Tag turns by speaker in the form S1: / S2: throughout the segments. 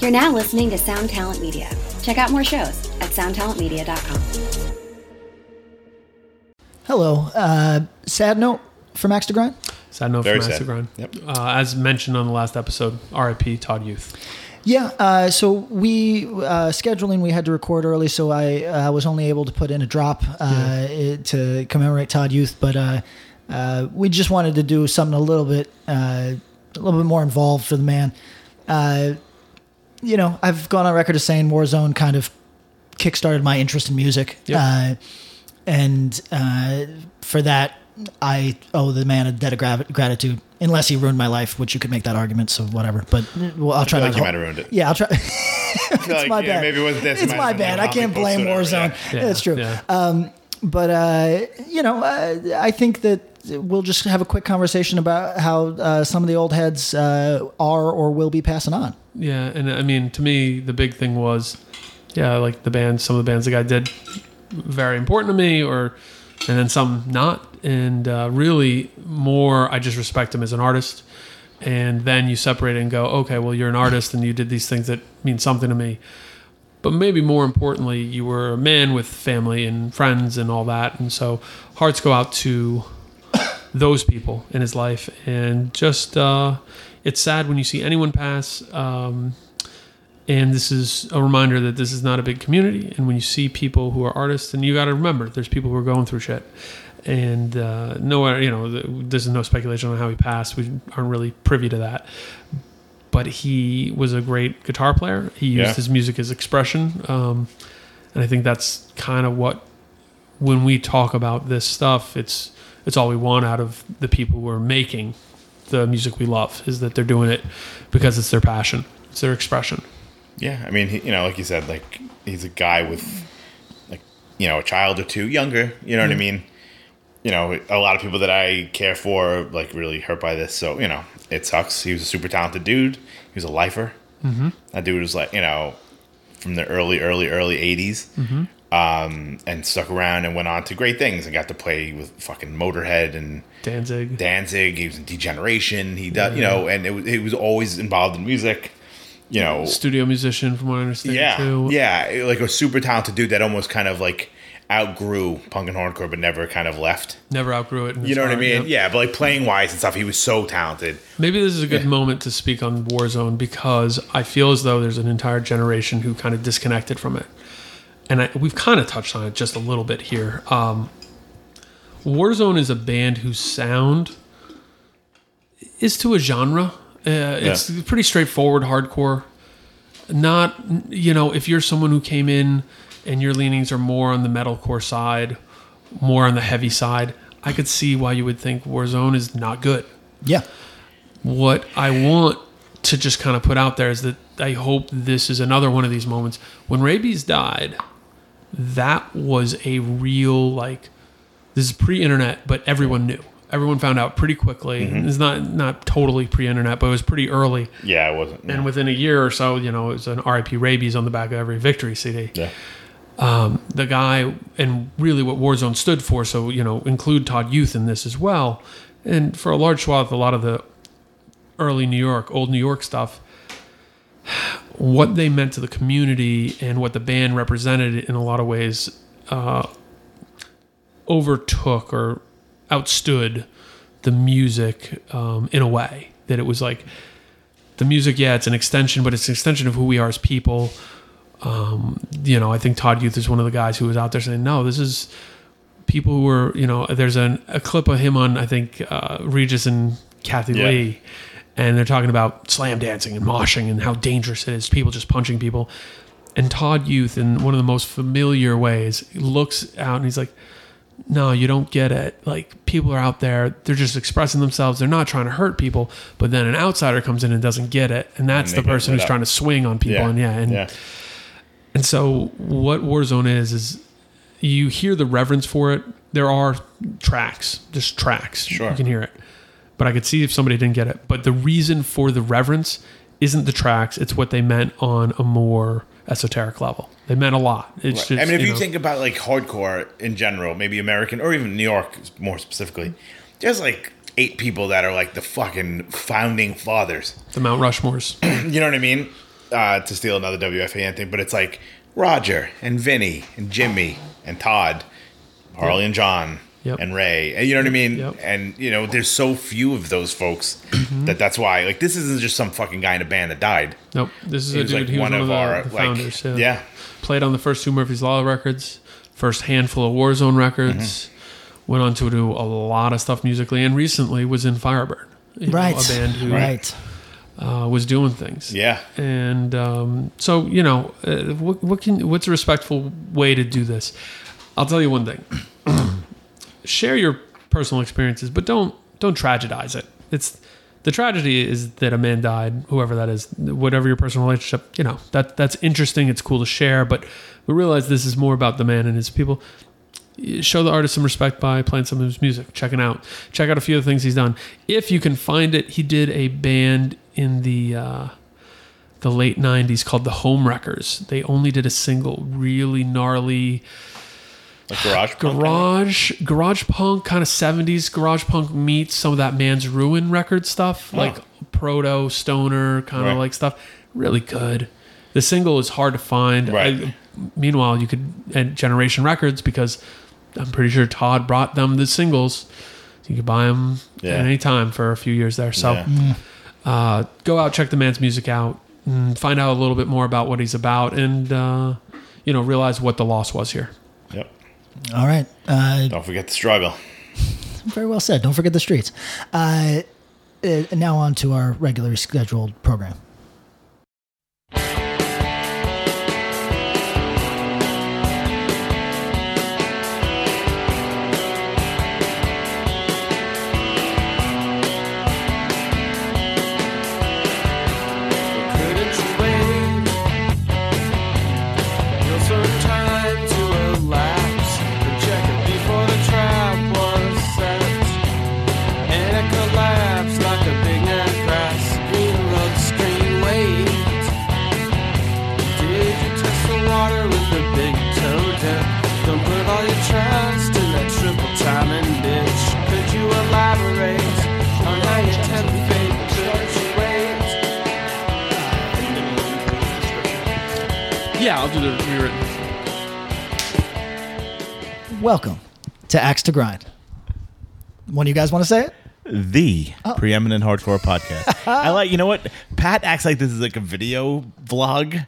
S1: You're now listening to Sound Talent Media. Check out more shows at soundtalentmedia.com.
S2: Hello. Uh, sad note from Axe to Grind.
S3: Sad note
S4: Very
S3: from
S4: sad.
S3: Instagram.
S4: Yep.
S3: Uh, as mentioned on the last episode, RIP Todd Youth.
S2: Yeah, uh, so we uh, scheduling we had to record early, so I uh, was only able to put in a drop uh, it- to commemorate Todd Youth, but uh, uh, we just wanted to do something a little bit uh, a little bit more involved for the man. Uh, you know, I've gone on record as saying Warzone kind of kickstarted my interest in music,
S3: Yep.
S2: uh, and uh, for that I owe the man a debt of gravi- gratitude. Unless he ruined my life, which you could make that argument, so whatever. But well, I'll try
S4: feel
S2: not to
S4: like you
S2: hold-
S4: might have ruined it.
S2: Yeah, I'll try.
S4: I feel
S2: it's
S4: like,
S2: my
S4: yeah,
S2: bad.
S4: Maybe it was this.
S2: It's
S4: might
S2: my
S4: have been
S2: bad.
S4: like,
S2: I
S4: I'll
S2: can't
S4: be
S2: blame
S4: posted over
S2: Warzone.
S4: it. Yeah.
S3: Yeah,
S2: That's true.
S3: yeah.
S2: Um, but uh, you know, uh, I think that we'll just have a quick conversation about how uh, some of the old heads uh, are or will be passing on.
S3: Yeah, and I mean, to me, the big thing was, yeah, like the bands, some of the bands the guy did, very important to me, or, and then some not, and uh, really more, I just respect him as an artist, and then you separate it and go, okay, well, you're an artist and you did these things that mean something to me, but maybe more importantly, you were a man with family and friends and all that, and so hearts go out to those people in his life and just uh, it's sad when you see anyone pass um, and this is a reminder that this is not a big community and when you see people who are artists and you got to remember there's people who are going through shit and uh, no you know th- this is no speculation on how he passed we aren't really privy to that but he was a great guitar player he used
S4: Yeah.
S3: his music as expression um, and i think that's kind of what when we talk about this stuff, it's it's all we want out of the people who are making the music we love is that they're doing it because it's their passion, it's their expression.
S4: Yeah, I mean, he, you know, like you said, like he's a guy with, like, you know, a child or two younger. You know what I mean? You know, a lot of people that I care for are, like really hurt by this. So you know, it sucks. He was a super talented dude. He was a lifer. Mm-hmm. That dude was like, you know, from the early, early, early '80s,
S2: Mm-hmm.
S4: um, and stuck around and went on to great things and got to play with fucking Motorhead and
S3: Danzig,
S4: Danzig. He was in Degeneration. He does, you know, and it, was- he was always involved in music. You know,
S3: studio musician, from what I understand,
S4: yeah,
S3: too.
S4: yeah, like a super talented dude that almost kind of like outgrew punk and hardcore, but never kind of left.
S3: never outgrew it. in
S4: You
S3: his
S4: know what I
S3: art,
S4: mean?
S3: yep.
S4: Yeah, but like playing wise and stuff, he was so talented.
S3: Maybe this is a good moment to speak on Warzone because I feel as though there's an entire generation who kind of disconnected from it. And I, we've kind of touched on it just a little bit here. Um, Warzone is a band whose sound is to a genre. Uh, It's pretty straightforward hardcore. Not, you know, if you're someone who came in and your leanings are more on the metalcore side, more on the heavy side, I could see why you would think Warzone is not good
S2: Yeah,
S3: what I want to just kind of put out there is that I hope this is another one of these moments. When Rabies died, that was a real like this is pre-internet, but everyone knew. Everyone found out pretty quickly. It's not not totally pre-internet, but it was pretty early.
S4: Yeah, it wasn't.
S3: And within a year or so, you know, it was an RIP Rabies on the back of every Victory CD
S4: yeah,
S3: the guy and really what Warzone stood for. So, you know, include Todd Youth in this as well. And for a large swath, a lot of the early New York, old New York stuff, what they meant to the community and what the band represented in a lot of ways uh, overtook or outstood the music um, in a way that it was like the music, yeah, it's an extension, but it's an extension of who we are as people Um, you know, I think Todd Youth is one of the guys who was out there saying, no, this is people who were, you know, there's an, a clip of him on, I think, uh, Regis and Kathy
S4: Yeah.
S3: Lee, and they're talking about slam dancing and moshing and how dangerous it is, people just punching people. And Todd Youth, in one of the most familiar ways, looks out and he's like, no, you don't get it. Like people are out there, they're just expressing themselves. They're not trying to hurt people, but then an outsider comes in and doesn't get it, and that's
S4: And they
S3: the
S4: get
S3: person
S4: lit
S3: who's
S4: up.
S3: trying to swing on people.
S4: yeah,
S3: And yeah, and
S4: yeah.
S3: and so what Warzone is is you hear the reverence for it. There are tracks, just tracks.
S4: Sure.
S3: You can hear it. But I could see if somebody didn't get it. But the reason for the reverence isn't the tracks, it's what they meant on a more esoteric level. They meant a lot. It's just
S4: I mean, if you,
S3: know,
S4: think about like hardcore in general, maybe American or even New York more specifically, there's like eight people that are like the fucking founding fathers.
S3: the Mount Rushmores.
S4: You know what I mean?
S5: uh, to steal another WFA anthem, but it's like Roger and Vinny and Jimmy and Todd, Harley and John
S3: Yep.
S5: and Ray. And you know what I mean?
S3: Yep. Mm-hmm.
S5: And you know, there's so few of those folks that that's why like this isn't just some fucking guy in a band that died.
S3: Nope. This is
S5: He
S3: a
S5: was,
S3: dude.
S5: like,
S3: he was
S5: one
S3: one,
S5: of
S3: of, the-
S5: our,
S3: the,
S5: like,
S3: founders. yeah.
S5: yeah.
S3: Played on the first two Murphy's Law records, first handful of Warzone records.
S5: Mm-hmm.
S3: Went on to do a lot of stuff musically, and recently was in Firebird, you know,
S2: right.
S3: a band who
S2: right.
S3: uh, was doing things.
S5: Yeah.
S3: and um, so you know, uh, what, what can what's a respectful way to do this? I'll tell you one thing: share your personal experiences, but don't don't tragedize it. It's the tragedy is that a man died, whoever that is, whatever your personal relationship. You know that that's interesting. It's cool to share, but we realize this is more about the man and his people. Show the artist some respect by playing some of his music, checking out, check out a few of the things he's done. If you can find it, he did a band in the uh, the late 90s called the Home Wreckers. They only did a single, really gnarly
S5: Like garage punk,
S3: garage garage punk kind of 70s garage punk meets some of that man's ruin record stuff, like proto stoner kind
S5: Oh. Right.
S3: of like stuff. Really good. The single is hard to find.
S5: Right.
S3: I- meanwhile, you could at Generation Records because I'm pretty sure Todd brought them the singles. You could buy them
S5: Yeah.
S3: at any time for a few years there. So
S5: Yeah.
S3: uh, go out, check the man's music out, and find out a little bit more about what he's about, and uh, you know realize what the loss was here.
S5: Yep.
S2: All right. Uh,
S5: Don't forget the struggle.
S2: Very well said. Don't forget the streets. Uh, uh, now on to our regularly scheduled program.
S6: Timing, bitch. Could you elaborate on how you tend to fade the
S3: Yeah, I'll do the rewritten.
S2: Welcome to Axe to Grind. One of you guys want to say it?
S4: the
S2: Oh.
S4: preeminent hardcore podcast. I like, you know what? Pat acts like this is like a video vlog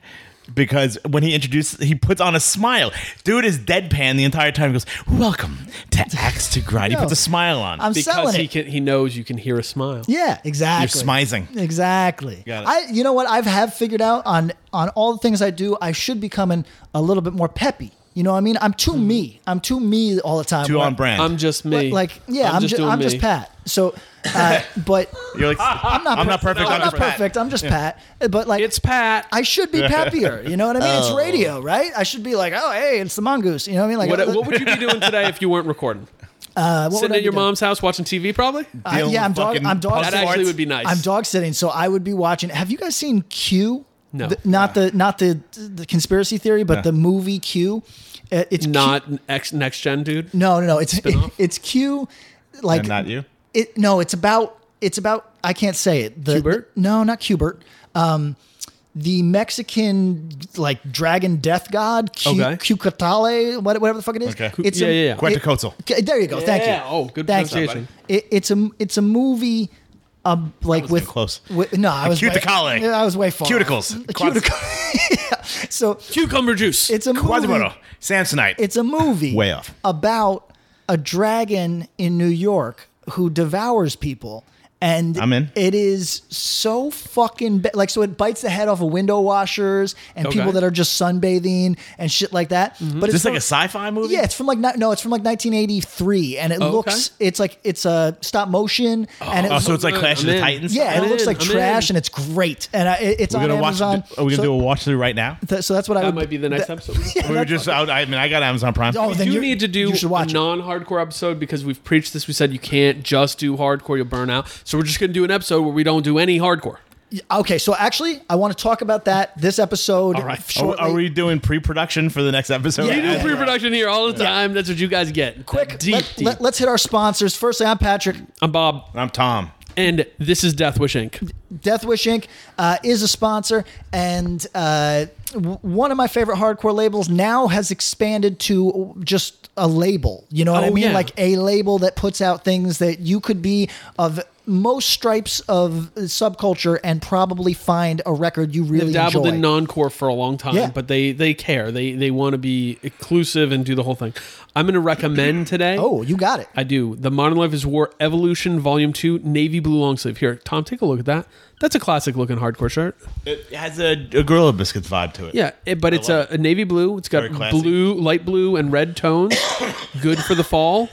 S4: because when he introduces, he puts on a smile. Dude is deadpan the entire time. He goes, "Welcome to Axe to Grind."
S2: No.
S4: he puts a smile on.
S2: I'm
S3: Because
S2: selling
S3: he
S2: it.
S3: can, he knows you can hear a smile.
S2: Yeah,
S4: You're
S2: exactly.
S4: smizing.
S2: Exactly.
S4: Got it.
S2: I, you know what? I've have figured out on on all the things I do, I should be coming a little bit more peppy. You know what I mean? I'm too me. I'm too me all the time.
S4: Two
S2: Where-
S4: on brand.
S3: I'm just me.
S2: Like, yeah, I'm, just,
S3: doing
S2: I'm just
S3: me.
S2: Pat. So, uh, but
S4: You're like,
S2: I'm not.
S4: I'm not
S2: per-
S4: perfect,
S2: I'm,
S4: I'm
S2: not
S4: just Pat.
S2: perfect. I'm just Pat. But like,
S3: It's Pat.
S2: I should be peppier. You know what I mean? It's radio, right? I should be like, oh, hey, it's the mongoose. You know what I mean? Like,
S3: What,
S2: uh,
S3: what would you be doing today if you weren't recording?
S2: uh, what would
S3: Sitting
S2: I
S3: at
S2: be
S3: your
S2: doing? Uh,
S3: mom's house watching TV, probably.
S2: I-
S4: Dealing
S2: yeah,
S4: with
S2: I'm dog.
S4: fucking
S2: I'm dog.
S4: puzzle
S3: That
S2: sitting.
S3: actually would be nice.
S2: I'm dog sitting, so I would be watching. Have you guys seen Q?
S3: No.
S2: The- not the not the the conspiracy theory, but the movie Q. Uh, It's Q-
S3: Not an ex, next gen dude.
S2: no, no, no. It's
S3: Spin-off?
S2: it's Q. Like
S4: And not you?
S2: It no. It's about it's about. I can't say it. The,
S3: Qbert?
S2: no, not Qbert. Um, the Mexican like dragon death god Q,
S3: Okay.
S2: Cucatale, what- whatever the fuck it is.
S4: Okay.
S2: It's
S3: Yeah,
S2: a-
S3: yeah, yeah.
S2: it-
S4: Quetzalcoatl.
S2: Okay, there you go. Thank you.
S3: Yeah. Oh, good
S2: Thank
S3: pronunciation.
S2: You. It, it's a it's a movie. Um, like with
S4: getting close.
S2: With, no, I was way-
S4: Cuticale.
S2: yeah, I was way far.
S4: Cuticles.
S2: Cuticles. yeah. So
S3: Cucumber juice.
S2: it's a movie.
S4: Quasimodo.
S5: Samsonite.
S2: It's a movie.
S4: Way off.
S2: About a dragon in New York who devours people. And
S4: I'm in.
S2: it is so fucking ba- like so it bites the head off of window washers and
S3: Okay. Mm-hmm.
S2: people that are just sunbathing and shit like that. But
S4: Is
S2: it's
S4: this like
S2: not-
S4: a sci-fi movie?
S2: yeah, it's from like ni- no, it's from like 1983, and it
S3: Oh, Okay.
S2: looks it's like it's a stop motion, and it
S4: Oh, so it's like Clash of
S3: I'm
S4: the
S3: in.
S4: Titans.
S2: yeah,
S3: I'm
S2: it looks
S3: in,
S2: like
S3: I'm
S2: trash,
S3: in.
S2: and it's great, and I, it- it's
S4: We're
S2: on
S4: gonna watch.
S2: Amazon.
S4: Are we gonna
S2: so,
S4: do a watch through right now?
S2: th- so that's what I
S3: that
S2: would,
S3: might be the next
S2: that-
S3: episode.
S4: we were just. I, I mean, I got Amazon Prime.
S2: Oh, then
S3: you
S2: you're-
S3: need to do
S2: you should watch
S3: a
S2: it.
S3: non-hardcore episode because we've preached this. We said you can't just do hardcore; you'll burn out. So we're just going to do an episode where we don't do any hardcore.
S2: Okay, so actually, I want to talk about that this episode.
S3: All right.
S4: Are,
S2: shortly.
S4: are we doing pre-production for the next episode?
S2: Yeah.
S3: We do
S2: Yeah.
S3: pre-production here all the time. That's what you guys get.
S2: quick?
S3: deep,
S2: let,
S3: deep.
S2: us hit our sponsors. Firstly, I'm Patrick.
S3: I'm Bob.
S4: I'm Tom.
S3: And this is Death Wish Inc.
S2: Death Wish Inc. Uh, is a sponsor, and uh, w- one of my favorite hardcore labels now has expanded to just a label. You know what I
S3: Oh,
S2: mean?
S3: yeah.
S2: Like a label that puts out things that you could be of most stripes of subculture and probably find a record you really
S3: They've dabbled
S2: enjoy.
S3: in non-core for a long time,
S2: Yeah.
S3: but they they care. They they want to be inclusive and do the whole thing. I'm going to recommend today.
S2: oh, you got it.
S3: I do. The Modern Life is War Evolution Volume 2 Navy Blue Long Sleeve. Here, Tom, take a look at that. That's a classic looking hardcore shirt.
S4: It has a, a Gorilla Biscuits vibe to it.
S3: Yeah, it- but it's a, a navy blue. It's got
S4: Very classy.
S3: blue, light blue, and red tones. Good for the fall.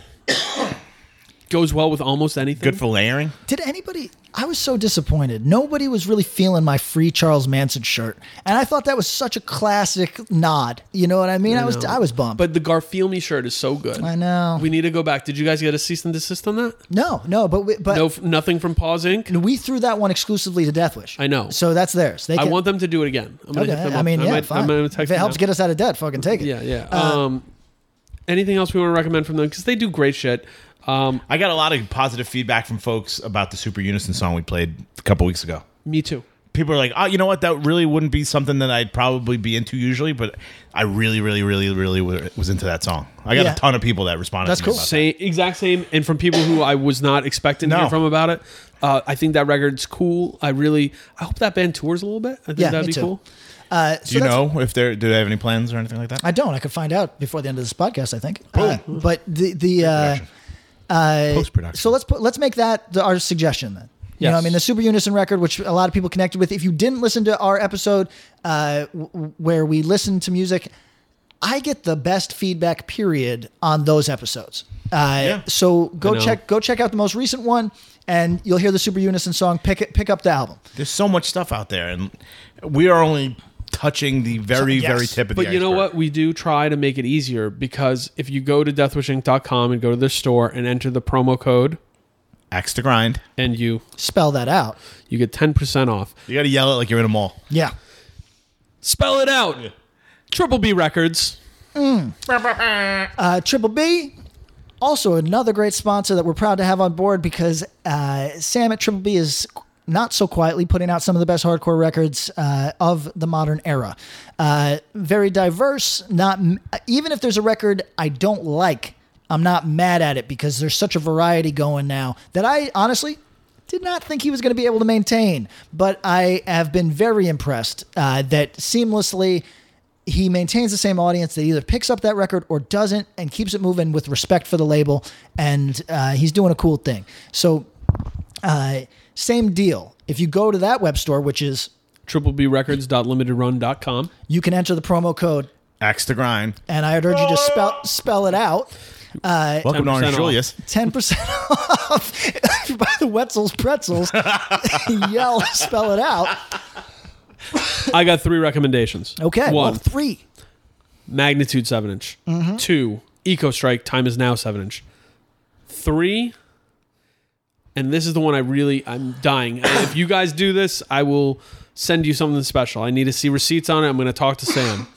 S3: Goes well with almost anything.
S4: Good for layering.
S2: Did anybody? I was so disappointed. Nobody was really feeling my free Charles Manson shirt, and I thought that was such a classic nod. You know what I mean? I, was I was bummed.
S3: But the Garfielmi shirt is so good.
S2: I know.
S3: We need to go back. Did you guys get a cease and desist on that?
S2: no, no, but we, but
S3: No, f- nothing from Paws Inc.
S2: we threw that one exclusively to Death Wish.
S3: I know.
S2: So that's theirs. They
S3: I
S2: can,
S3: want them to do it again. I'm gonna
S2: Okay.
S3: hit them
S2: I
S3: up.
S2: mean, yeah,
S3: might-
S2: fine.
S3: I'm gonna text
S2: if it helps Uh,
S3: them
S2: get us out of debt, fucking take it.
S3: now. Yeah, yeah. um, anything else we want to recommend from them? Because they do great shit. Um,
S4: I got a lot of positive feedback from folks about the Super Unison song we played a couple weeks ago.
S3: me too.
S4: People are like, oh, you know what? That really wouldn't be something that I'd probably be into usually, but I really, really, really, really wa- was into that song. I got
S2: Yeah.
S4: a ton of people that responded.
S2: That's
S4: to me
S2: cool.
S4: about that.
S3: Same, exact same, and from people who I was not expecting to
S4: No.
S3: hear from about it. Uh, I think that record's cool. I really, I hope that band tours a little bit. I think
S2: Yeah,
S3: that'd
S2: me
S3: be
S2: too.
S3: cool.
S2: Uh, so
S4: Do you
S2: that's-
S4: know if they do they have any plans or anything like that?
S2: I uh, don't. I could find out before the end of this podcast. I think. Uh, but the the uh,
S4: Production.
S2: uh,
S4: Post-production.
S2: So let's put let's make that the, our suggestion then. You know,
S3: Yes.
S2: what I mean, the Super Unison record, which a lot of people connected with. If you didn't listen to our episode uh, w- w- where we listened to music, I get the best feedback period on those episodes. Uh, So go
S3: know.
S2: check go check out the most recent one, and you'll hear the Super Unison song. Pick it, pick up the album.
S4: There's so much stuff out there, and we are only touching the very,
S2: Yes.
S4: very tip of the
S3: But you know
S4: iceberg.
S3: what? We do try to make it easier because if you go to deathwishinc.com and go to their store and enter the promo code,
S4: Axe to grind.
S3: and you
S2: Spell that out.
S3: you get ten percent off.
S4: You got to yell it like you're in a mall.
S2: Yeah.
S3: Spell it out. Triple B Records.
S2: Uh, Triple B, also another great sponsor that we're proud to have on board because uh, Sam at Triple B is not so quietly putting out some of the best hardcore records uh, of the modern era. Uh, very diverse. Not m- even if there's a record I don't like, I'm not mad at it because there's such a variety going now that I honestly did not think he was going to be able to maintain. But I have been very impressed uh, that seamlessly he maintains the same audience that either picks up that record or doesn't and keeps it moving with respect for the label. And uh, he's doing a cool thing. So, uh, same deal. If you go to that web store, which is
S3: Triple B Records.limitedrun.com.
S2: you can enter the promo code,
S4: Axe to grind.
S2: and I would urge you to spell spell it out.
S4: Welcome
S3: 10%
S4: to Orange
S3: off.
S4: Julius.
S2: Ten percent off by the Wetzel's Pretzels. Yell, spell it out.
S3: I got three recommendations.
S2: Okay, well,
S3: One,
S2: three.
S3: magnitude seven inch. Two, Eco Strike. Time is now seven inch. Three, and this is the one I really I'm dying. And if you guys do this, I will send you something special. I need to see receipts on it. I'm going to talk to Sam.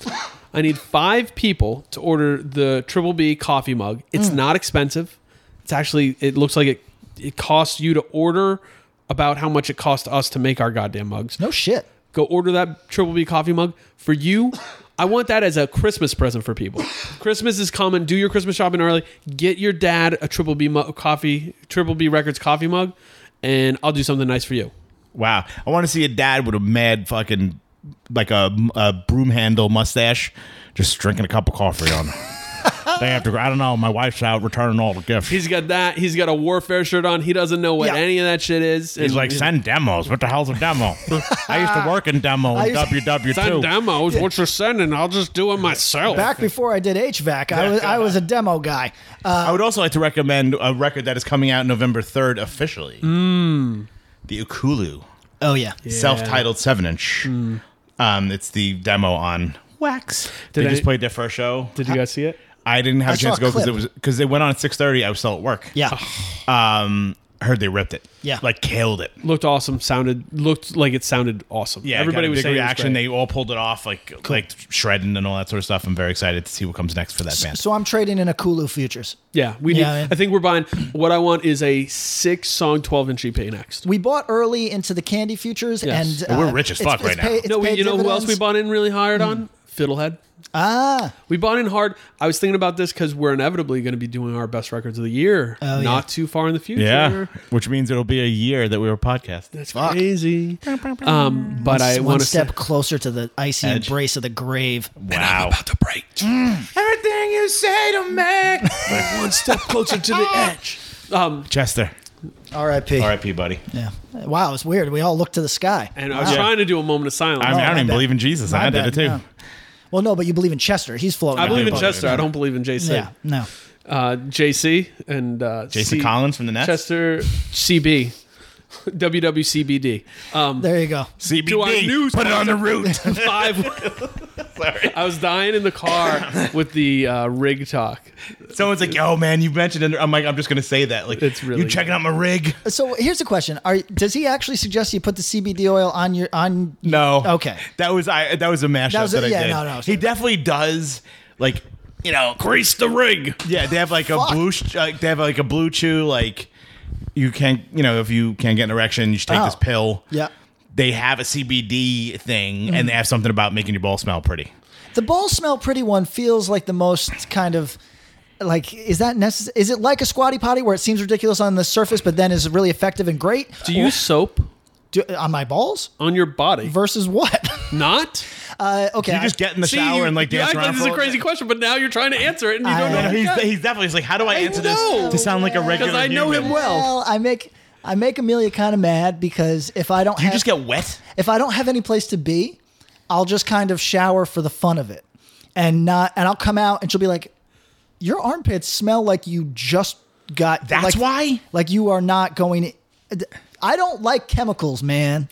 S3: I need five people to order the Triple B coffee mug. It's not expensive. It's actually it looks like it it costs you to order about how much it cost us to make our goddamn mugs
S2: No shit.
S3: go order that triple b coffee mug for you i want that as a christmas present for people christmas is coming do your christmas shopping early get your dad a triple b mu- coffee triple b records coffee mug and i'll do something nice for you
S4: Wow. I want to see a dad with a mad fucking, like a, a broom handle mustache, just drinking a cup of coffee on. they have to, I don't know. My wife's out returning all the gifts. He's,
S3: he's got that he's got a warfare shirt on he doesn't know what
S2: Yeah.
S3: any of that shit is And-
S4: like, send demos. What the hell's a demo? I used to work in demo in
S2: used-
S3: send
S4: WW2.
S3: demos what you're sending i'll just do it myself
S2: Back before I did HVAC, I was I was a demo guy.
S4: I would also like to recommend a record that is coming out November 3rd officially. The Ukulu.
S2: Oh yeah.
S4: self-titled seven inch.
S3: Hmm.
S4: Um, it's the demo on Wax. they
S3: I-
S4: just played their first show.
S3: did you guys see it
S4: I didn't have
S2: I
S4: a chance
S2: saw a
S4: to go because it
S2: clip.
S4: was because they went on at six thirty. I was still at work.
S2: Yeah.
S4: Um, heard they ripped it.
S2: Yeah.
S4: like killed it.
S3: Looked awesome. Sounded looked like it sounded awesome.
S4: Yeah,
S3: everybody
S4: got a
S3: was
S4: big
S3: saying it was
S4: reaction.
S3: great.
S4: They all pulled it off, like like shredding and all that sort of stuff. I'm very excited to see what comes next for that band.
S2: So I'm trading in a Kulu futures.
S3: yeah, we
S2: Yeah,
S3: need.
S2: yeah.
S3: I think we're buying. What I want is a six song, twelve inch EP next.
S2: We bought early into the candy futures,
S3: Yes.
S2: and uh,
S4: Well, we're rich as fuck right now.
S2: it's
S3: no, we,
S2: paid
S3: you know who else we
S2: dividends.
S3: bought in really hard on? Fiddlehead.
S2: Ah,
S3: We bought in hard. I was thinking about this because we're inevitably going to be doing our best records of the year,
S2: yeah.
S3: not too far in the future.
S4: which means it'll be a year that we were podcast.
S3: That's crazy. Um, but I
S2: one
S3: want to
S2: step closer to the icy
S4: Edge.
S2: embrace of the grave.
S4: Wow,
S3: to break.
S7: Everything you say to me.
S3: one step closer to the edge. Um,
S4: Chester,
S2: R.I.P.
S4: R.I.P. Buddy.
S2: Yeah. Wow, it's weird. We all looked to the sky.
S3: and I was trying to do a moment of silence.
S4: I, mean, I don't
S2: my
S4: even
S2: bad.
S4: believe in Jesus.
S2: My
S4: I did
S2: bad,
S4: it too.
S2: yeah. Well, no, but you believe in Chester. He's floating.
S3: I believe in
S4: believe
S3: Chester.
S4: it.
S3: I don't believe in JC.
S2: Yeah. No.
S3: Uh, JC and uh,
S4: Jason Collins from the Nets.
S3: Chester CB. WWCBD. Um,
S2: There you go.
S4: CBD.
S3: Do I knew-
S4: Put it on the root.
S3: five. I was dying in the car with the uh, rig talk.
S4: Someone's like, "Yo, man, you mentioned." It. I'm like, I'm just gonna say that. Like,
S3: It's really
S4: you checking out my rig.
S2: So here's a question: Are does he actually suggest you put the CBD oil on your on?
S4: No.
S2: Okay.
S4: That was I. That was a mashup that,
S2: That was a-
S4: I
S2: yeah,
S4: did.
S2: no, no,
S4: he
S2: sorry.
S4: definitely does. Like, you know,
S8: Grease the rig.
S4: yeah, they have like a
S2: Fuck.
S4: blue. sh- Like, they have like a blue chew. Like, you can't. You know, if you can't get an erection, you should take
S2: Oh.
S4: this pill.
S2: Yeah.
S4: They have a CBD thing,
S3: Mm-hmm.
S4: and they have something about making your ball smell pretty.
S2: The ball smell pretty one feels like the most kind of like is that necessary? Is it like a squatty potty where it seems ridiculous on the surface but then is really effective and great?
S3: Do you use soap
S2: Do, on my balls
S3: on your body?
S2: versus what?
S3: Not?
S2: Uh, okay.
S4: You just
S2: I-
S4: get in the
S3: See,
S4: shower
S3: you-
S4: and like
S3: you
S4: dance
S3: act
S4: around.
S3: Like this is
S4: for
S3: a
S4: little
S3: crazy
S4: bit.
S3: question, but now you're trying to answer it and you
S2: I-
S3: don't know.
S4: Yeah,
S3: what
S4: he's,
S3: you got.
S4: he's definitely he's like, how do I answer
S3: know.
S4: this to sound like a regular?
S3: I know
S4: human?
S3: him well.
S2: well, I make I make Amelia kind of mad because if I don't
S4: Do you
S2: have,
S4: just get wet?
S2: if I don't have any place to be, I'll just kind of shower for the fun of it, and not. And I'll come out, and she'll be like, "Your armpits smell like you just got."
S4: That's
S2: like-
S4: why?
S2: Like you are not going. I don't like chemicals, man.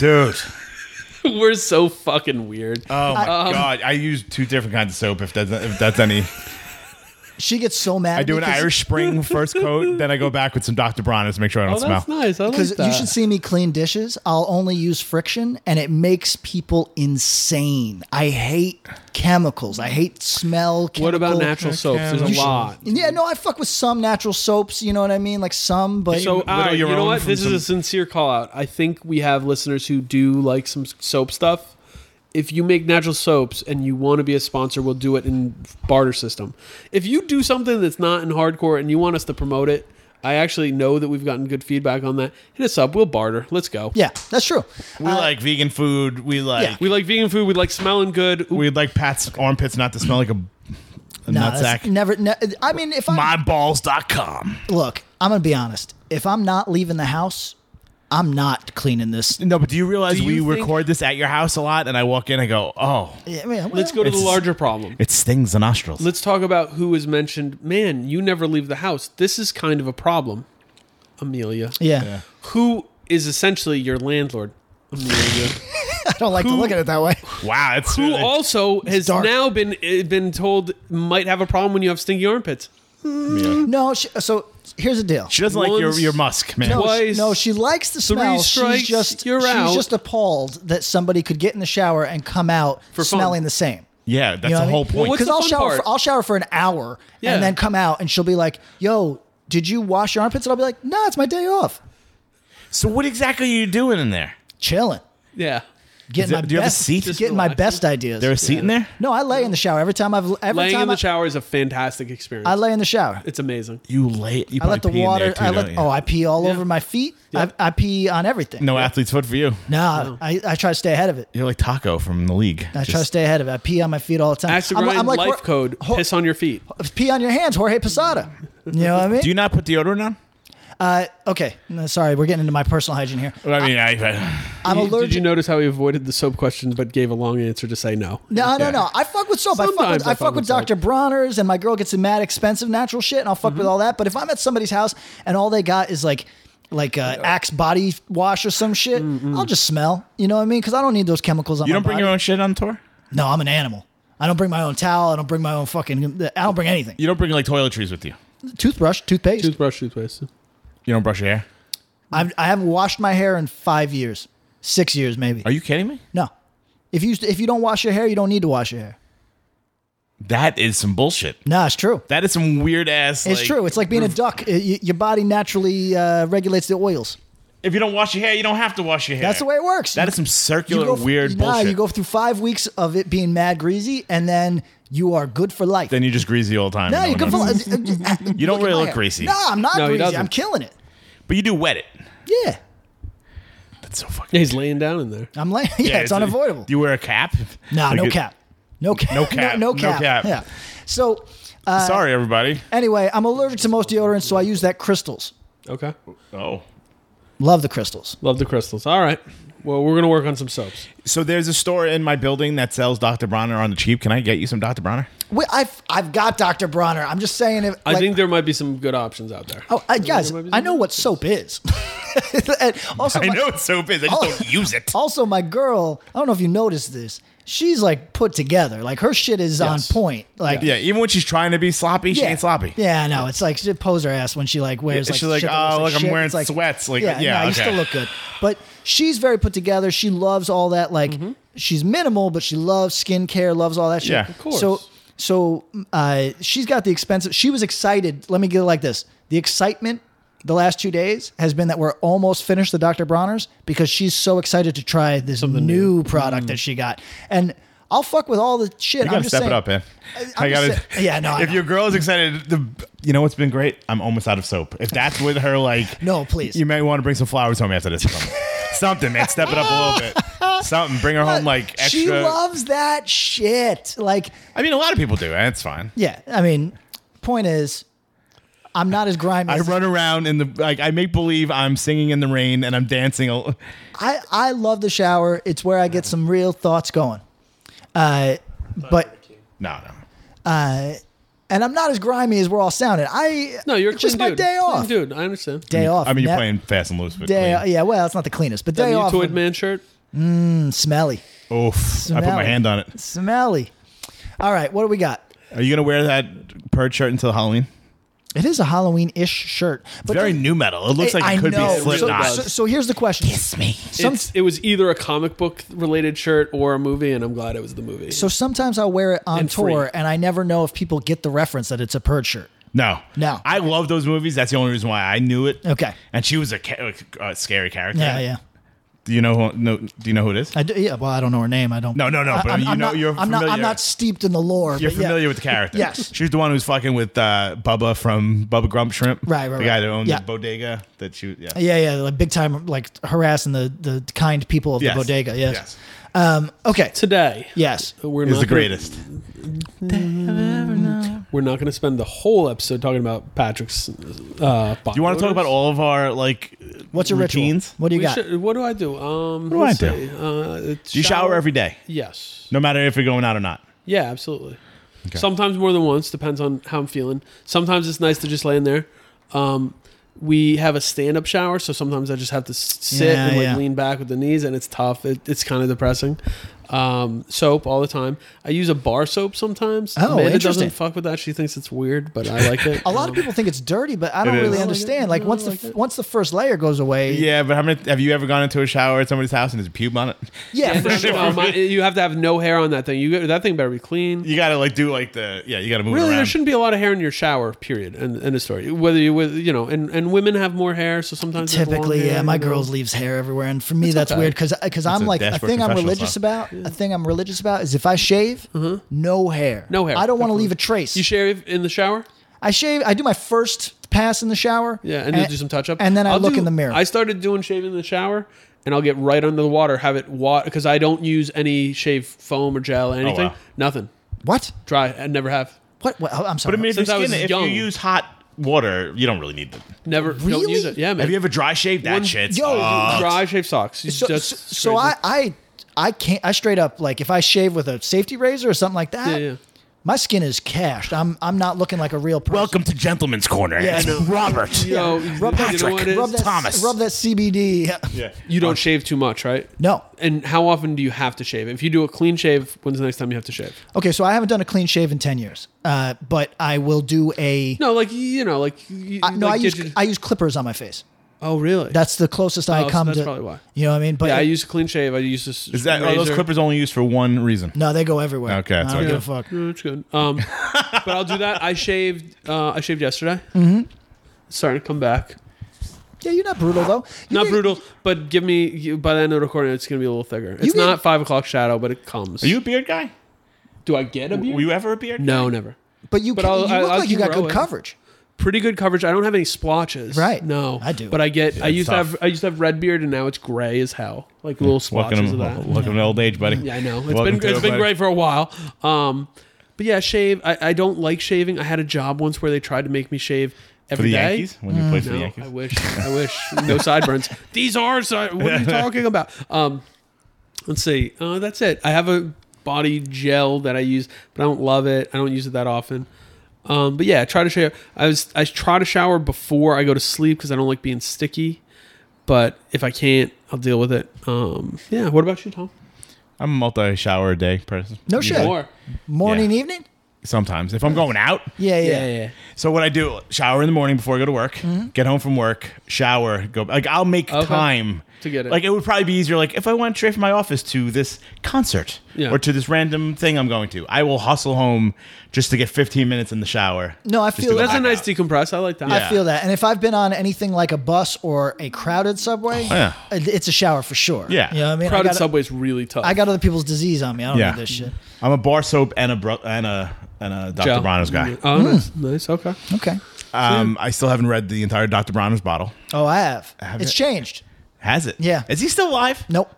S4: dude.
S3: We're so fucking weird.
S4: Oh my
S2: Um,
S4: god! I use two different kinds of soap. If that's if that's any,
S2: She gets so mad.
S4: I do an
S2: because-
S4: Irish Spring first coat, then I go back with some Dr. Bronner's to make sure I don't
S3: oh,
S4: smell.
S3: that's nice. I like
S2: Because
S3: that.
S2: you should see me clean dishes. I'll only use friction, and it makes people insane. I hate chemicals. I hate smell.
S3: What about
S2: chemical-
S3: natural soaps? There's
S4: You
S3: a
S4: should-
S3: lot.
S2: Yeah, no, I fuck with some natural soaps. You know what I mean? Like some, but
S3: So, uh, all right, you
S4: your
S3: know
S4: own
S3: what?
S4: from
S3: This is
S4: some-
S3: a sincere call out. I think we have listeners who do like some soap stuff. If you make natural soaps and you want to be a sponsor, we'll do it in barter system. If you do something that's not in hardcore and you want us to promote it, I actually know that we've gotten good feedback on that. Hit us up. We'll barter. Let's go.
S2: yeah, that's true.
S4: We like vegan food. We like
S2: Yeah.
S3: We like vegan food. We like smelling good. Ooh,
S4: we like Pat's armpits not to smell like a, a
S2: No,
S4: nutsack.
S2: that's never. Ne- I mean, if I
S4: Myballs.com.
S2: look, I'm gonna be honest. If I'm not leaving the house, I'm not cleaning this.
S4: No, but do you realize
S3: Do you
S4: we
S3: think-
S4: record this at your house a lot? And I walk in, I go, oh,
S2: Yeah, man, well,
S3: Let's go to the
S4: It's-
S3: larger problem.
S4: it stings the nostrils.
S3: Let's talk about who was mentioned. Man, you never leave the house. This is kind of a problem, Amelia.
S2: Yeah,
S3: Who is essentially your landlord, Amelia,
S2: I don't like to look at it that way.
S4: wow, it's
S3: who
S4: really-
S3: also has
S2: dark.
S3: now been eh, been told might have a problem when you have stinky armpits.
S2: No, she, so here's the deal.
S4: she doesn't like your
S3: Once-
S4: your musk, man.
S2: No, she-
S3: Twice.
S2: no, she likes the smell.
S3: strikes,
S2: she's just
S3: you're
S2: she's
S3: out.
S2: just appalled that somebody could get in the shower and come out
S3: For fun.
S2: smelling the same.
S4: Yeah, that's
S2: You know
S4: the
S2: what I
S4: whole
S2: mean?
S4: point.
S3: what's
S2: Because
S3: the
S2: I'll
S3: fun
S2: shower,
S3: part?
S2: for, I'll shower for an hour
S3: Yeah.
S2: and then come out, and she'll be like, "Yo, did you wash your armpits?" And I'll be like, "No, it's my day off,
S4: so what exactly are you doing in there?
S2: chilling,
S3: Yeah.
S2: getting
S4: it-
S2: my
S4: do you have a
S2: best,
S4: seat?
S3: Just
S2: getting my
S3: relaxing?
S2: best ideas."
S4: There a seat in there?
S2: no, I lay in the shower every time I've every
S3: Laying
S2: time
S3: in the
S2: I,
S3: shower is a fantastic experience.
S2: I lay in the shower.
S3: it's amazing.
S4: You lay. You
S2: I let the
S4: probably pee in there
S2: water.
S4: too,
S2: I
S4: don't
S2: let.
S4: you?
S2: Oh, I oh, pee all over my feet. I, I pee on everything.
S4: no athlete's foot for you.
S2: Nah, I, I try to stay ahead of it.
S4: You're like Taco from the league.
S2: I try to
S4: Just-
S2: stay ahead of it. I pee on my feet all the time.
S3: Ask the Ryan life
S2: Jorge-
S3: code.
S2: Ho-
S3: piss on your feet.
S2: pee on your hands, Jorge Posada. You know what I mean?
S4: Do you not put deodorant on?
S2: uh, okay, no, sorry, we're getting into my personal hygiene here.
S4: I mean, I, I
S2: I'm
S3: Did-
S2: allergic.
S3: Did you notice how he avoided the soap question but gave a long answer to say no?
S2: No, no, no. I fuck with soap. I fuck
S3: Sometimes
S2: with, I fuck with
S3: soap.
S2: Dr. Bronner's, and my girl gets some mad expensive natural shit, and I'll fuck with all that. But if I'm at somebody's house and all they got is like, like uh, Axe body wash or some shit, I'll just smell. You know what I mean? Because I don't need those chemicals on
S4: you
S2: my
S4: don't bring
S2: body.
S4: your own shit on tour.
S2: No, I'm an animal. I don't bring my own towel. I don't bring my own fucking. I don't bring anything.
S4: You don't bring like toiletries with you.
S2: Toothbrush, toothpaste.
S3: Toothbrush, toothpaste.
S4: You don't brush your hair?
S2: I've, I haven't washed my hair in five years, six years maybe.
S4: Are you kidding me?
S2: No, if you if you don't wash your hair, you don't need to wash your hair.
S4: That is some bullshit.
S2: No, it's true.
S4: That is some weird ass.
S2: It's
S4: like,
S2: true. It's like being a duck. Y- y- your body naturally uh, regulates the oils.
S4: If you don't wash your hair, you don't have to wash your hair.
S2: That's the way it works.
S4: That is some
S2: You
S4: circular
S2: go f-
S4: weird
S2: nah,
S4: bullshit.
S2: you go through five weeks of it being mad greasy, and then you are good for life.
S4: then you just greasy all the time.
S2: no,
S4: and
S2: you
S4: no
S2: can.
S4: one
S2: Full,
S4: notices.
S2: uh,
S4: You don't really
S2: my
S4: look
S2: hair.
S4: greasy.
S2: No, I'm not
S3: No, he
S2: greasy.
S3: doesn't.
S2: I'm killing it.
S4: But you do wet it.
S2: Yeah,
S4: That's so fucking.
S3: Yeah, he's laying down in there.
S2: I'm like, yeah, it's, unavoidable.
S4: Do you wear a cap?
S2: no,
S4: Like
S2: no
S4: it-
S2: cap. No cap.
S4: No cap.
S2: No,
S4: No
S2: cap.
S4: cap.
S2: Yeah. So uh,
S4: Sorry, everybody.
S2: anyway, I'm allergic to most deodorants, so I use that crystals.
S3: Okay.
S4: Oh.
S2: Love the crystals.
S3: Love the crystals. All right. Well, we're gonna work on some soaps.
S4: So there's a store in my building that sells Dr. Bronner on the cheap. Can I get you some Dr. Bronner?
S2: Wait, I've I've got Dr. Bronner. I'm just saying if
S3: I
S2: like-
S3: think there might be some good options out there.
S2: Oh, I, guys,
S3: might be
S2: I know what soap is. And also,
S4: I
S2: my,
S4: know it's soap is. I just don't use it.
S2: also my girl. I don't know if you noticed this. She's like put together. Like her shit is
S3: Yes.
S2: on point. Like
S4: Yeah, even when she's trying to be sloppy, she ain't sloppy.
S2: Yeah, no, it's like she pose her ass when she like wears
S4: Yeah,
S2: like
S4: she's like,
S2: shit that looks
S4: "Oh, look, I'm
S2: shit."
S4: wearing
S2: It's like,
S4: sweats." Like, yeah,
S2: no, you
S4: okay.
S2: still look good. But she's very put together. She loves all that. Like she's minimal, but she loves skincare. Loves all that shit.
S4: Mm-hmm. Yeah. Of
S3: course.
S2: So so uh, she's got the expensive. She was excited. Let me get it like this: the excitement. The last two days has been that we're almost finished the Dr. Bronner's because she's so excited to try this new, product that she got. And I'll fuck with all the shit.
S4: Mm. You gotta
S2: I'm just
S4: step
S2: saying,
S4: it up, eh? man.
S2: I'm
S4: I
S2: just
S4: gotta.
S2: saying- yeah, no, I
S4: If
S2: know.
S4: your girl is excited, the you know what's been great? I'm almost out of soap. If that's with her, like,
S2: No, please.
S4: You may want to bring some flowers home after this. Or something. something, man. Step it up a little bit. Something. Bring her home like extra.
S2: She loves that shit. Like,
S4: I mean, a lot of people do, and it's fine.
S2: yeah. I mean, point is, I'm not as grimy.
S4: I
S2: as
S4: run around in the like. I make believe I'm singing in the rain and I'm dancing. a-
S2: I I love the shower. It's where I get some real thoughts going. Uh, but
S4: No, no.
S2: uh, and I'm not as grimy as we're all sounding. I
S3: No, you're a
S2: it's just
S3: clean
S2: my
S3: dude.
S2: day
S3: Clean
S2: off.
S3: dude. I understand.
S2: Day off.
S4: I mean, you're
S2: Net-
S4: playing fast and loose with
S2: Day, uh,
S4: clean.
S2: yeah, well, it's not the cleanest, but
S3: That
S2: day
S3: new
S2: off.
S3: Toid Man shirt.
S2: Smelly,
S4: Oof. I put my
S2: Smelly.
S4: hand on it.
S2: smelly. All right, what do we got?
S4: Are you gonna wear that purge shirt until Halloween?
S2: It is a Halloween-ish shirt, but
S4: Very
S2: the-
S4: new metal. It looks like
S2: I
S4: it could
S2: know.
S4: be Slipknot.
S2: So, so, so here's the question: Kiss me. Some,
S3: It's- it was either a comic book related shirt or a movie, and I'm glad it was the movie.
S2: So sometimes I'll wear it on
S3: And free.
S2: tour, and I never know if people get the reference that it's a purge shirt.
S4: No,
S2: No.
S4: I love those movies. That's the only reason why I knew it.
S2: Okay.
S4: And she was a ca- uh, scary character.
S2: Yeah, yeah.
S4: Do you know who? No, do you know who it is?
S2: I do, yeah. Well, I don't know her name. I don't.
S4: No, no, no,
S2: I,
S4: but you know-
S2: not,
S4: you're
S2: I'm not. I'm
S4: familiar.
S2: not steeped in the lore.
S4: You're
S2: but yeah.
S4: familiar with the character.
S2: Yes.
S4: She was the one who was fucking with uh, Bubba from Bubba Grump Shrimp.
S2: Right, right,
S4: The guy
S2: right.
S4: that owned
S2: Yeah.
S4: the bodega that she. Yeah.
S2: Yeah, yeah. Like big time, like harassing the the kind people of
S4: Yes.
S2: the bodega. Yes.
S4: Yes.
S2: Um. Okay.
S3: today,
S2: Yes.
S3: we're
S4: Is
S3: not
S4: the
S3: gonna-
S4: greatest.
S3: We're not going to spend the whole episode talking about Patrick's. Uh,
S4: Do you want to talk about all of our like?
S2: What's your
S4: routines?
S2: ritual? What do you got?
S3: what do I do? Um,
S4: do
S3: let's
S4: I do?
S3: see. Uh, it's
S4: Do you shower every day,
S3: Yes.
S4: no matter if you're going out or not?
S3: Yeah, absolutely. Sometimes more than once, depends on how I'm feeling. Sometimes it's nice to just lay in there. Um, we have a stand up shower, so sometimes I just have to s- sit
S2: Yeah,
S3: and like
S2: yeah.
S3: lean back with the knees, and it's tough. It, it's kind of depressing. Um, soap all the time. I use a bar soap sometimes.
S2: Oh,
S3: Amanda
S2: interesting.
S3: doesn't fuck with that. She thinks it's weird, but I like it.
S2: A lot of
S3: Um,
S2: people think it's dirty, but I don't
S4: It is.
S2: really
S3: like
S4: I
S3: it.
S2: understand.
S3: I
S2: Like once
S3: like
S2: the
S3: it.
S2: once the first layer goes away.
S4: Yeah, but how many? Have you ever gone into a shower at somebody's house and there's a pube on it?
S2: Yeah. For
S3: No,
S2: sure.
S3: no, my- Um, you have to have no hair on that thing. You that thing better be clean.
S4: You gotta like do like the yeah. You gotta move. it
S3: Really, there
S4: around.
S3: shouldn't be a lot of hair in your shower. Period. And end of story. Whether you with you know, and, and women have more hair, so sometimes they have long
S2: Typically,
S3: hair,
S2: yeah, my
S3: you know.
S2: girls leaves hair everywhere, and for me that's
S3: okay.
S2: weird because because I'm
S4: a
S2: like a
S4: desperate
S2: thing I'm
S4: professional
S2: religious
S4: song.
S2: about. A thing I'm religious about is if I shave, no hair,
S3: Mm-hmm. No hair.
S2: I don't want to
S3: Definitely.
S2: leave a trace.
S3: You shave in the shower?
S2: I shave. I do my first pass in the shower.
S3: Yeah, and, you'll do some touch up.
S2: and then I
S3: I'll
S2: look
S3: do-
S2: in the mirror.
S3: I started doing shaving in the shower, and I'll get right under the water, have it water because I don't use any shave foam or
S2: Oh,
S3: gel or anything.
S4: wow.
S3: Nothing.
S2: what?
S3: Dry. I never have.
S2: What? what? I'm sorry.
S4: But I mean, if, your
S3: Since I was
S4: skin, if you
S3: young.
S4: use hot water, you don't really need them.
S3: Never. Don't
S2: Really?
S3: use it. Yeah, man.
S4: Have you ever dry shaved that
S3: One-
S4: shit? Oh.
S2: Yo,
S3: dry shave socks? You
S2: so,
S3: just
S2: so, so
S3: crazy.
S2: I I I can't. I straight up like if I shave with a safety razor or something like that.
S3: Yeah, yeah.
S2: My skin is cashed. I'm I'm not looking like a real person.
S4: Welcome to Gentleman's Corner.
S2: Yeah,
S4: It's
S2: I know.
S4: Robert.
S3: Yo,
S4: Rob
S3: you know
S4: Patrick,
S3: what it
S2: Rub
S3: is?
S2: that,
S4: Thomas.
S2: Rub that CBD.
S7: Yeah.
S3: You don't shave too much, right?
S2: Oh. No.
S3: And how often do you have to shave? If you do a clean shave, when's the next time you have to shave?
S2: Okay, so I haven't done a clean shave in ten years, uh, but I will do a.
S3: No, like you know, like you,
S2: I- no,
S3: like
S2: I use
S3: digi-
S2: I use clippers on my face.
S3: oh, really?
S2: That's the closest I
S3: Oh, so
S2: come
S3: that's
S2: to.
S3: probably why.
S2: You know what I mean? But
S3: yeah, I use a clean shave. I use this.
S4: Is that are
S3: razor.
S4: those clippers only used for one reason?
S2: no, they go everywhere.
S4: Okay, that's
S2: I don't
S4: okay.
S2: give a fuck.
S3: No, it's good. Um, but I'll do that. I shaved. Uh, I shaved yesterday.
S2: Mm-hmm.
S3: Starting to come back.
S2: Yeah, you're not brutal though. You
S3: Not
S2: get-
S3: brutal, but give me you- by the end of the recording, it's gonna be a little thicker. It's
S2: get-
S3: not five o'clock shadow, but it comes.
S4: Are you a beard guy?
S3: Do I get a beard?
S4: Were you ever a beard?
S3: no, never.
S2: But you
S3: But
S2: can-
S3: I'll-
S2: you
S3: I-
S2: look
S3: I'll
S2: like you got
S3: grow
S2: good
S3: it.
S2: coverage.
S3: Pretty good coverage. I don't have any splotches.
S2: Right.
S3: No,
S2: I do.
S3: But I get. I
S4: it's
S3: used
S4: tough.
S3: to have. I used to have red beard, and now it's gray as hell. Like little
S4: Welcome,
S3: splotches of that.
S4: welcome to old age, buddy.
S3: Yeah, I know. It's
S4: Welcome to
S3: been it's
S4: it,
S3: been
S4: buddy.
S3: great for a while. Um, but yeah, shave. I, I don't like shaving. I had a job once where they tried to make me shave
S4: for
S3: every
S4: the
S3: day.
S4: Yankees when you played for the
S3: No,
S4: Yankees.
S3: I wish. I wish. No sideburns. These are side. What are you talking about? Um, let's see. Uh, that's it. I have a body gel that I use, but I don't love it. I don't use it that often. Um, but yeah, I try to shower. I was I try to shower before I go to sleep because I don't like being sticky. But if I can't, I'll deal with it. Um, yeah. What about you, Tom?
S4: I'm a multi-shower a day person.
S2: No
S4: Usually.
S2: shit.
S3: More.
S2: Morning,
S4: Yeah.
S2: evening.
S4: Sometimes if I'm going out,
S2: Yeah, yeah.
S4: So what I do, shower in the morning before I go to work, get home from work, shower, go like I'll make
S3: Mm-hmm. Okay.
S4: time
S3: To get it.
S4: Like it would probably be easier like if I went straight from my office to this concert
S3: Yeah.
S4: or to this random thing I'm going to. I will hustle home just to get 15 minutes in the shower.
S2: No, I
S4: just
S2: feel-
S4: to go
S3: That's a
S4: back
S3: nice
S4: out.
S3: decompress. I like that.
S2: I feel that. And if I've been on anything like a bus or a crowded subway,
S4: Oh, yeah.
S2: it- it's a shower for sure.
S4: Yeah.
S2: You know what I mean?
S3: Crowded
S2: I got,
S3: subway's really tough.
S2: I got other people's disease on me. I don't
S4: Yeah.
S2: need this shit.
S4: I'm a bar soap and a bro- and a and a Dr.
S3: Gel.
S4: Bronner's guy.
S3: Oh, nice.
S2: Mm.
S3: nice. Okay.
S2: Okay.
S4: Um, I still haven't read the entire Dr. Bronner's bottle.
S2: Oh, I have.
S4: have
S2: it's
S4: it.
S2: changed.
S4: Has it?
S2: Yeah.
S4: Is he still alive?
S2: Nope.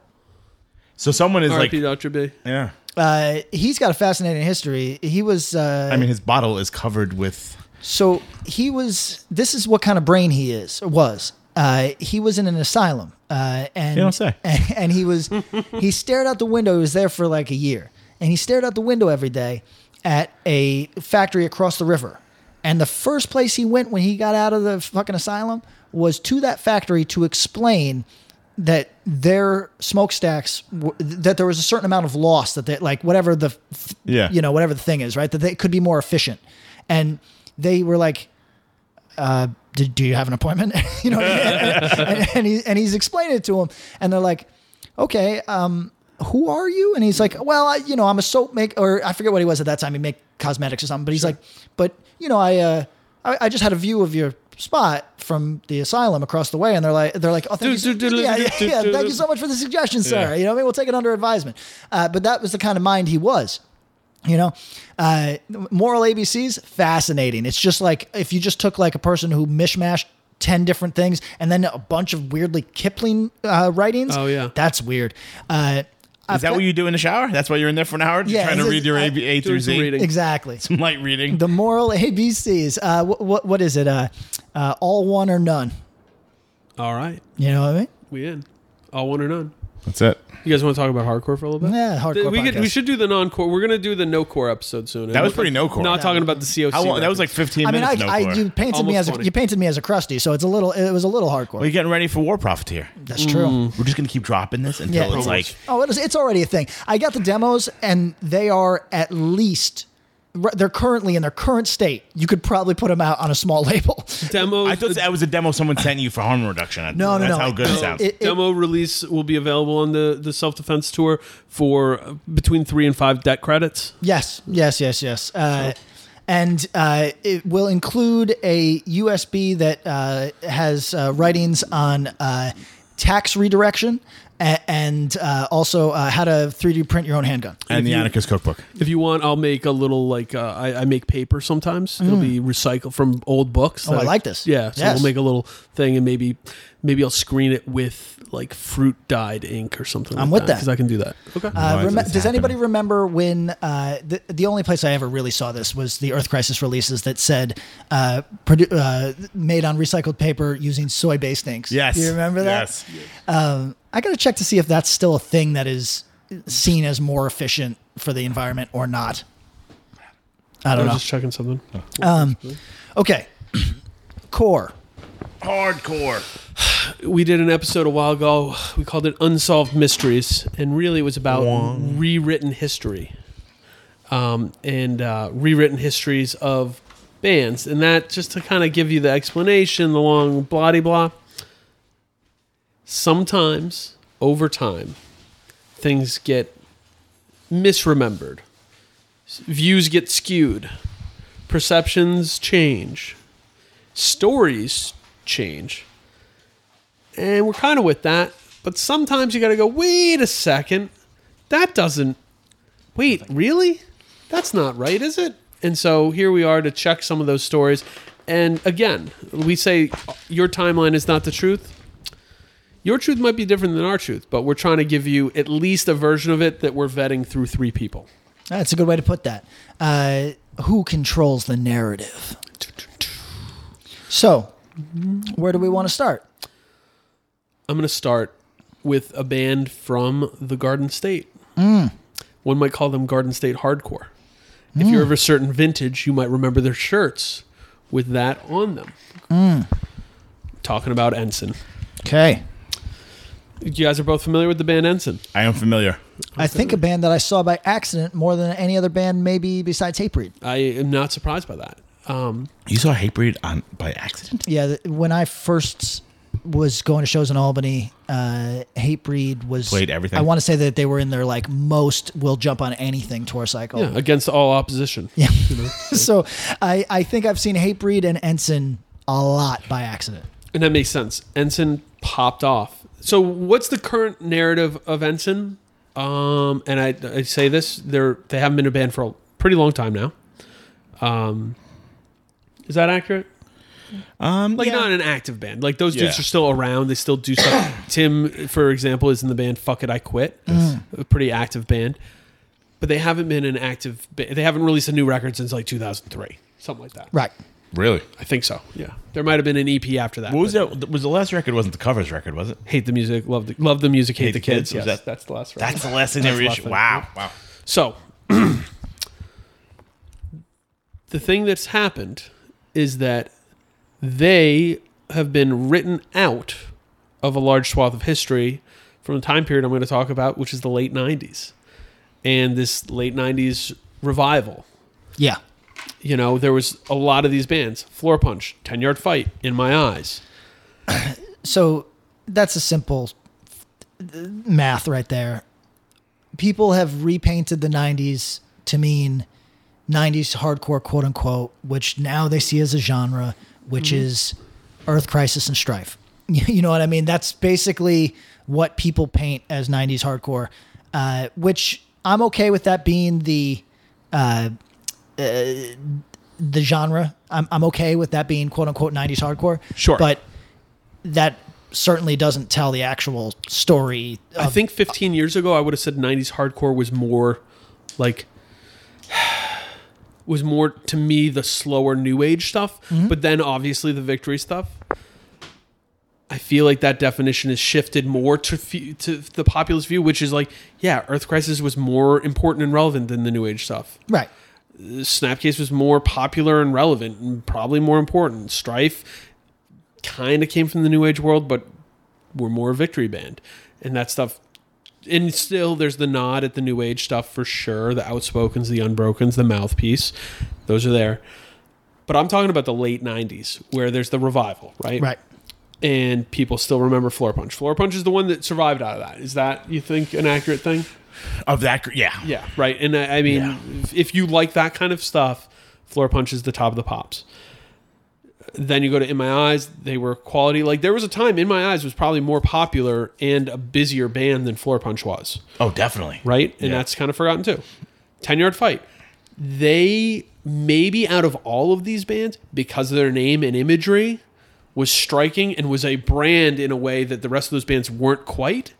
S4: So someone is like
S3: RP Dr. B.
S4: yeah.
S2: Uh, he's got a fascinating history. He was. Uh,
S4: I mean his bottle is covered with
S2: So he was. This is what kind of brain he is. Was uh, he was in an asylum, uh, and
S4: You don't say.
S2: And, and he was. he stared out the window. He was there for like a year, and he stared out the window every day at a factory across the river. And the first place he went when he got out of the fucking asylum was to that factory to explain that their smokestacks w- that there was a certain amount of loss that they like whatever the f-
S4: Yeah.
S2: you know whatever the thing is right that they could be more efficient and they were like uh do, do you have an appointment you know what I mean? and, and he and he's explaining it to him and they're like okay um who are you and he's like well I, you know i'm a soap maker or i forget what he was at that time he made cosmetics or something but he's like but you know i uh I, I just had a view of your spot from the asylum across the way and they're like they're like oh thank you so- yeah, yeah, yeah, thank you so so much for the suggestion, sir. You know, what I mean, we'll take it under advisement. Uh, but that was the kind of mind he was. You know, uh, moral ABCs fascinating. It's just like if you just took like a person who mishmashed ten different things and then a bunch of weirdly Kipling uh, writings.
S3: Oh, yeah.
S2: that's weird. Uh,
S4: Is that what you do in the shower? That's why you're in there for an hour, just
S2: Yeah,
S4: trying to
S2: it's-
S4: read your
S2: I-
S4: A, B- A through
S3: some
S4: Z,
S3: reading.
S2: exactly?
S4: some light reading.
S2: The moral ABCs. Uh, what, what what is it? Uh, uh, all one or none.
S3: All right.
S2: You know what I mean?
S3: We in. All one or none.
S4: That's it.
S3: You guys want to talk about hardcore for a little bit?
S2: Yeah, hardcore
S3: we,
S2: podcast.
S3: we should do the non-core. We're gonna do the no-core episode soon.
S4: That was pretty no-core.
S3: Not talking about the COC.
S4: How long? That was like
S3: records.
S4: 15
S2: I mean, I,
S4: minutes.
S2: I you painted me
S3: Almost
S2: as a,
S3: 20.
S2: you painted me as a crusty, so it's a little it was a little hardcore.
S4: We're getting ready for War Profiteer.
S2: That's true.
S4: We're just gonna keep dropping this until
S2: Yeah.
S4: it's like
S2: Oh, it is, it's already a thing. I got the demos, and they are at least they're currently in their current state. You could probably put them out on a small label.
S3: demo. uh,
S4: I thought that was a demo someone sent you for harm reduction.
S2: No, no,
S4: That's
S2: no.
S4: how good it,
S2: No.
S4: sounds.
S2: It-
S3: demo release will be available on the the self-defense tour for uh, between three and five debt credits.
S2: Yes, yes, yes, yes. Uh, And uh, it will include a USB that uh, has uh, writings on uh, tax redirection a- and uh, also uh, how to 3D print your own handgun.
S4: and the Anarchist Cookbook.
S3: If you want, I'll make a little like uh, I, I make paper sometimes. It'll be recycled from old books.
S2: Mm. Oh, I
S3: that
S2: like this.
S3: Yeah, so
S2: Yes.
S3: we'll make a little thing, and maybe maybe I'll screen it with like fruit dyed ink or something.
S2: I'm
S3: like
S2: with that.
S3: because I can do that. Okay.
S2: Uh,
S4: Why is
S2: remem-
S4: this
S2: does anybody
S4: happening?
S2: remember when uh, the, the only place I ever really saw this was the Earth Crisis releases that said uh, produ- uh, made on recycled paper using soy based inks?
S4: Yes.
S2: You remember that?
S4: Yes.
S2: Um, I got to check to see if that's still a thing that is seen as more efficient for the environment or not. I
S3: I
S2: don't
S3: was
S2: know.
S3: just checking something.
S2: Okay. Core.
S7: Hardcore.
S3: we did an episode a while ago. We called it Unsolved Mysteries, and really it was about rewritten history, um, and uh, rewritten histories of bands, and that just to kind of give you the explanation, the long blah de blah. Sometimes over time, things get misremembered, S- views get skewed, perceptions change, stories change and we're kind of with that. But sometimes you got to go, wait a second, that doesn't. Wait, really? That's not right, is it? And so here we are to check some of those stories. And again, we say your timeline is not the truth. Your truth might be different than our truth, but we're trying to give you at least a version of it that we're vetting through three people.
S2: That's a good way to put that. Uh, who controls the narrative? So, where do we want to start?
S3: I'm going to start with a band from the Garden State. One might call them Garden State Hardcore. If you're of a certain vintage, you might remember their shirts with that on them. Talking about Ensign.
S2: Okay.
S3: You guys are both familiar with the band Ensign.
S4: I am familiar.
S2: I think a band that I saw by accident more than any other band, maybe besides Hatebreed.
S3: I am not surprised by that. Um,
S4: You saw Hatebreed on by accident?
S2: Yeah, th- when I first was going to shows in Albany, uh, Hatebreed was
S4: Played everything.
S2: I want to say that they were in their like most will jump on anything tour cycle.
S3: yeah, against all opposition.
S2: Yeah. so I, I think I've seen Hatebreed and Ensign a lot by accident.
S3: And that makes sense. Ensign popped off. So what's the current narrative of Ensign? Um, and I, I say this, they're they haven't been a band for a pretty long time now. Um, is that accurate?
S4: Um,
S3: Like
S4: yeah.
S3: not an active band. Like those dudes
S4: Yeah.
S3: are still around. They still do stuff. Tim, for example, is in the band Fuck It I Quit.
S4: Mm.
S3: A pretty active band. But they haven't been an active ba- they haven't released a new record since like 2003. Something like that.
S2: Right.
S4: really.
S3: I think so. Yeah. There might have been an EP after that.
S4: What was
S3: but-
S4: that? th- Was the last record? Wasn't the covers record? Was it?
S3: Hate the music, love the love the music, hate, the kids. Yes,
S4: Was that-
S3: that's the last record.
S4: That's the last thing they
S3: That's the last
S4: reissued.
S3: thing.
S4: Wow, wow.
S3: so the thing that's happened is that they have been written out of a large swath of history from the time period I'm going to talk about, which is the late '90s, and this late '90s revival
S2: Yeah.
S3: you know, there was a lot of these bands. Floor Punch, Ten Yard Fight, In My Eyes.
S2: So that's a simple math right there. People have repainted the 90s to mean 90s hardcore, quote unquote, which now they see as a genre, which is Earth Crisis and Strife. You know what I mean? That's basically what people paint as 90s hardcore, uh, which I'm okay with that being the. Uh, the genre. I'm, I'm okay with that being quote unquote 90s hardcore.
S3: Sure.
S2: But that certainly doesn't tell the actual story.
S3: I
S2: Of,
S3: think 15 years ago, I would have said 90s hardcore was more like was more to me the slower new age stuff, but then obviously the victory stuff. I feel like that definition has shifted more to fe- to the populace view, which is like, yeah, Earth Crisis was more important and relevant than the new age stuff.
S2: right.
S3: Snapcase was more popular and relevant and probably more important. Strife kind of came from the new age world, but we're more a victory band. And that stuff and still there's the nod at the new age stuff for sure, the outspokens, the unbrokens, the mouthpiece. Those are there. But I'm talking about the late 90s where there's the revival, right?
S2: Right.
S3: And people still remember Floor Punch. Floor Punch is the one that survived out of that. Is that you think an accurate thing?
S4: Of that, gr- yeah.
S3: Yeah, right. And I, I mean, if, if you like that kind of stuff, Floor Punch is the top of the pops. Then you go to In My Eyes. They were quality. Like there was a time In My Eyes was probably more popular and a busier band than Floor Punch was,
S4: Oh, definitely.
S3: right? And
S4: Yeah.
S3: that's kind of forgotten too. Ten Yard Fight. They maybe out of all of these bands because of their name and imagery was striking and was a brand in a way that the rest of those bands weren't quite.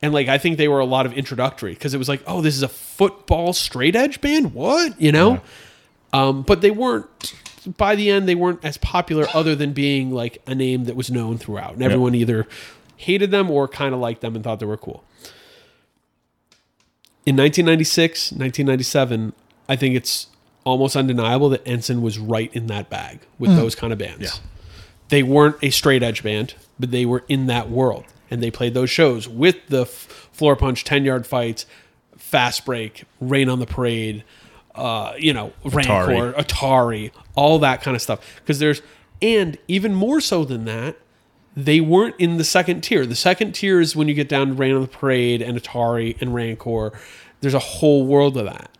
S3: And like I think they were a lot of introductory because it was like, oh, this is a football straight edge band. What you know? Um, but they weren't. By the end, they weren't as popular, other than being like a name that was known throughout, and everyone either hated them or kind of liked them and thought they were cool. In 1996, 1997, I think it's almost undeniable that Ensign was right in that bag with those kind of bands. They weren't a straight edge band, but they were in that world. And they played those shows with the f- floor punch, 10 yard fights, fast break, rain on the parade, uh, you know, Rancor, Atari, all that kind of stuff. Because there's, and even more so than that, they weren't in the second tier. The second tier is when you get down to Rain on the Parade and Atari and Rancor. There's a whole world of that.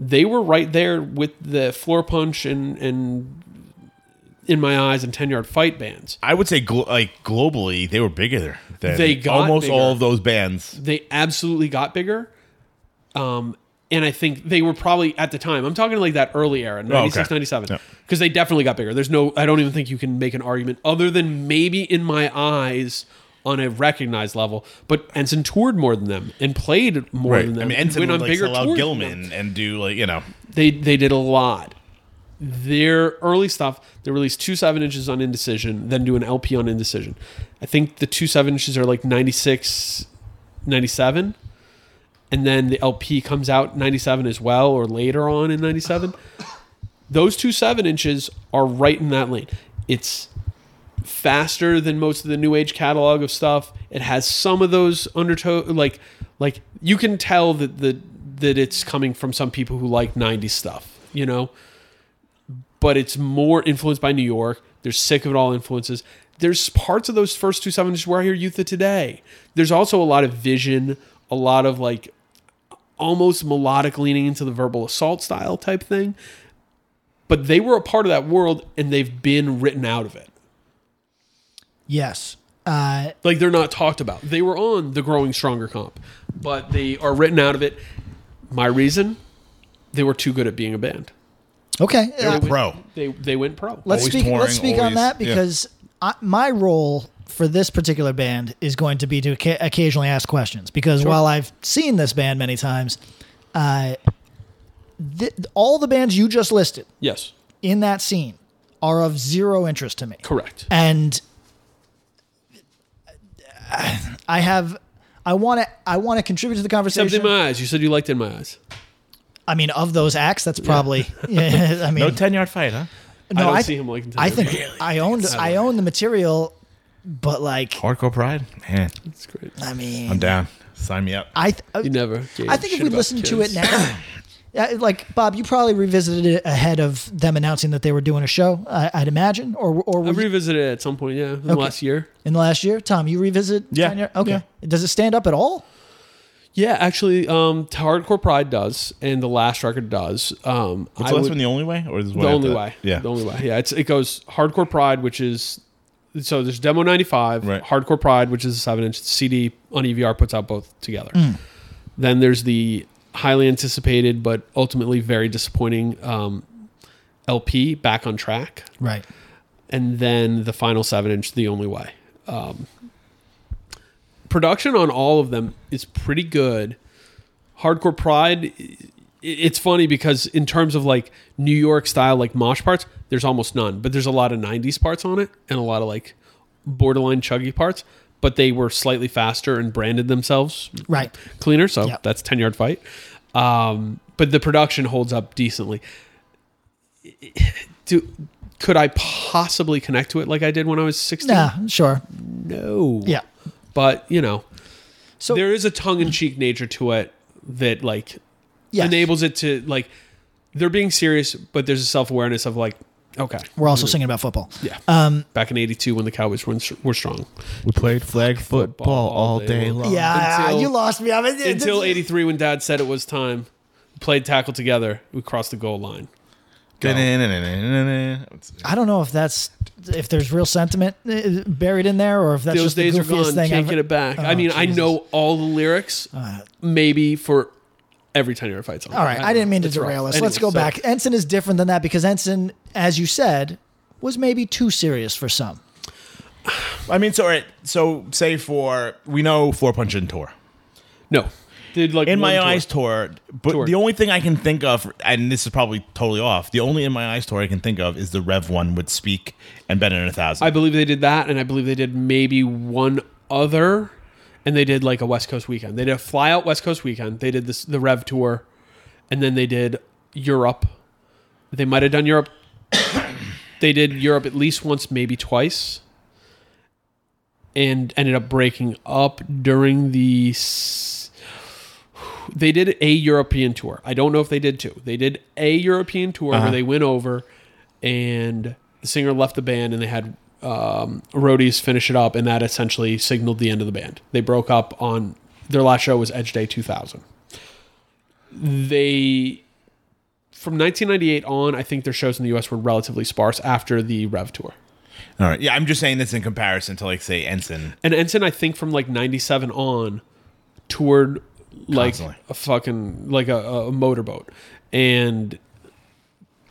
S3: They were right there with the floor punch and and in my eyes and ten yard fight bands.
S4: I would say glo- like globally, they were bigger than
S3: They got
S4: almost
S3: bigger.
S4: all of those bands.
S3: They absolutely got bigger. Um, and I think they were probably at the time. I'm talking like that early
S4: Oh,
S3: era, 96, 97.
S4: Yeah.
S3: Because they definitely got bigger. There's no, I don't even think you can make an argument other than maybe in my eyes on a recognized level. But Ensign toured more than them and played more
S4: Right. I
S3: than them.
S4: mean,
S3: and
S4: Ensign
S3: went
S4: would
S3: on
S4: like
S3: bigger
S4: sell out
S3: tours than them
S4: Gilman and do like you know
S3: they they did a lot. Their early stuff, they released two seven inches on Indecision, then do an LP on Indecision. I think the two seven inches are like 96, 97. And then the LP comes out 97 as well, or later on in 97. Those two seven inches are right in that lane. It's faster than most of the new age catalog of stuff. It has some of those undertow like like you can tell that the that it's coming from some people who like 90s stuff, you know? But it's more influenced by New York. There's sick of it all influences. There's parts of those first two seven inches where I hear Youth of Today. There's also a lot of vision, a lot of like almost melodic leaning into the verbal assault style type thing. But they were a part of that world and they've been written out of it.
S2: Yes. Uh,
S3: Like they're not talked about. They were on the growing stronger comp, but they are written out of it. My reason, they were too good at being a band.
S2: okay. Uh,
S4: pro.
S3: They they went pro.
S2: let's
S4: always
S2: speak.
S4: touring,
S2: let's speak on
S4: always-
S2: that
S4: yeah.
S2: because I, my role for this particular band is going to be to occa- occasionally ask questions because while I've seen this band many times, uh, th- all the bands you just listed
S3: yes,
S2: in that scene are of zero interest to me.
S3: correct.
S2: and I have I want to I want to contribute to the
S3: Except in
S2: conversation.
S3: my eyes, you said you liked in my eyes.
S2: I mean, of those acts, that's probably yeah, I mean,
S4: No ten yard fight, huh?
S3: I don't
S2: th-
S3: see him liking.
S2: I
S3: Tender.
S2: think I own the, I own the material, but like
S4: Hardcore Pride, man,
S3: it's great.
S2: I mean,
S4: I'm down. Sign me up.
S2: I th-
S3: Oh,
S2: uh,
S3: You never. Gave
S2: I think if we listened to it now, uh, like Bob, you probably revisited it ahead of them announcing that they were doing a show. I, I'd imagine, or or
S3: I
S2: were you-
S3: revisited it at some point. Yeah, in the
S2: Okay.
S3: last year.
S2: in the last year, Tom, you revisit.
S4: Yeah,
S2: Tanya? Okay.
S4: yeah.
S2: Does it stand up at all?
S3: Yeah, actually, um, Hardcore Pride does, and the last record does. Um, I
S4: What's the last
S3: would-
S4: one? The only way, or is
S3: the only way.
S4: Yeah,
S3: the only way. Yeah, it's it goes hardcore pride, which is so there's demo ninety five,
S4: Right.
S3: hardcore pride, which is a seven inch CD on EVR puts out both together.
S4: Hmm.
S3: Then there's the highly anticipated but ultimately very disappointing um, LP back on track,
S2: Right.
S3: and then the final seven inch, the only way. Um, production on all of them is pretty good. Hardcore Pride, i- i- it's funny because in terms of like New York style, like mosh parts, there's almost none, but there's a lot of 90s parts on it and a lot of like borderline chuggy parts, but they were slightly faster and branded themselves
S2: Right.
S3: cleaner. So
S2: Yeah.
S3: that's 10 yard fight. Um, but the production holds up decently. Do, could I possibly connect to it like I did when I was 16?
S2: Yeah. Sure.
S3: No.
S2: Yeah.
S3: But, you know,
S2: So
S3: there is a tongue in cheek nature to it that, like,
S2: yes.
S3: enables it to, like, they're being serious, but there's a self awareness of, like, okay.
S2: We're also singing about football.
S3: Yeah.
S2: Um,
S3: Back in 82 when the Cowboys were, were strong.
S4: we played flag football all day long.
S2: yeah,
S3: Until-
S2: you lost me. I mean, it-
S3: Until
S2: it-
S3: 83 when dad said it was time. Played tackle together. We crossed the goal line.
S4: Da-na-na-na-na-na.
S2: I don't know if that's if there's real sentiment uh, buried in there, or if that's
S3: those
S2: just the
S3: days are
S2: goofiest
S3: gone.
S2: thing.
S3: Can't
S2: I've-
S3: get it back.
S2: Oh,
S3: I mean, I
S2: Jesus. Uh,
S3: know all the lyrics, maybe for every ten year fight song.
S2: All right, I, didn't mean to
S3: It's rough.
S2: derail us.
S3: Anyway,
S2: Let's go
S3: so-
S2: back. Ensign is different than that because Ensign, as you said, was maybe too serious for some.
S4: I mean, so all right, so say for we know floor punch and tour.
S3: No, did like
S4: In
S3: one
S4: my
S3: tour.
S4: eyes tour, but
S3: Tour.
S4: the only thing I can think of, and this is probably totally off, the only in my eyes tour I can think of is the Rev one with Speak and Better Than a Thousand.
S3: I believe they did that, and I believe they did maybe one other, and they did like a West Coast weekend. They did a fly out West Coast weekend. They did this the Rev tour, and then they did Europe, They might have done Europe. they did Europe at least once, maybe twice, and ended up breaking up during the. s- They did a European tour. I don't know if they did two. They did a European tour where they went over, and the singer left the band, and they had um, roadies finish it up, and that essentially signaled the end of the band. They broke up on their last show was Edge Day 2000 they from 1998 on i think their shows in the us were relatively sparse after the rev tour
S7: All right.
S4: Yeah, I'm just saying this in comparison to like say Ensign.
S3: and ensign i think from like 97 on toured like
S4: Constantly.
S3: a fucking like a, a motorboat and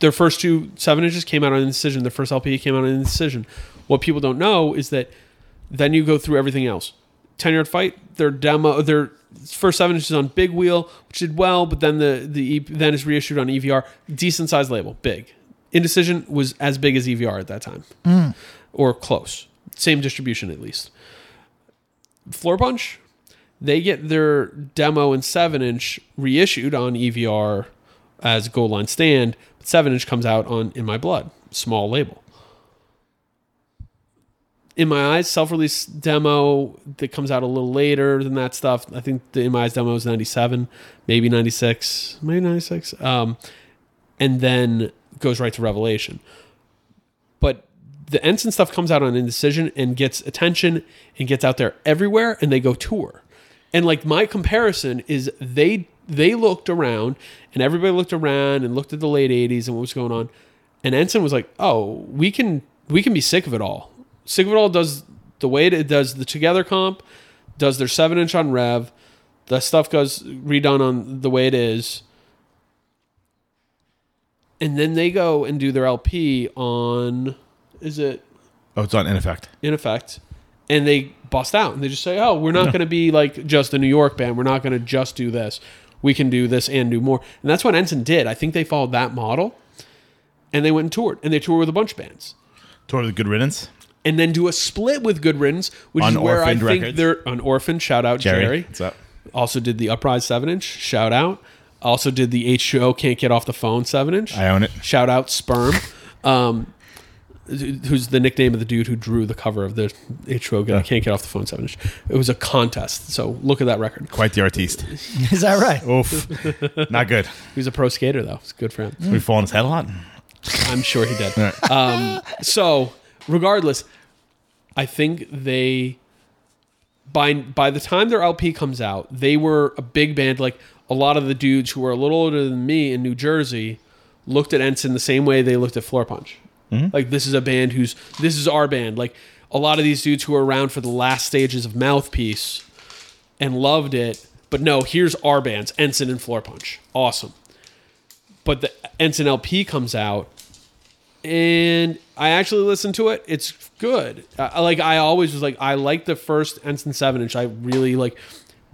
S3: their first two seven inches came out on incision their first lp came out on incision what people don't know is that then you go through everything else 10 yard fight their demo their first seven inches on big wheel which did well but then the the E- then is reissued on evr decent size label big indecision was as big as evr at that time or close same distribution at least floor punch they get their demo and seven inch reissued on EVR as goal line stand, but seven inch comes out on In My Blood, small label. In My Eyes self release demo that comes out a little later than that stuff. I think the In My Eyes demo is 97, maybe 96, maybe 96. Um, and then goes right to Revelation. But the Ensign stuff comes out on Indecision and gets attention and gets out there everywhere, and they go tour. And like my comparison is they they looked around and everybody looked around and looked at the late '80s and what was going on, and Ensign was like, "Oh, we can we can be sick of it all. Sick of it all does the way it- it does the Together comp, does their seven inch on Rev, the stuff goes redone on the way it is." And then they go and do their LP on is it
S4: Oh, it's on in effect.
S3: in effect and they bust out and they just say oh we're not going to be like just a new york band we're not going to just do this we can do this and do more and that's what ensign did i think they followed that model and they went and toured and they toured with a bunch of bands
S4: Toward the Good Riddance.
S3: and then do a split with good riddance which
S4: On
S3: is where i
S4: Orphaned
S3: think
S4: Records.
S3: they're on orphan shout out
S4: Jerry,
S3: jerry,
S4: what's up?
S3: also did the uprise 7 inch shout out also did the h2o can't get off the phone 7 inch
S4: I own it.
S3: Shout out Sperm, um, who's the nickname of the dude who drew the cover of the H2O. I can't get off the phone seven inch. It was a contest, so look at that record.
S4: Quite the artiste.
S2: Is that right?
S4: Oof. Not good.
S3: He was a pro skater though. It's good for him.
S4: We fall on his head a lot.
S3: I'm sure he did. Um, so, regardless, I think they by by the time their LP comes out, they were a big band. Like a lot of the dudes who were a little older than me in New Jersey looked at Ensign the same way they looked at Floor Punch. Like this is a band who's this is our band. Like a lot of these dudes who were around for the last stages of Mouthpiece and loved it. But no, here's our bands, Ensign and Floor Punch. Awesome. But the Ensign LP comes out, and I actually listened to it. It's good. Uh, I, I- like I always was like I like the first Ensign Seven Inch. I really like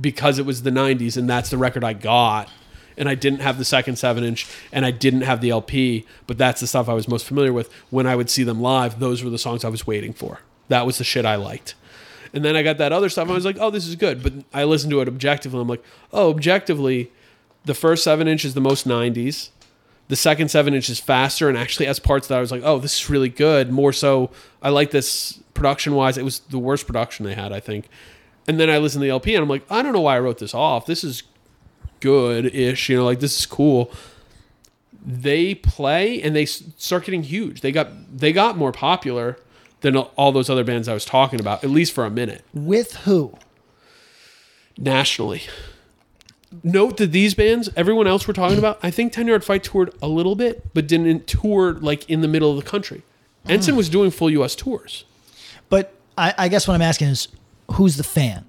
S3: because it was the '90s, and that's the record I got. And I didn't have the second seven inch, and I didn't have the LP, but that's the stuff I was most familiar with. When I would see them live, those were the songs I was waiting for. That was the shit I liked. And then I got that other stuff. And I was like, oh, this is good. But I listened to it objectively. I'm like, oh, objectively, the first seven inch is the most 90s. The second seven inch is faster and actually has parts that I was like, oh, this is really good. More so, I like this production wise. It was the worst production they had, I think. And then I listened to the LP and I'm like, I don't know why I wrote this off. This is good ish. You know, like this is cool. They play and they s- start getting huge. They got they got more popular than all those other bands I was talking about, at least for a minute
S2: With who?
S3: nationally. Note that these bands, everyone else we're talking about, I think Ten Yard Fight toured a little bit, but didn't tour like in the middle of the country. Ensign was doing full U.S. tours.
S2: But I, I guess what I'm asking is, who's the fan?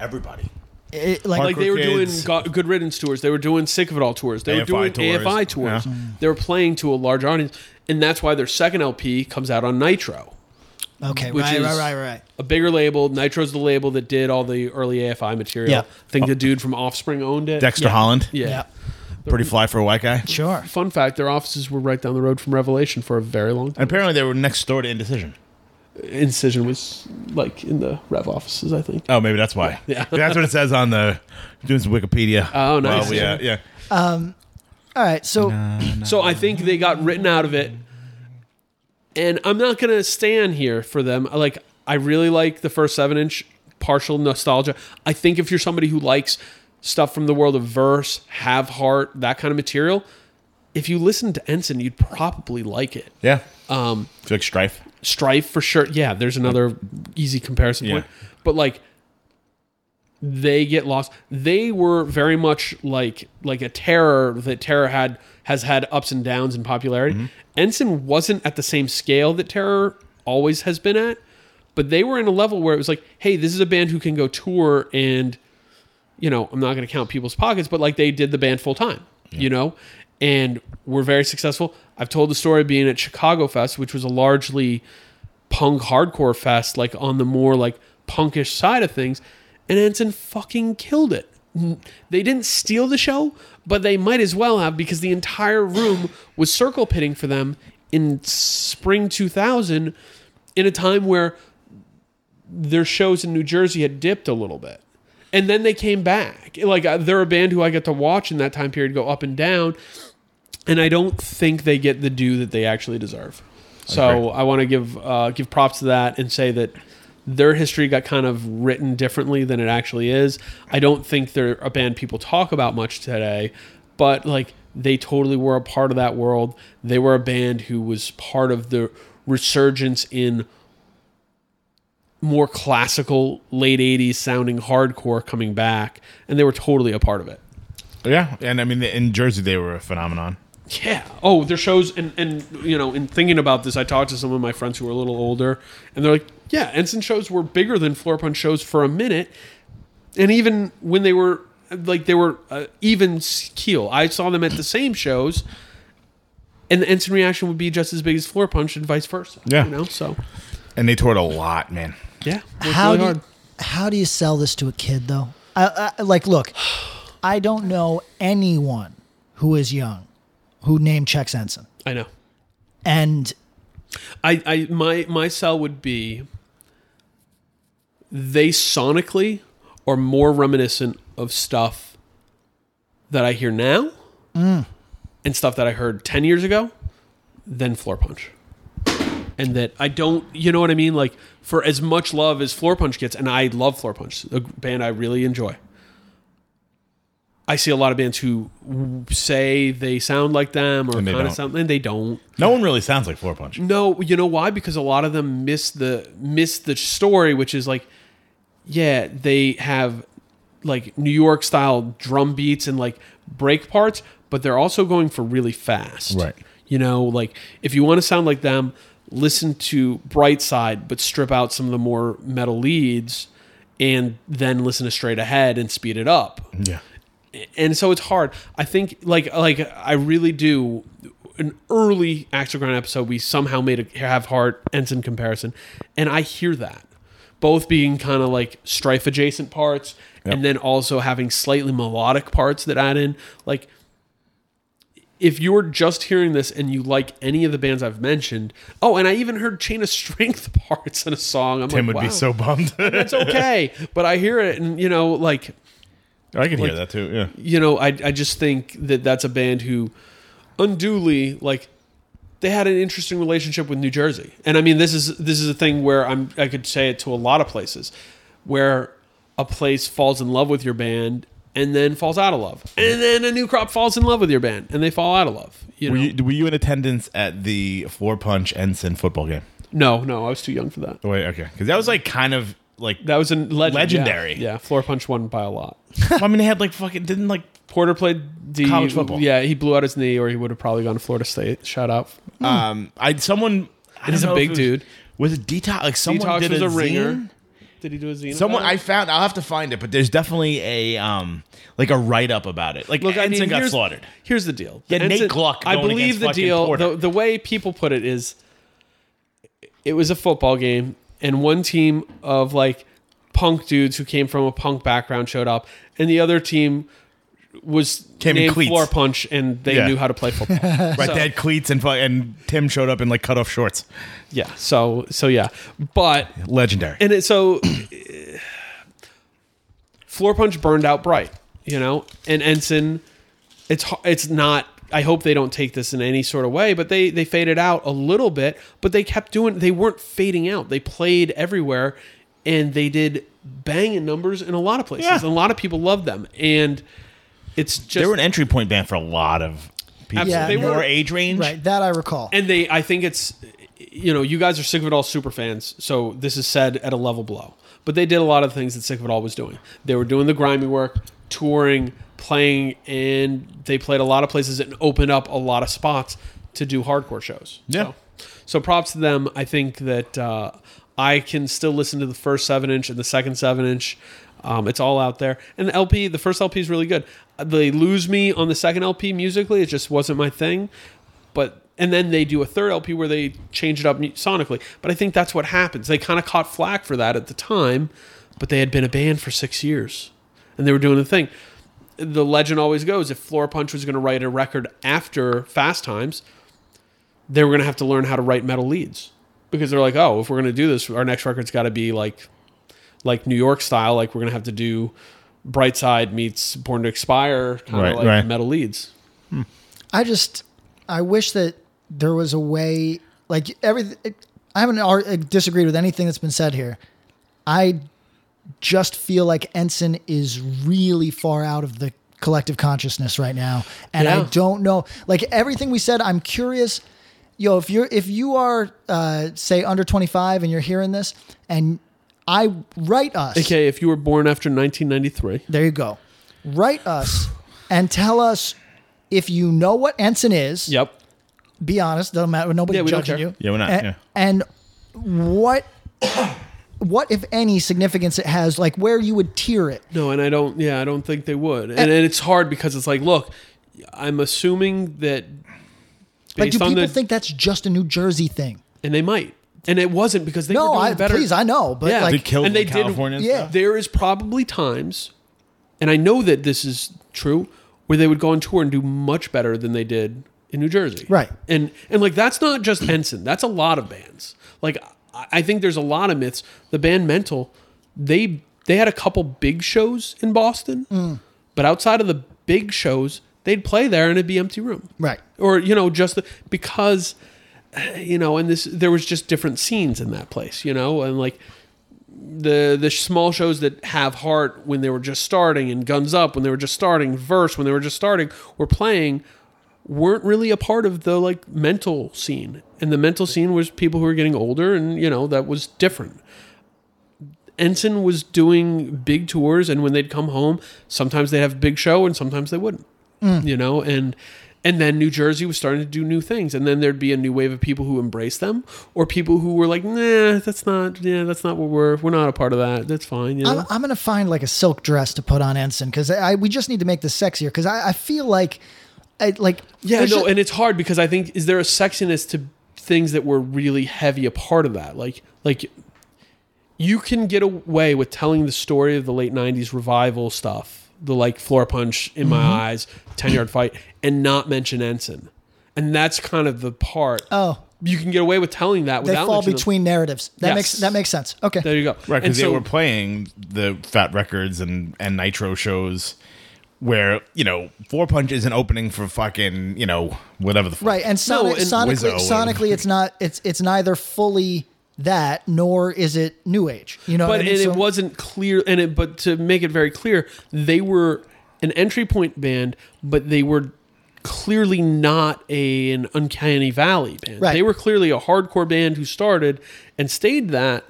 S4: Everybody.
S2: It, like,
S3: Like they were
S4: Kids.
S3: doing Go- Good Riddance tours, they were doing Sick of It All tours, they were
S4: AFI
S3: doing
S4: tours,
S3: AFI tours.
S4: yeah.
S3: They were playing to a large audience, and that's why their second LP comes out on Nitro.
S2: okay,
S3: which
S2: right,
S3: is-
S2: right, right, right.
S3: a bigger label. Nitro's the label that did all the early AFI material.
S2: Yeah.
S3: I think the dude from Offspring owned it.
S4: Dexter
S2: Yeah.
S4: Holland.
S3: yeah.
S2: Yeah.
S4: Pretty fly for a white guy.
S2: Sure.
S3: Fun fact: their offices were right down the road from Revelation for a very long time.
S4: And apparently they were next door to Indecision.
S3: Incision was like in the Rev offices, I think.
S4: Oh, maybe that's why.
S3: Yeah.
S4: That's what it says on the doing some Wikipedia.
S3: Oh, nice.
S4: Well, yeah, yeah.
S2: All right, so
S3: So I think they got written out of it. And I'm not going to stand here for them. I Like, I really like the first seven inch partial nostalgia. I think if you're somebody who likes stuff from the world of verse, have heart, that kind of material, if you listen to Ensign, you'd probably like it.
S4: Yeah. Um, Feel like strife.
S3: Strife for sure. Yeah, there's another easy comparison point.
S4: Yeah.
S3: But like they get lost. They were very much like like a terror that terror had has had ups and downs in popularity. Ensign wasn't at the same scale that terror always has been at, but they were in a level where it was like, hey, this is a band who can go tour and you know, I'm not going to count people's pockets, but like they did the band full time, you know, and were very successful. I've told the story of being at Chicago Fest, which was a largely punk hardcore fest, like on the more like punkish side of things, and Ensign fucking killed it. N- They didn't steal the show, but they might as well have because the entire room was circle pitting for them in spring 2000 in a time where their shows in New Jersey had dipped a little bit. And then they came back. Like uh, they're a band who I got to watch in that time period go up and down, and I don't think they get the due that they actually deserve. So I want to give uh, give props to that and say that their history got kind of written differently than it actually is. I don't think they're a band people talk about much today, but like they totally were a part of that world. They were a band who was part of the resurgence in more classical late 80s sounding hardcore coming back and they were totally a part of it
S4: Yeah. And I mean, in Jersey, they were a phenomenon.
S3: yeah oh their shows and and you know in thinking about this i talked to some of my friends who were a little older and they're like yeah ensign shows were bigger than floor punch shows for a minute and even when they were like they were uh, even keel i saw them at the same shows and the ensign reaction would be just as big as floor punch and vice versa
S4: Yeah.
S3: you know so
S4: And they toured a lot, man.
S3: yeah worked
S2: how
S3: really
S2: do
S3: hard.
S2: you, how do you sell this to a kid though? I, I, like, look, I don't know anyone who is young who name checks Ensign,
S3: i know
S2: and
S3: I, I my my cell would be they sonically are more reminiscent of stuff that I hear now and stuff that I heard ten years ago than Floor Punch. And that I don't you know what I mean? Like for as much love as Floor Punch gets, and I love Floor Punch, a band I really enjoy. I see a lot of bands who say they sound like them or
S4: And they
S3: kind of
S4: don't.
S3: sound, and they don't.
S4: No one really sounds like Floor Punch.
S3: No, you know why? Because a lot of them miss the miss the story, which is like, yeah, they have like New York style drum beats and like break parts, but they're also going for really fast.
S4: Right.
S3: You know, like if you want to sound like them, listen to Brightside, but strip out some of the more metal leads, and then listen to Straight Ahead and speed it up
S4: Yeah.
S3: and so it's hard. I think like like I really do. An early Axel Ground episode, we somehow made a have heart ensign comparison, and I hear that both being kind of like strife adjacent parts, and then also having slightly melodic parts that add in. Like, if you're just hearing this and you like any of the bands I've mentioned, oh, and I even heard Chain of Strength parts in a song. I'm
S4: Tim
S3: like,
S4: would
S3: wow,
S4: be so bummed. I
S3: It's okay, but I hear it, and you know, like
S4: can hear that too. Yeah.
S3: you know, I, I just think that that's a band who unduly like they had an interesting relationship with New Jersey. And I mean, this is this is a thing where I'm I could say it to a lot of places where a place falls in love with your band and then falls out of love. And then a new crop falls in love with your band and they fall out of love. You
S4: Were
S3: know?
S4: you, were you in attendance at the Floor Punch Ensign football game?
S3: no, no, I was too young for that.
S4: Oh, wait, okay. Because that was like kind of like.
S3: That was a legend, yeah.
S4: Legendary.
S3: yeah, Floor Punch won by a lot.
S4: I mean, they had like fucking. Didn't like.
S3: Porter played the
S4: College football.
S3: Yeah, he blew out his knee, or he would have probably gone to Florida State. Shout out
S4: Um, I someone. I
S3: It is
S4: don't
S3: a
S4: know if
S3: big
S4: it was-
S3: dude.
S4: Was it detox? Like someone
S3: Detox
S4: did
S3: was
S4: a,
S3: a ringer. Uh-huh.
S4: zine?
S3: Did he do a zine?
S4: Someone
S3: about it?
S4: I found. I'll have to find it, but there's definitely a um like a write up about it. Like
S3: Look, I
S4: Ensign
S3: mean,
S4: got
S3: here's,
S4: slaughtered.
S3: here's the deal.
S4: Yeah, Nate
S3: Ensign-
S4: Gluck
S3: I
S4: going
S3: believe
S4: against
S3: the
S4: fucking
S3: deal.
S4: Porter.
S3: The, the way people put it is, it was a football game, and one team of like punk dudes who came from a punk background showed up, and the other team was
S4: Came in
S3: named
S4: cleats.
S3: Floor Punch, and they
S4: Yeah.
S3: knew how to play football.
S4: Right,
S3: So-
S4: they had cleats and fu- and Tim showed up in like cut off shorts.
S3: yeah. So so yeah, but
S4: Legendary.
S3: and it so eh, floor punch burned out bright you know and ensign it's ho- it's not I hope they don't take this in any sort of way, but they they faded out a little bit, but they kept doing. They weren't fading out. They played everywhere, and they did banging numbers in a lot of places.
S4: Yeah.
S3: And a lot of people loved them, and it's just
S4: they were an entry point band for a lot of people.
S3: Absolutely.
S2: They
S4: Your
S3: were-
S4: age range.
S2: Right, that I recall.
S3: and they i think it's you know you guys are sick of it all super fans so this is said at a level below but they did a lot of things that sick of it all was doing they were doing the grimy work touring playing and they played a lot of places and opened up a lot of spots to do hardcore shows
S4: Yeah.
S3: so, so props to them i think that uh, i can still listen to the first seven inch and the second seven inch um, it's all out there and the lp the first lp is really good they lose me on the second lp musically it just wasn't my thing but and then they do a third LP where they change it up mu- sonically. But I think that's what happens. They kind of caught flack for that at the time, but they had been a band for six years, and they were doing the thing. The legend always goes: if Floor Punch was going to write a record after Fast Times, they were going to have to learn how to write metal leads because they're like, oh, if we're going to do this, our next record's got to be like, like New York style. Like we're going to have to do Brightside meets Born to Expire, kind of
S4: Right,
S3: like
S4: right.
S3: metal leads.
S2: I just I wish that there was a way like every I haven't ar- uh, disagreed with anything that's been said here. I just feel like Ensign is really far out of the collective consciousness right now and I
S3: Yeah.
S2: don't know like everything we said I'm curious yo if you're if you are uh say under 25 and you're hearing this and I write us
S3: Okay, if you were born after 1993.
S2: There you go. Write us and tell us if you know what ensign is.
S3: Yep.
S2: Be honest. Doesn't matter. Nobody
S3: Yeah, we don't
S2: judging
S3: care.
S2: you.
S4: Yeah, we're not,
S2: And,
S4: yeah.
S2: and what, what if any significance it has? Like where you would tier it.
S3: No, and I don't. Yeah, I don't think they would. And, and it's hard because it's like, look, I'm assuming that
S2: Like,
S3: based
S2: do
S3: on
S2: people
S3: the
S2: think that's just a New Jersey thing?
S3: and they might, and it wasn't because they
S2: No,
S3: were doing
S2: I
S3: better.
S2: please, I know, but
S3: Yeah.
S4: They
S2: like,
S4: killed
S3: And they
S4: the
S3: did-
S4: California.
S2: yeah.
S4: stuff.
S3: there is probably times, and I know that this is true, where they would go on tour and do much better than they did in New Jersey.
S2: Right.
S3: And and like that's not just Ensign. That's a lot of bands. Like I I think there's a lot of myths. The band Mental, they they had a couple big shows in Boston,
S2: Mm.
S3: but outside of the big shows, they'd play there and it'd be empty room
S2: right.
S3: or you know just the, because you know and this there was just different scenes in that place you know and like the the small shows that have heart when they were just starting and guns up when they were just starting verse when they were just starting were playing weren't really a part of the like mental scene and the mental scene was people who were getting older and you know that was different ensign was doing big tours and when they'd come home sometimes they'd have a big show and sometimes they wouldn't you know and and then new jersey was starting to do new things and then there'd be a new wave of people who embraced them or people who were like nah that's not yeah that's not what we're we're not a part of that that's fine you know
S2: I'm, I'm gonna find like a silk dress to put on ensign because I, I we just need to make this sexier because I, I feel like, I, like
S3: yeah
S2: there's
S3: no
S2: just-
S3: and it's hard because i think is there a sexiness to things that were really heavy a part of that like like you can get away with telling the story of the late 90s revival stuff the like floor punch in
S2: Mm-hmm.
S3: my eyes 10 yard fight and not mention ensign and that's kind of the part
S2: oh
S3: you can get away with telling that
S2: they
S3: without
S2: fall
S3: mentioning-
S2: between narratives. That
S3: Yes.
S2: makes that makes sense. Okay,
S3: There you go.
S4: Right,
S3: And
S4: because they
S3: so-
S4: were playing the Fat Records and, and Nitro shows where, you know, Four Punch isn't opening for fucking, you know, whatever the fuck.
S2: Right, and, sonic,
S3: and
S2: sonically,
S4: Wizzo and-
S2: sonically, it's not it's it's neither fully that nor is it new age. You know, what
S3: but
S2: I mean?
S3: and
S2: So-
S3: it wasn't clear. And it, but to make it very clear, they were an entry point band, but they were clearly not a, an uncanny valley band.
S2: Right.
S3: They were clearly a hardcore band who started and stayed that.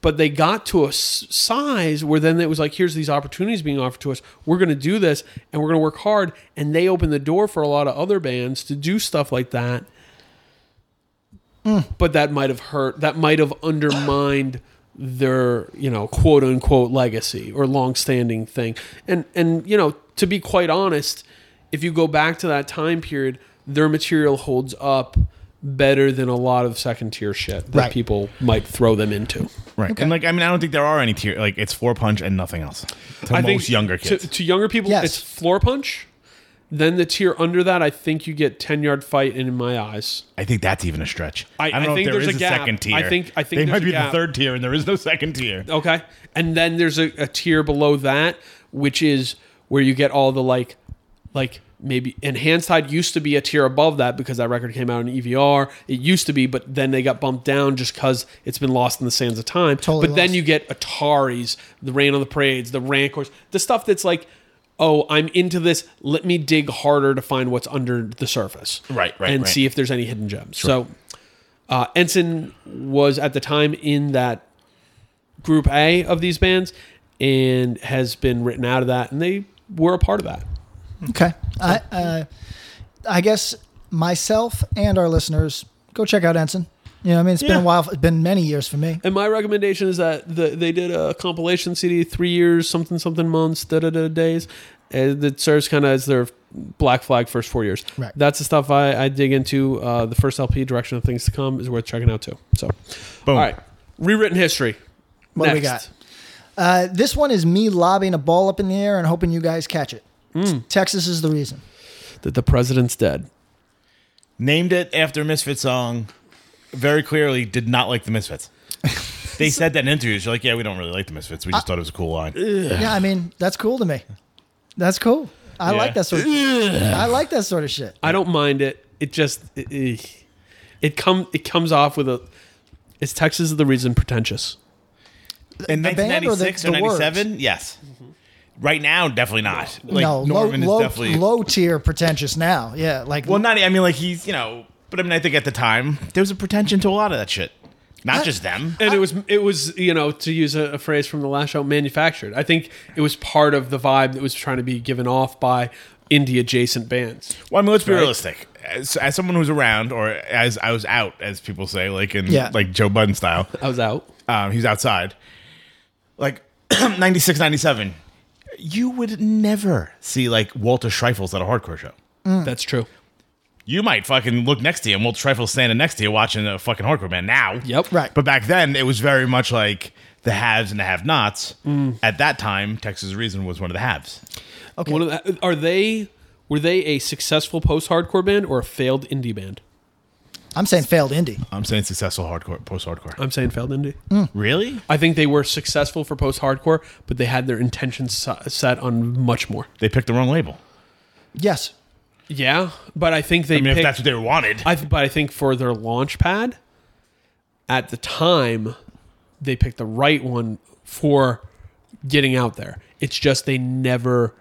S3: But they got to a s- size where then it was like, here's these opportunities being offered to us. We're going to do this, and we're going to work hard. And they opened the door for a lot of other bands to do stuff like that. but that might have hurt that might have undermined their you know quote unquote legacy or long-standing thing and and you know to be quite honest if you go back to that time period their material holds up better than a lot of second tier shit that
S2: Right.
S3: people might throw them into
S4: Right. And, like, I mean, I don't think there are any tier. Like, it's Four Punch and nothing else. To most younger
S3: to-
S4: kids.
S3: To, younger people,
S2: Yes.
S3: it's floor punch. Then the tier under that, I think you get ten yard fight and in my eyes.
S4: I think that's even a stretch.
S3: I- I think
S4: there
S3: there's
S4: is
S3: a gap.
S4: second tier.
S3: I think- I think
S4: They might
S3: there's a
S4: be
S3: gap.
S4: the third tier, and there is no second tier.
S3: Okay. And then there's a, a tier below that, which is where you get all the like like maybe enhanced tide used to be a tier above that because that record came out in evr it used to be but then they got bumped down just because it's been lost in the sands of time
S2: Totally
S3: but then
S2: lost.
S3: you get ataris the rain on the parades the rancors the stuff that's like oh i'm into this let me dig harder to find what's under the surface
S7: Right, right,
S3: and
S7: right.
S3: see if there's any hidden gems so uh, ensign was at the time in that group a of these bands and has been written out of that and they were a part of that
S2: Okay. I uh, I guess myself and our listeners go check out Ensign. You know, what I mean, it's been
S4: Yeah.
S2: a while. It's been many years for me.
S3: And my recommendation is that the, they did a compilation CD, three years, something, something months, da da da days, and that serves kind of as their black flag first four years.
S2: Right.
S3: That's the stuff I, I dig into. Uh, the first LP, Direction of Things to Come, is worth checking out too. So,
S4: Boom.
S3: all right, rewritten history.
S2: What do we
S3: Next.
S2: got? Uh, this one is me lobbing a ball up in the air and hoping you guys catch it. Texas is the reason.
S3: That the president's dead.
S4: Named it after Misfit song. Very clearly, did not like the Misfits. They said that in interviews. You're like, yeah, we don't really like the Misfits. We just thought it was a cool line.
S2: yeah, I mean that's cool to me. That's cool. I
S4: Yeah.
S2: like that sort. Of, I like that sort of shit.
S3: I don't mind it. It just it, it, it come it comes off with a. It's Texas is the reason pretentious.
S4: In
S2: the band or the-
S4: 1996 or
S2: the words? Mm-hmm.
S4: 97, yes. Right now, definitely not. Like
S2: no,
S4: Norman
S2: low,
S4: is
S2: low,
S4: definitely
S2: low tier pretentious now. Yeah, like
S4: well, not. I mean, like he's you know, but I mean, I think at the time there was a pretension to a lot of that shit, not just them.
S3: and it was it was you know to use a, a phrase from the last show manufactured i think it was part of the vibe that was trying to be given off by indie adjacent bands
S4: Well, I mean, let's be
S3: Right.
S4: realistic. As, as someone who's around, or as I was out, as people say, like in
S2: Yeah.
S4: like Joe Budden style,
S3: i was out
S4: um, he's outside. Like 96, 97, you would never see like Walter Schreifels at a hardcore show.
S3: that's true
S4: You might fucking look next to you, and Walter Schreifels standing next to you watching a fucking hardcore band now.
S3: yep
S2: right.
S4: But back then, it was very much like the haves and the have-nots.
S3: Mm.
S4: At that time, Texas Reason was one of the haves.
S2: okay.
S3: One of the, are they were they a successful post-hardcore band or a failed indie band
S2: I'm saying failed indie.
S4: I'm saying successful hardcore, post-hardcore.
S3: i'm saying failed indie
S4: Really?
S3: i think they were successful for post-hardcore but they had their intentions so- set on much more
S4: They picked the wrong label.
S2: Yes.
S3: yeah but i think they
S4: I mean, if
S3: picked-
S4: that's what they wanted.
S3: I th- but I think for their launch pad, at the time, they picked the right one for getting out there. It's just they never,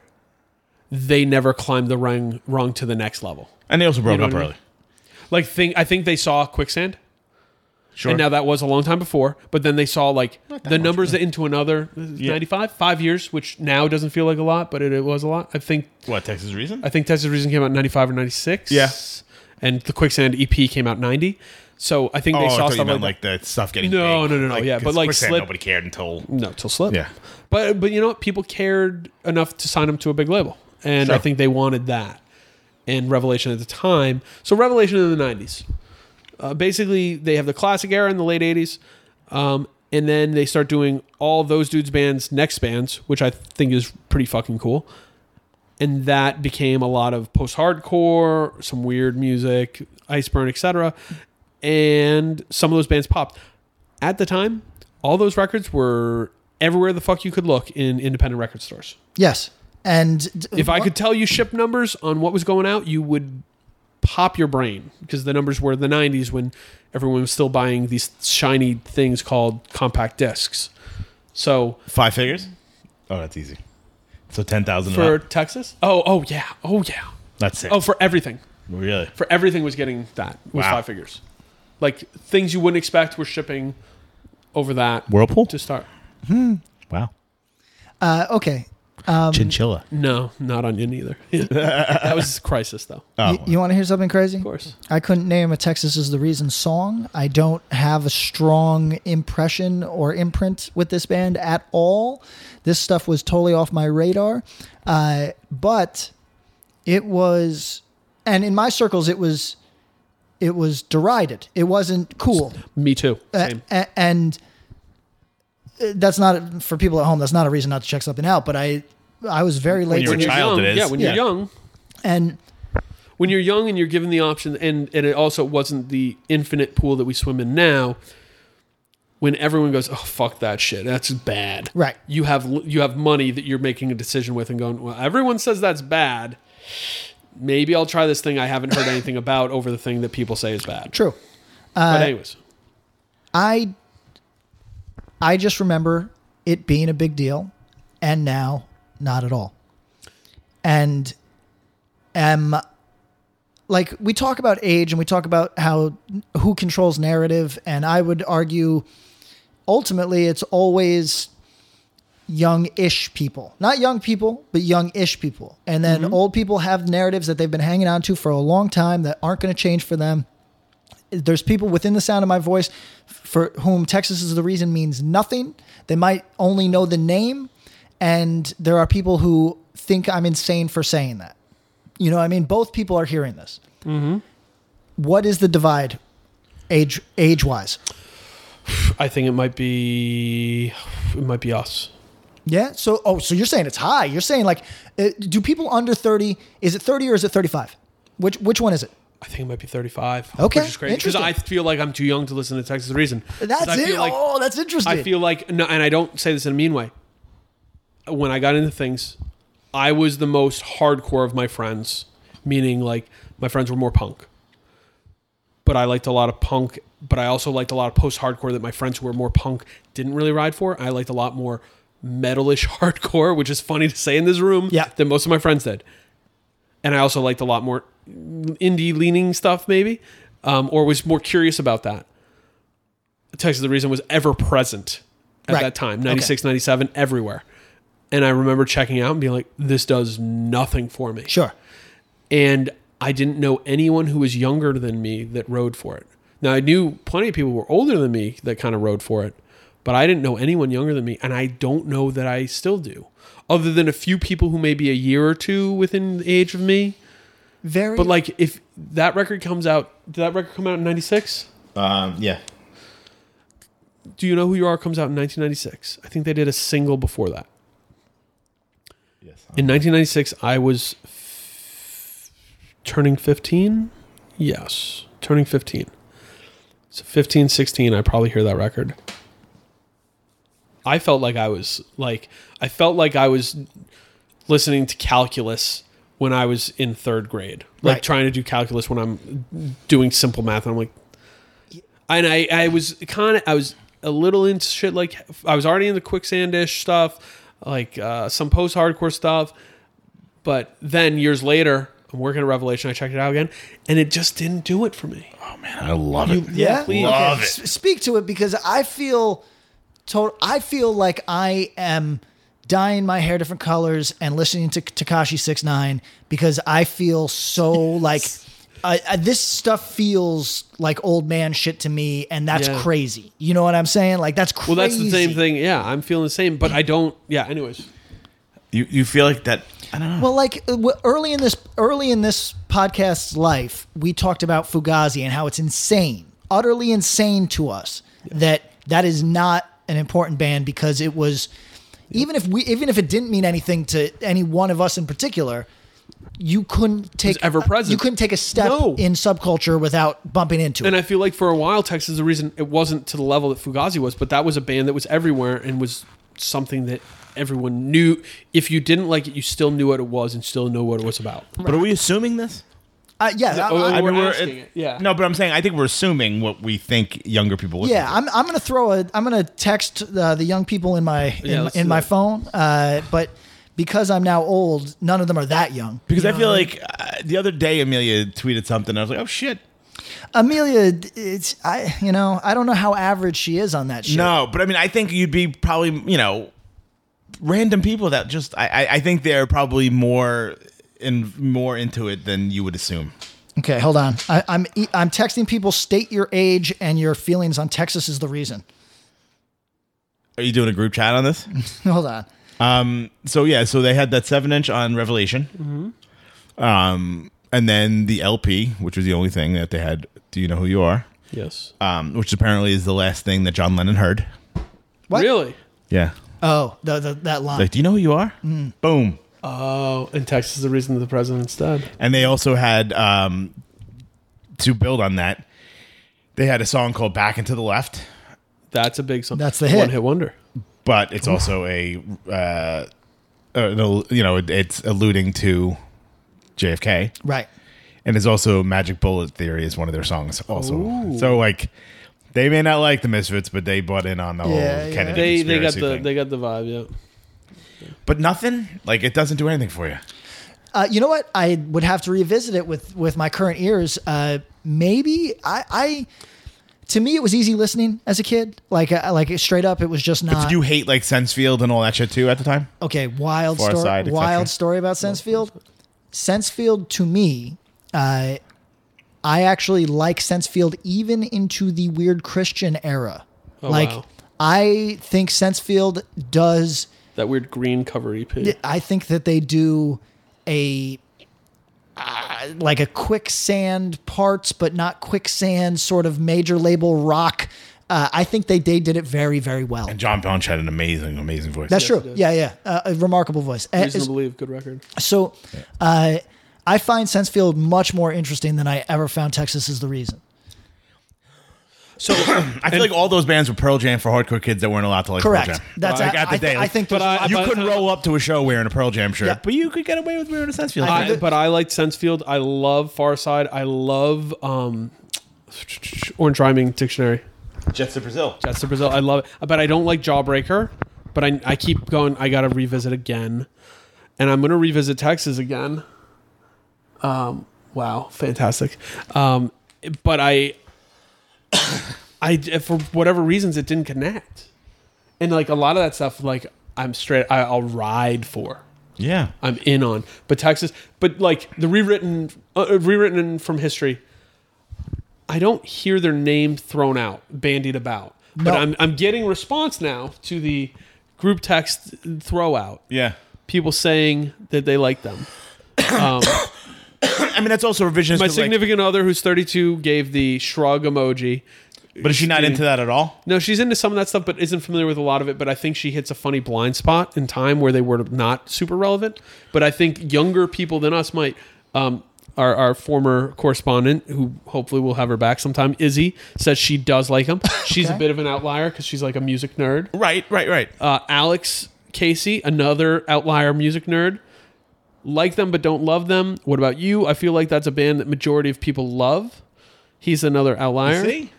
S3: they never climbed the rung rung to the next level.
S4: and they also broke
S3: know
S4: up
S3: what I
S4: early.
S3: mean? Like think I think they saw quicksand,
S4: Sure.
S3: and now that was a long time before. But then they saw like the numbers into another ninety five five years, which now doesn't feel like a lot, but it, it was a lot. I think
S4: what, Texas Reason?
S3: I think Tested Reason came out in 95 or 96.
S4: Yeah.
S3: And the Quicksand EP came out in 90. So I think
S4: oh,
S3: they
S4: I
S3: saw
S4: thought you
S3: stuff like
S4: meant like the stuff getting
S3: No,
S4: big.
S3: no, no, no, yeah,
S4: 'cause
S3: but, like,
S4: quicksand,
S3: slip-
S4: nobody cared until
S3: that. No, till Slip.
S4: Yeah.
S3: But but you know what? People cared enough to sign them to a big label. And I
S4: Sure.
S3: think they wanted that. And Revelation at the time. So Revelation in the 90s. Uh, basically, they have the classic era in the late 80s. Um, and then they start doing all those dudes' bands, next bands, which I think is pretty fucking cool. and that became a lot of post-hardcore, some weird music, Iceburn, etc. And some of those bands popped. At the time, all those records were everywhere the fuck you could look in independent record stores.
S2: Yes. And d-
S3: If I
S2: what-
S3: could tell you ship numbers on what was going out, you would pop your brain because the numbers were the 90s when everyone was still buying these shiny things called compact discs. So
S4: five figures. Oh, that's easy. So 10,000 and
S3: for
S4: up.
S3: Texas? Oh, oh yeah. Oh yeah.
S4: That's it.
S3: Oh, for everything.
S4: really?
S3: for everything was getting that was
S4: Wow.
S3: five figures. Like things you wouldn't expect were shipping over that
S4: Whirlpool?
S3: to start.
S4: wow.
S2: uh, okay,
S4: Chinchilla.
S3: No, not onion either. that was crisis though. Of
S4: Oh,
S2: Y- you want to hear something crazy?
S3: course.
S2: I couldn't name a Texas is the Reason song. I don't have a strong impression or imprint with this band at all. This stuff was totally off my radar. Uh, but it was, and in my circles, it was, it was derided. It wasn't cool.
S3: Me too.
S2: A-
S3: Same.
S2: a- and uh, that's not for people at home. That's not a reason not to check something out. But I, I was very late.
S4: you were
S2: to
S4: a
S2: it.
S4: child.
S3: young,
S4: it is.
S3: Yeah, when
S2: Yeah.
S3: you're young,
S2: and
S3: when you're young and you're given the option, and and it also wasn't the infinite pool that we swim in now. When everyone goes, oh fuck that shit, that's bad.
S2: Right.
S3: You have you have money that you're making a decision with and going. Well, everyone says that's bad. maybe I'll try this thing I haven't heard anything about over the thing that people say is bad.
S2: True. Uh,
S3: but anyways,
S2: I I just remember it being a big deal and now not at all. And um like we talk about age and we talk about how who controls narrative and I would argue ultimately it's always young-ish people. Not young people, but young-ish people. And then old people have narratives that they've been hanging on to for a long time that aren't going to change for them there's people within the sound of my voice for whom Texas is the reason means nothing. They might only know the name, and there are people who think I'm insane for saying that. You know, what I mean, both people are hearing this. Mm-hmm. What is the divide, age age wise?
S3: I think it might be it might be us.
S2: Yeah. So, oh, so you're saying it's high? You're saying like, uh, do people under thirty? Is it thirty or is it thirty-five? Which which one is it?
S3: I think it might be 35.
S2: Okay,
S3: Which is crazy. Because
S2: interesting.
S3: I feel like I'm too young to listen to Texas Reason. 'Cause
S2: That's
S3: I
S2: it.
S3: feel like-
S2: oh, that's interesting.
S3: I feel like, no, and I don't say this in a mean way. When I got into things, I was the most hardcore of my friends, meaning like my friends were more punk. But I liked a lot of punk, but I also liked a lot of post hardcore that my friends who were more punk didn't really ride for. I liked a lot more metalish hardcore, which is funny to say in this room,
S2: Yeah.
S3: than most of my friends did. And I also liked a lot more indie leaning stuff, maybe, um, or was more curious about that. Texas the Reason was ever present at
S2: Right.
S3: that time
S2: Okay.
S3: 96, 97, everywhere. And I remember checking out and being like, this does nothing for me.
S2: sure.
S3: And I didn't know anyone who was younger than me that rode for it. Now, I knew plenty of people who were older than me that kind of rode for it, but I didn't know anyone younger than me. And I don't know that I still do, other than a few people who may be a year or two within the age of me.
S2: Very.
S3: But like, if that record comes out, did that record come out in 96?
S7: Um, yeah.
S3: Do You Know Who You Are comes out in 1996. I think they did a single before that.
S7: Yes.
S3: In 1996, I was f- turning 15. Yes, turning 15. So 15, 16, I probably hear that record. I felt like I was like I felt like I was listening to calculus when I was in third grade, like
S2: Right.
S3: trying to do calculus when I'm doing simple math, and I'm like, and I I was kind of I was a little into shit like I was already into quicksandish stuff, like uh, some post hardcore stuff, but then years later. I'm working at Revelation. I checked it out again, and it just didn't do it for me.
S4: Oh man, I love it.
S2: Yeah,
S3: please.
S7: Love
S2: S- Speak to it because I feel, to- I feel like I am dyeing my hair different colors and listening to Takashi Six Nine because I feel so like. I, I, this stuff feels like old man shit to me, and that's
S3: Yeah.
S2: crazy. You know what I'm saying? Like that's crazy.
S3: Well, that's the same thing. Yeah, I'm feeling the same, but I don't. Yeah. Anyways,
S4: You you feel like that? I don't know.
S2: Well, like uh, w- early in this early in this podcast's life, we talked about Fugazi and how it's insane, utterly insane to us that that is not an important band because it was even if we even if it didn't mean anything to any one of us in particular, you couldn't take uh,
S3: ever present.
S2: You couldn't take a step
S3: No.
S2: in subculture without bumping into
S3: and
S2: it.
S3: I feel like for a while, Texas is the reason it wasn't to the level that Fugazi was, but that was a band that was everywhere and was something that everyone knew. If you didn't like it, you still knew what it was and still know what it was about.
S4: but are we assuming this?
S2: Uh, yeah, I-
S3: oh,
S2: I-
S3: We're
S4: we're-
S3: asking it, yeah.
S4: No, but I'm saying I think we're assuming what we think younger people. listen
S2: Yeah,
S4: to.
S2: I'm, I'm gonna throw a I'm gonna text uh, the young people in my in,
S3: Yeah, let's
S2: in
S3: do
S2: my
S3: that.
S2: phone, uh, but because I'm now old, none of them are that young.
S4: because
S2: You
S4: I
S2: know
S4: feel
S2: what
S4: like uh, the other day Amelia tweeted something. and I was like, oh shit.
S2: I mean? Amelia, it's I you know I don't know how average she is on that shit.
S4: No, but I mean, I think you'd be probably you know random people that just I I, I think they're probably more and more into it than you would assume.
S2: Okay, hold on. I, I'm e- I'm texting people. State your age and your feelings on Texas is the reason.
S4: Are you doing a group chat on this?
S2: hold on.
S4: Um, so yeah, so they had that seven inch on Revelation, um, and then the LP, which was the only thing that they had. Do you know who you are?
S3: Yes.
S4: Um, which apparently is the last thing that John Lennon heard.
S2: What?
S3: Really?
S4: Yeah, Mm-hmm.
S2: Oh, the, the, that line.
S4: like do you know who you are? Boom.
S3: Oh, and Texas is the reason that the president's dead.
S4: And they also had um, to build on that. They had a song called "Back into the Left,"
S3: That's a big something.
S2: That's the hit.
S3: One hit wonder.
S4: but it's also a uh, uh, no, you know it- it's alluding to JFK.
S2: Right.
S4: And there's also Magic Bullet Theory is one of their songs also. So like they may not like the Misfits, but they bought in on the
S2: Yeah,
S4: whole
S2: yeah.
S4: Kennedy
S3: They they got
S4: conspiracy
S3: the
S4: thing.
S3: they got the vibe. Yeah.
S4: but nothing like it doesn't do anything for you.
S2: Uh, you know what? I would have to revisit it with with my current ears. Uh, maybe I, I. To me, it was easy listening as a kid. Like, uh, like straight up, it was just
S4: But
S2: not
S4: did you hate like Sensefield and all that shit too at the time?
S2: okay. Wild
S4: Far
S2: story.
S4: Side, et
S2: wild
S4: cetera?
S2: story about Sensefield. Sensefield to me, uh, I actually like Sensefield even into the weird Christian era.
S4: Oh,
S2: like,
S3: wow.
S2: I think Sensefield does.
S3: That weird green cover E EP.
S2: I think that they do a uh, like a quicksand parts, but not quicksand sort of major label rock. Uh, I think they they did it very very well.
S4: And John Belch had an amazing, amazing voice.
S2: That's true.
S3: it is.
S2: Yeah, yeah, uh, a remarkable voice. Uh,
S3: Reason to believe. Good record.
S2: So, uh, I find Sensefield much more interesting than I ever found Texas is the reason.
S4: So I feel like all those bands were Pearl Jam for hardcore kids that weren't allowed to like Pearl
S2: Correct.
S4: Jam.
S2: That's
S4: like,
S2: I,
S4: at the
S2: I-
S4: day.
S2: I think.
S3: But
S2: there's-
S3: I-
S4: you
S3: but-
S4: could roll up to a show wearing a Pearl Jam shirt,
S2: Yeah.
S4: but you could get away with wearing a Sensefield.
S3: I,
S4: shirt.
S3: but I liked Sensefield. I love Far Side. I love um, Orange Rhyming Dictionary.
S4: Jets to Brazil.
S3: That's the Brazil. I love it, but I don't like Jawbreaker. But I, I keep going. I gotta revisit again, and I'm gonna revisit Texas again. Um, wow, fantastic. Um, but I, I for whatever reasons it didn't connect, and like a lot of that stuff, like I'm straight. I, I'll ride for.
S4: Yeah.
S3: I'm in on. But Texas, but like the rewritten, uh, rewritten from history, I don't hear their name thrown out, bandied about.
S2: No.
S3: But I'm, I'm getting response now to the group text throw out.
S4: Yeah.
S3: People saying that they like them. Um,
S4: I mean, that's also revisionist.
S3: my
S4: 'cause, like,
S3: significant other, who's 32, gave the shrug emoji.
S4: but is she not into that at all?
S3: No, she's into some of that stuff, but isn't familiar with a lot of it. But I think she hits a funny blind spot in time where they were not super relevant. But I think younger people than us might. Um, our, our former correspondent, who hopefully we'll have her back sometime, Izzy says she does like him. She's a
S2: Okay.
S3: bit of an outlier because she's like a music nerd.
S4: Right, right, right.
S3: Uh, Alex Casey, another outlier music nerd, like them but don't love them. What about you? I feel like that's a band that majority of people love. He's another outlier.
S4: See?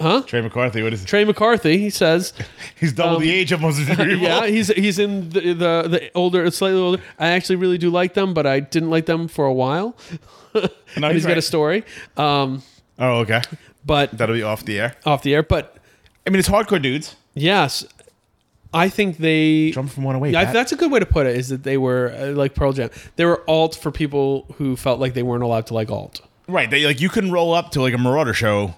S3: Huh?
S4: Trey McCarthy, what is
S3: Trey McCarthy, he says,
S4: He's double
S3: Um,
S4: the age of most of the people.
S3: Yeah, he's he's in the, the the older, slightly older. I actually really do like them, but I didn't like them for a while.
S4: No,
S3: And
S4: he's
S3: he's got a
S4: Oh, right.
S3: story, um,
S4: Oh, okay.
S3: but
S4: That'll be off the air.
S3: off the air. But
S4: I mean, it's hardcore dudes.
S3: yes, I think they.
S4: Jump from one away.
S3: Yeah,
S4: Pat.
S3: that's a good way to put it. Is that they were uh, like Pearl Jam? They were alt for people who felt like they weren't allowed to like alt.
S4: right. They, like you can roll up to like a Marauder show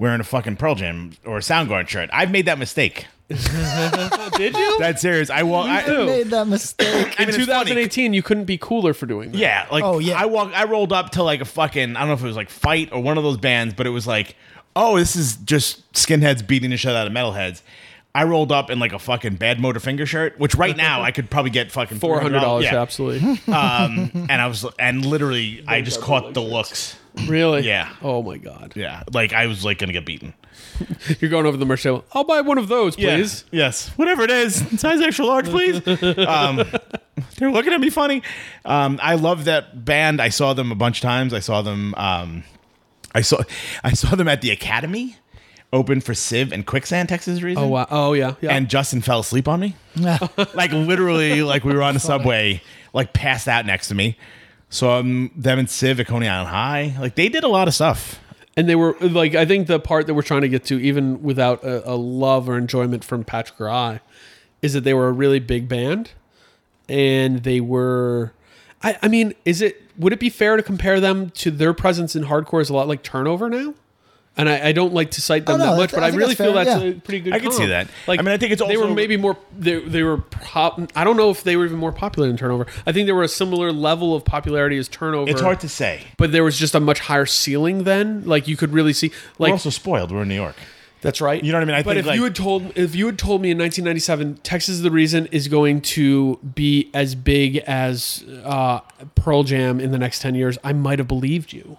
S4: wearing a fucking Pearl Jam or a Soundgarden shirt. I've made that mistake.
S3: Did you?
S4: That's serious. I walk. I,
S2: I made that mistake.
S4: Oh, I mean,
S3: In
S4: it's funny.
S3: 2018, you couldn't be cooler for doing that.
S4: Yeah, like
S2: Oh, yeah.
S4: I walk I rolled up to like a fucking I don't know if it was like Fight or one of those bands, but it was like, oh, this is just skinheads beating the shit out of metalheads. I rolled up in like a fucking bad motor finger shirt, which right now I could probably get fucking
S3: four hundred dollars,
S4: Yeah.
S3: absolutely.
S4: Um, and I was and literally I just caught the looks.
S3: really?
S4: Yeah.
S3: Oh my god.
S4: Yeah, like I was like gonna get beaten.
S3: You're going over the merch table. I'll buy one of those, please.
S4: Yes, Yes. Whatever it is. Size extra large, please. Um, they're looking at me funny. Um, I love that band. I saw them a bunch of times. I saw them um, I saw I saw them at the Academy open for Civ and Quicksand, Texas reason.
S3: Oh wow! Oh yeah, yeah.
S4: And Justin fell asleep on me. like literally, like we were on the subway, like passed out next to me. Saw um, them in Civ at Coney Island High. Like they did a lot of stuff.
S3: and they were like, I think the part that we're trying to get to, even without a, a love or enjoyment from Patrick or I, is that they were a really big band, and they were. I, I mean, is it would it be fair to compare them to their presence in hardcore is a lot like Turnover now? And I, I don't like to cite them
S2: Oh, no,
S3: that much,
S2: that's-
S3: but
S2: I
S3: I,
S2: think
S3: really
S2: that's
S3: feel
S2: fair,
S3: that's
S2: yeah.
S3: a pretty good.
S4: I can see
S3: comp.
S4: that. I mean, I think it's
S3: they were
S4: also-
S3: maybe more they, they were pop. I don't know if they were even more popular than Turnover. I think they were a similar level of popularity as Turnover.
S4: It's hard to say.
S3: but there was just a much higher ceiling then. Like you could really see,
S4: We're
S3: like
S4: also spoiled. We're in New York.
S3: that's right.
S4: You know what I mean? I
S3: but
S4: think,
S3: if
S4: like-
S3: you had told if you had told me in 1997, Texas is the reason is going to be as big as uh, Pearl Jam in the next 10 years, I might have believed you.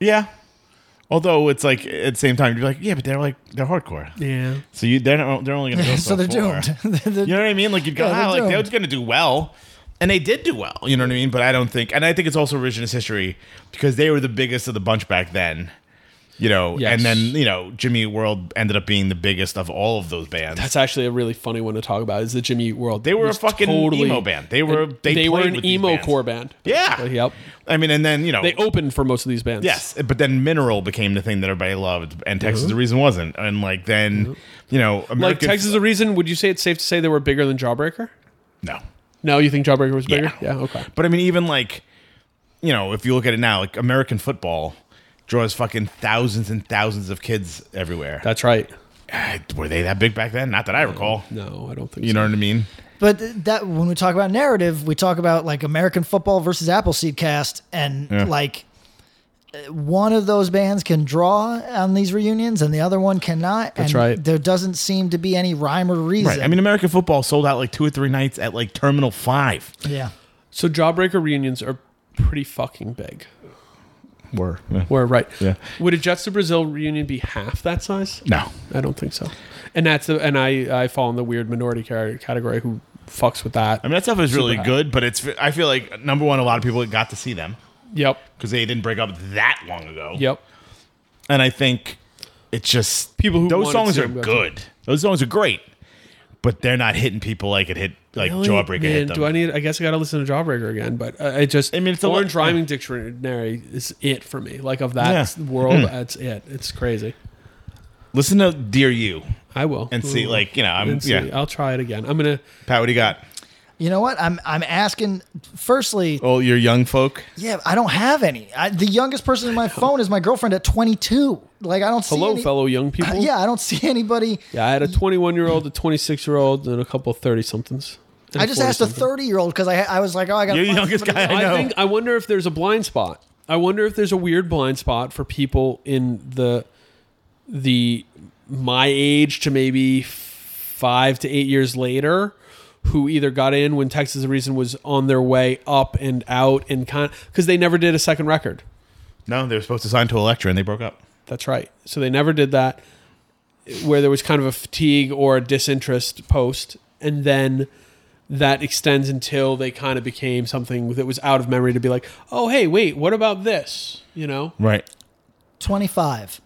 S4: Yeah. Although it's like at the same time you're like, yeah, but they're like they're hardcore.
S8: Yeah.
S4: So you they're not, they're only gonna go
S2: so they're
S4: far.
S2: doomed. They're- they're-
S4: you know what I mean? Like you go,
S2: Yeah, they're
S4: ah, like they're
S2: doomed.
S4: gonna do well, and they did do well. You know what I mean? But I don't think, and I think it's also revisionist history because they were the biggest of the bunch back then. You know,
S3: Yes.
S4: and then you know Jimmy Eat World ended up being the biggest of all of those bands.
S3: That's actually a really funny one to talk about. Is the Jimmy Eat World?
S4: They were
S3: It
S4: a
S3: was
S4: fucking emo band. They were- they
S3: were
S4: played
S3: an
S4: with these
S3: emo
S4: bands.
S3: core band.
S4: Yeah.
S3: Yep.
S4: I mean, and then you know
S3: They opened for most of these bands.
S4: Yes, but then Mineral became the thing that everybody loved, and Texas
S2: Mm-hmm.
S4: the reason wasn't. And like then, you know, American
S3: Like Texas, the reason would you say it's safe to say they were bigger than Jawbreaker?
S4: no,
S3: No, you think Jawbreaker was bigger?
S4: Yeah.
S3: okay.
S4: But I mean, even like, you know, if you look at it now, like American football draws fucking thousands and thousands of kids everywhere.
S3: That's right.
S4: Eh, Were they that big back then? Not that I recall.
S3: No, I don't think
S4: You know what I mean?
S2: But that when we talk about narrative, we talk about like American football versus Appleseed cast, and like uh, one of those bands can draw on these reunions and the other one cannot.
S3: That's
S2: and
S3: right.
S2: There doesn't seem to be any rhyme or reason.
S4: Right. I mean, American football sold out like two or three nights at like Terminal Five.
S2: yeah.
S3: So Jawbreaker reunions are pretty fucking big.
S4: Were
S3: We're right.
S4: Yeah.
S3: Would a Jets to Brazil reunion be half that size?
S4: no.
S3: I don't think so. And that's the and I I fall in the weird minority car- category who fucks with that.
S4: I mean, that stuff is really
S3: high.
S4: good, but it's I feel like number one, a lot of people got to see them
S3: yep.
S4: because they didn't break up that long ago.
S3: Yep.
S4: and I think it's just
S3: People who
S4: those
S3: wanted
S4: songs
S3: to
S4: are
S3: go to-
S4: good. Those songs are great, but they're not hitting people like it hit like Jawbreaker
S3: Man,
S4: hit them.
S3: Do I need? I guess I got to listen to Jawbreaker again. But I, I just,
S4: I mean, it's a
S3: Orange
S4: lot-
S3: Rhyming Dictionary is it for me. Like of that
S4: Yeah. Mm-hmm.
S3: world, that's it. It's crazy.
S4: Listen to Dear You
S3: I will
S4: and see,
S3: Ooh.
S4: like you know, I'm
S3: And see.
S4: yeah.
S3: I'll try it again. I'm gonna.
S4: Pat, what do you got?
S2: You know what? I'm I'm asking. Firstly,
S4: Oh, your young folk.
S2: yeah, I don't have any. I, the youngest person in my phone is my girlfriend at 22. Like I don't see
S3: Hello,
S2: any-
S3: fellow young people.
S2: Uh, Yeah, I don't see anybody.
S3: Yeah, I had a 21 year old, a 26 year old, and a couple 30 somethings.
S2: I just asked a 30 year old because I I was like, oh, I got
S4: You're the youngest guy I know.
S3: I think I wonder if there's a blind spot. I wonder if there's a weird blind spot for people in the the my age to maybe five to eight years later who either got in when Texas the Reason was on their way up and out and kind because they never did a second record.
S4: No, they were supposed to sign to Elektra and they broke up.
S3: That's right. So they never did that, where there was kind of a fatigue or a disinterest post, and then that extends until they kind of became something that was out of memory to be like, oh hey, wait, what about this? You know,
S4: Right.
S2: 25.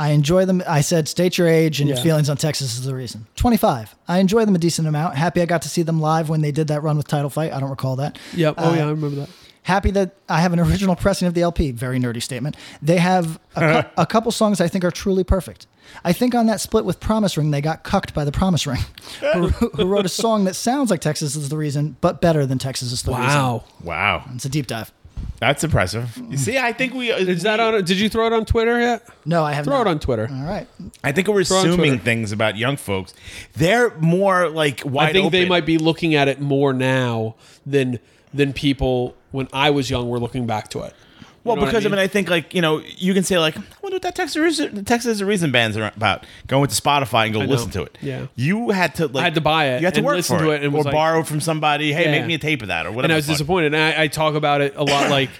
S2: I enjoy them. I said, state your age and your
S3: Yeah.
S2: feelings on Texas is the reason. 25. I enjoy them a decent amount. Happy I got to see them live when they did that run with Title Fight. I don't recall that.
S3: yep. Oh
S2: Uh,
S3: yeah, I remember that.
S2: Happy that I have an original pressing of the LP. Very nerdy statement. They have a, cou- a couple songs I think are truly perfect. I think on that split with Promise Ring, they got cucked by the Promise Ring, who, who wrote a song that sounds like Texas is the reason, but better than Texas is the reason.
S3: Wow,
S4: Wow,
S2: It's a deep dive.
S4: that's impressive. You see, I think we
S3: is that on? Did you throw it on Twitter yet?
S2: No, I have
S3: Throw
S2: not. Mm.
S3: it on Twitter.
S2: All right.
S4: I think we're
S3: on
S4: assuming
S3: Twitter.
S4: things about young folks. They're more like wide
S3: I think they
S4: open.
S3: might be looking at it more now than than people when I was young were looking back to it.
S4: Well,
S3: know what
S4: because I
S3: I
S4: mean? I think like you know you can say like I wonder what that Texas Reason, Texas Reason band's are about. Go into Spotify and go
S3: I know.
S4: listen to it.
S3: Yeah.
S4: you had to like I had to
S3: buy it
S4: You had to
S3: and
S4: work
S3: listen
S4: for
S3: to
S4: it,
S3: it and
S4: or
S3: was like-
S4: borrow from somebody. Hey,
S3: Yeah.
S4: make me a tape of that or whatever.
S3: and I was
S4: the fuck.
S3: disappointed. And I, I talk about it a lot, like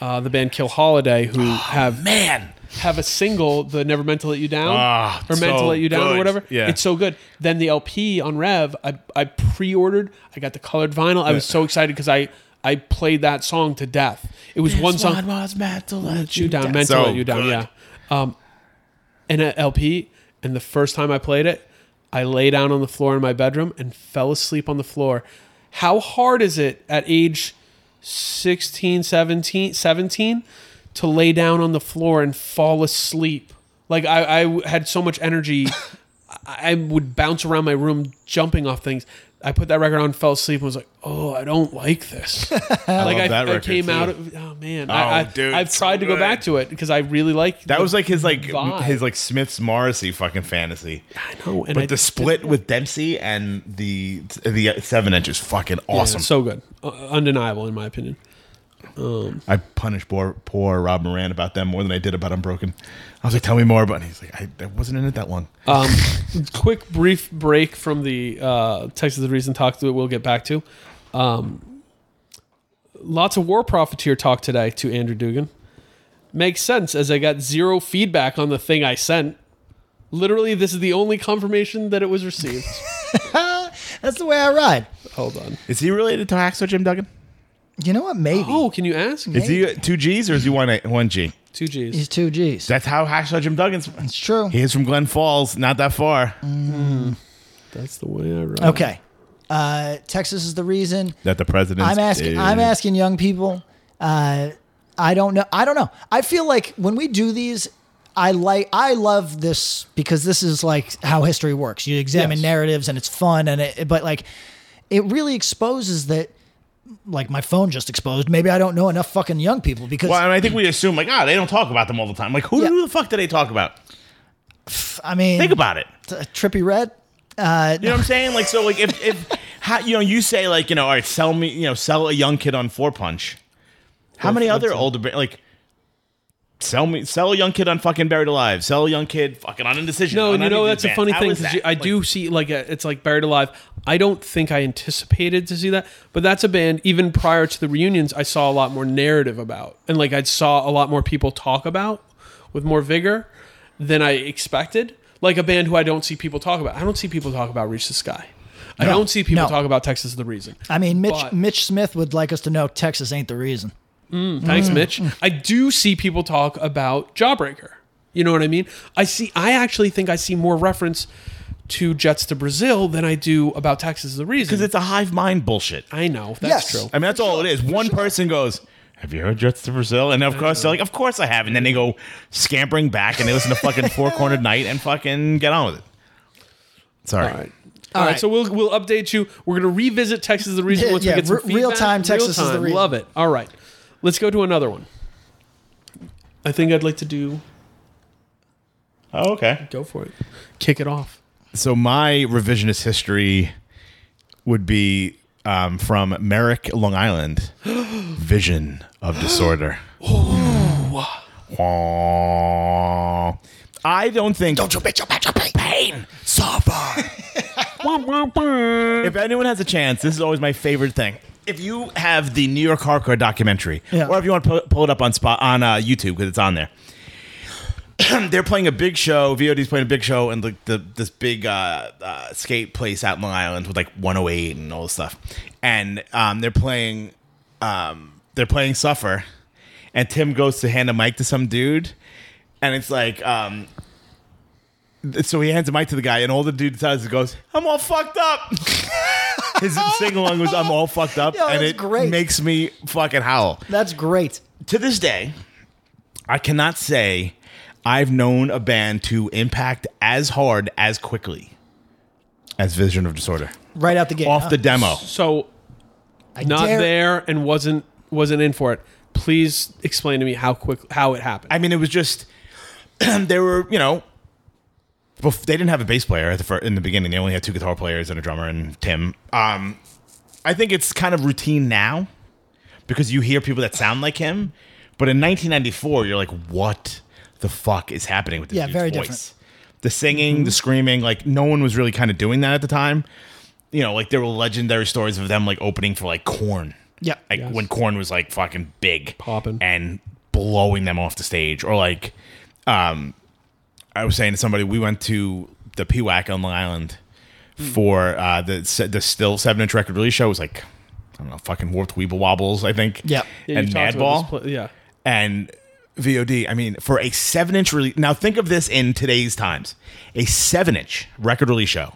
S3: uh, the band Kill Holiday, who have
S4: Oh, man
S3: have a single, "The Never Meant to Let You Down"
S4: Ah,
S3: or "Meant to
S4: so
S3: Let You Down"
S4: good.
S3: or whatever.
S4: Yeah.
S3: it's so good. Then the LP on Rev, I I pre-ordered. I got the colored vinyl. I was
S4: Yeah.
S3: so excited because I I played that song to death. It was one
S4: This
S3: song.
S4: one was meant to let
S3: you down, meant
S4: So
S3: to let you down.
S4: good.
S3: Yeah. Um, and an LP, and the first time I played it, I lay down on the floor in my bedroom and fell asleep on the floor. How hard is it at age 16, 17, 17 to lay down on the floor and fall asleep? Like I, I had so much energy, I I would bounce around my room jumping off things. I put that record on, fell asleep, and was like, "Oh, I don't like this." like
S4: love
S3: I,
S4: that
S3: I
S4: record,
S3: came
S4: too.
S3: out of oh man,
S4: Oh,
S3: I, I,
S4: dude,
S3: I've
S4: so
S3: tried to go
S4: good.
S3: back to it because I really like
S4: That
S3: the
S4: was like his like
S3: vibe.
S4: his like Smith's Morrissey fucking fantasy. I
S3: know, and
S4: but
S3: I-
S4: the split with Dempsey and the the uh, seven inch is fucking
S3: Yeah,
S4: awesome.
S3: so good, uh, undeniable in my opinion. Um,
S4: I punished poor poor Rob Moran about them more than I did about Unbroken. I was like, tell me more about. It. He's like, I, I wasn't in it that long.
S3: um, quick, brief break from the uh, Texas the Reason talk that we'll get back to. Um, lots of war profiteer talk today to Andrew Dugan. Makes sense as I got zero feedback on the thing I sent. Literally, this is the only confirmation that it was received.
S2: That's the way I ride.
S3: Hold on.
S4: Is he related to Hacksaw Jim Duggan?
S2: You know what? Maybe.
S3: Oh, can you ask?
S4: Is he two G's or is he one A- one G?
S3: Two G's.
S2: He's two G's.
S4: That's how Hacksaw Jim Duggan's. It's
S2: true.
S4: He is from Glen Falls, not that far.
S3: That's the way I write.
S2: Okay. Uh, Texas is the reason.
S4: That the president.
S2: I'm asking. I'm asking young people. Uh, I don't know. I don't know. I feel like when we do these, I like. I love this because this is like how history works. You examine
S3: Yes.
S2: narratives, and it's fun. And it, but like, it really exposes that. Like my phone just exposed. Maybe I don't know enough fucking young people because
S4: Well, I, mean, I think we assume like, ah, they don't talk about them all the time. Like, who,
S2: Yeah.
S4: who the fuck do they talk about?
S2: I mean,
S4: Think about it.
S2: t- Trippy Red. Uh,
S4: You know what I'm saying? Like, so like if if how, you know you say like you know all right, sell me you know sell a young kid on four punch. How many other older ba- like sell me sell a young kid on fucking buried alive, sell a young kid fucking on indecision.
S3: No,
S4: on
S3: you know
S4: Anything
S3: that's a
S4: Band.
S3: funny
S4: How
S3: thing
S4: is
S3: because
S4: that?
S3: I do see like a, it's like Buried Alive. I don't think I anticipated to see that, but that's a band even prior to the reunions. I saw a lot more narrative about, and like I saw a lot more people talk about with more vigor than I expected. Like a band who I don't see people talk about. I don't see people talk about Reach the Sky. I
S2: No,
S3: don't see people
S2: no.
S3: talk about Texas is the reason.
S2: I mean, Mitch
S3: But-
S2: Mitch Smith would like us to know Texas ain't the reason.
S3: Mm, thanks,
S2: Mm.
S3: Mitch. I do see people talk about Jawbreaker. You know what I mean? I see. I actually think I see more reference to Jets to Brazil than I do about Texas. is The reason because
S4: it's a hive mind bullshit.
S3: I know that's true.
S4: I mean, that's all it is. One person goes. Have you heard Jets to Brazil? And of course, they're like, of course I have. And then they go scampering back and they listen to fucking Four Cornered Night and fucking get on with it. Sorry.
S3: All right.
S2: right.
S3: so we'll we'll update you. We're gonna revisit Texas is the reason
S2: Yeah,
S3: once
S2: yeah,
S3: we get some
S2: re- real
S3: feedback.
S2: time Texas is the reason.
S3: Love it. All right, let's go to another one. I think I'd like to do
S4: Oh, okay.
S3: Go for it. Kick it off.
S4: So my revisionist history would be um, from Merrick, Long Island. Vision of disorder. Wah. I don't think. Don't you bitch your pain suffer. if anyone has a chance, this is always my favorite thing. If you have the New York hardcore documentary, or if you want to pull, pull it up on spot on uh, YouTube because it's on there, they're playing a big show. VOD's playing a big show, and like the, this big uh, uh, skate place out in Long Island with like 108 and all this stuff. And um, they're playing, um, they're playing Suffer, and Tim goes to hand a mic to some dude, and it's like, um, th- so he hands a mic to the guy, and all the dude does is goes, I'm all fucked up. His sing along was "I'm all fucked up,"
S2: Yo,
S4: and
S2: that's
S4: it
S2: great.
S4: makes me fucking howl.
S2: That's great.
S4: To this day, I cannot say I've known a band to impact as hard as quickly as Vision of Disorder
S2: Right out the gate.
S4: off
S2: huh?
S4: the demo.
S3: So not
S2: dare-
S3: there and wasn't wasn't in for it. Please explain to me how quick how it happened.
S4: I mean, it was just they were, you know, bef- they didn't have a bass player at the fir- in the beginning. They only had two guitar players and a drummer and Tim. Um, I think it's kind of routine now because you hear people that sound like him, But in 1994, you're like, what the fuck is happening with this
S2: Yeah,
S4: dude's
S2: very
S4: voice?
S2: different. Mm-hmm.
S4: The singing, the screaming, like no one was really kind of doing that at the time. You know, like there were legendary stories of them like opening for like Corn.
S2: Yeah.
S4: Like when Corn was like fucking big, popping and blowing them off the stage, or like, um, I was saying to somebody, we went to the PWAC on Long Island
S3: Hmm.
S4: for uh, the se- the still seven inch record release show. It was like I don't know, fucking warped Weeble Wobbles, I think.
S3: Yeah. Yeah,
S4: and
S3: you talked about
S4: Madball.
S3: this pla- yeah.
S4: and VOD. I mean, for a seven inch release. Now think of this in today's times, a seven inch record release show.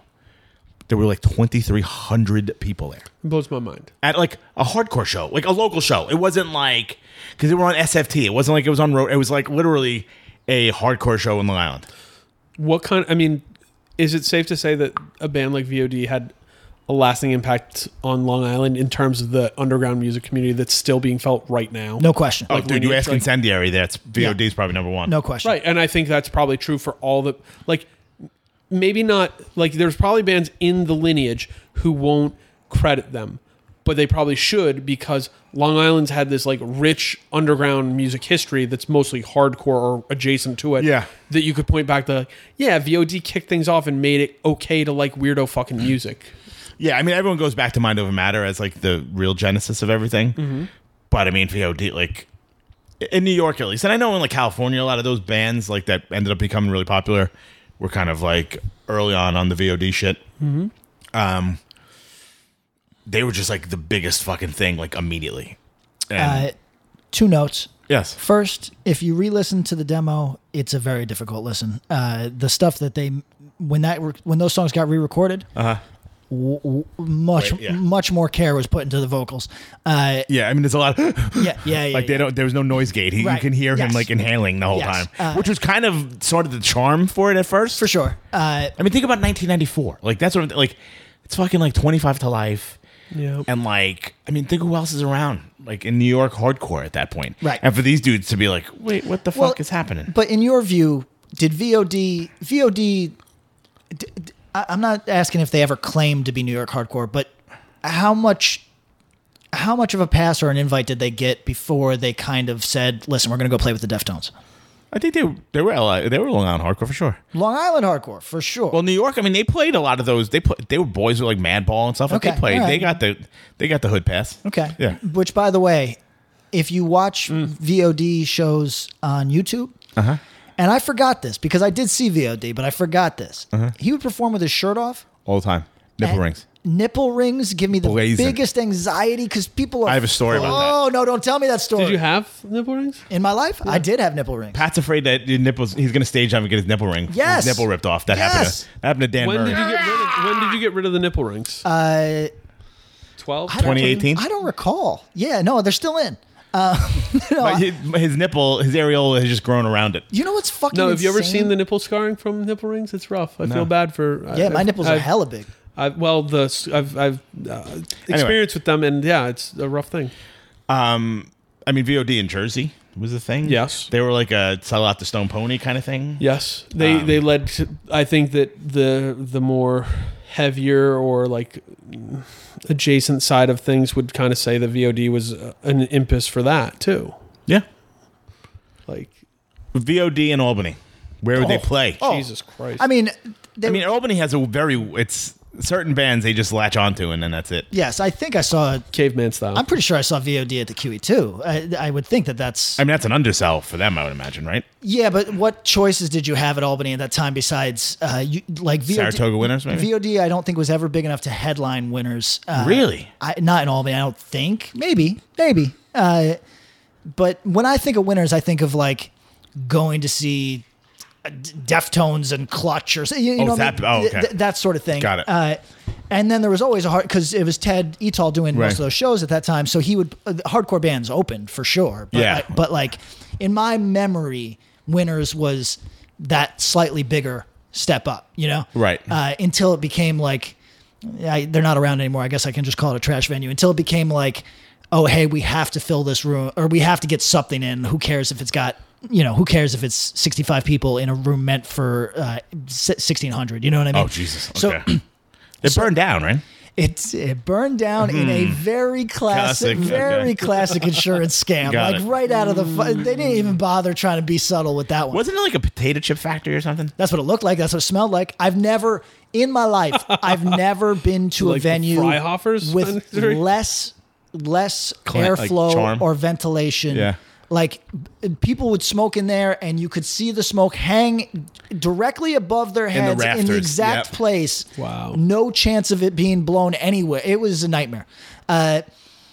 S4: There were like twenty three hundred people there
S3: It blows my mind.
S4: at like a hardcore show, like a local show. It wasn't like because they were on SFT. It wasn't like it was on road. It was like literally a hardcore show in Long Island.
S3: What kind? I mean, is it safe to say that a band like VOD had a lasting impact on Long Island in terms of the underground music community that's still being felt right now?
S2: No question.
S4: Oh,
S3: Like,
S4: dude, you
S3: lineage,
S4: ask
S3: like-
S4: Incendiary, that's VOD is probably number one.
S2: question.
S3: Right, and I think that's probably true for all the like maybe not like there's probably bands in the lineage who won't credit them, but they probably should because Long Island's had this like rich underground music history that's mostly hardcore or adjacent to it.
S4: Yeah.
S3: That you could point back to like, yeah, VOD kicked things off and made it okay to like weirdo fucking music.
S4: Yeah, I mean, everyone goes back to Mind Over Matter as like the real genesis of everything.
S2: Mm-hmm.
S3: Mhm.
S4: But I mean, VOD, like in New York at least, and I know in like California, a lot of those bands like that ended up becoming really popular were kind of like early on on the VOD shit.
S2: Mm-hmm.
S6: Mhm.
S4: Um, they were just like the biggest fucking thing, like immediately. And-
S2: uh, two notes.
S4: Yes.
S2: First, if you re-listen to the demo, it's a very difficult listen. Uh, the stuff that they when that re- when those songs got re-recorded,
S4: Uh-huh.
S2: w- w- much
S4: Right, yeah.
S2: much more care was put into the vocals. Uh,
S4: yeah, I mean, there's a lot. Of
S2: yeah, yeah, yeah.
S4: like they don't. There was no noise gate. He,
S2: Right.
S4: You can hear him
S2: Yes.
S4: like inhaling the whole
S2: Yes.
S4: time,
S2: Uh,
S4: which was kind of sort of the charm for it at first, for
S2: sure. Uh,
S4: I mean, think about 1994. Like that's what I'm, like it's fucking like 25 to life.
S3: Yeah.
S4: And like, I mean, think who else is around like in New York hardcore at that point,
S2: Right.
S4: And for these dudes to be like, wait, what the
S2: Well,
S4: fuck is happening?
S2: But in your view, did VOD VOD? D- d- I- I'm not asking if they ever claimed to be New York hardcore, but how much how much of a pass or an invite did they get before they kind of said, "Listen, we're going to go play with the Deftones"?
S4: I think they they were LA, they were Long Island hardcore for sure.
S2: Long Island hardcore for sure.
S4: Well, New York, I mean, they played a lot of those. They play, they were boys who were like Madball and stuff. Like
S2: Okay,
S4: they played.
S2: all right.
S4: They got the they got the hood pass.
S2: Okay.
S4: Yeah. Mm.
S2: Which, by the way, if you watch VOD shows on YouTube,
S4: Uh huh.
S2: and I forgot this because I did see VOD, but I forgot this.
S4: Uh-huh.
S2: He would perform with his shirt off.
S4: All the time. Nipple
S2: And-
S4: rings.
S2: Eh, Nipple rings give me the
S4: Blazing.
S2: biggest anxiety because people are.
S4: I have a story about that.
S2: Oh no! Don't tell me that story.
S3: Did you have nipple rings
S2: in my life? I did have nipple rings.
S4: Pat's afraid that your nipples. He's gonna stage dive and get his nipple ring.
S2: Yes.
S4: His nipple ripped off. That happened.
S2: Yes.
S4: To, that happened to Dan
S3: when
S4: Murray.
S3: did you get rid of when did you get rid of the nipple rings?
S2: Uh,
S3: Twelve?
S2: I don't- I don't recall. Yeah, no, they're still in. Uh, no,
S4: But
S2: I-
S4: his, his nipple, his areola has just grown around it.
S2: you know what's fucking.
S3: No, have you ever
S2: insane?
S3: seen the nipple scarring from nipple rings? It's rough. I
S4: No.
S3: feel bad for. I-
S2: Yeah, my
S3: I've-
S2: nipples are
S3: I've-
S2: hella big.
S3: I, well, the s- I've I've uh, experience with them, and yeah, it's a rough thing.
S4: Um, I mean, VOD in Jersey was a thing. Yes, they were like a sell out the Stone Pony kind of thing.
S3: Yes, they
S4: Um,
S3: they led. To, I think that the the more heavier or like adjacent side of things would kind of say that VOD was uh, an impus for that too.
S4: Yeah,
S3: like
S4: VOD in Albany. Where would they
S3: Oh.
S4: play?
S3: Oh. Jesus Christ.
S2: I mean,
S4: I mean, Albany has a very it's certain bands they just latch onto and then that's it.
S2: yes, I think I saw.
S3: Caveman style.
S2: I'm pretty sure I saw VOD at the QE2. I, I would think that that's.
S4: I mean, that's an undersell for them, I would imagine, right?
S2: Yeah, but what choices did you have at Albany at that time besides uh, you, like VOD,
S4: Saratoga Winners, maybe?
S2: VOD, I don't think was ever big enough to headline winners. Uh,
S4: Really?
S2: I, not in Albany, I don't think. Maybe, maybe. Uh, but when I think of winners, I think of like going to see uh, D- Deftones and Clutch or so- you, you
S4: Oh,
S2: know what I
S4: that-
S2: mean?
S4: oh,
S2: Th-
S4: okay.
S2: th- that sort of thing.
S4: Got it.
S2: Uh, and then there was always a hard because it was Ted Etal doing
S4: Right.
S2: most of those shows at that time, so he would uh, hardcore bands opened for sure. But
S4: Yeah.
S2: like- but like in my memory, Winners was that slightly bigger step up, you know?
S4: Right.
S2: Uh, until it became like, I, they're not around anymore. I guess I can just call it a trash venue. Until it became like, oh, hey, we have to fill this room or we have to get something in. Who cares if it's got, you know, who cares if it's 65 people in a room meant for uh, si- 1,600? You know what I mean?
S4: oh Jesus!
S2: So-
S4: Okay. it burned down, right?
S2: It's it burned down in a
S4: Hmm.
S2: very classic,
S4: Classic,
S2: very
S4: okay.
S2: classic insurance scam.
S4: Got
S2: like
S4: it.
S2: right out of the, fu- they didn't even bother trying to be subtle with that one.
S4: Wasn't it like a potato chip factory or something?
S2: That's what it looked like. That's what it smelled like. I've never in my life I've never been to
S3: Like
S2: a
S3: the
S2: venue
S3: Fryhoffers
S2: with
S3: factory?
S2: less less
S4: Cla- like
S2: airflow
S4: charm.
S2: or ventilation.
S4: Yeah.
S2: Like b- people would smoke in there, and you could see the smoke hang directly above their
S4: In the
S2: heads in the
S4: rafters.
S2: exact
S4: Yep.
S2: place.
S3: Wow.
S2: No chance of it being blown anywhere. It was a nightmare. Uh,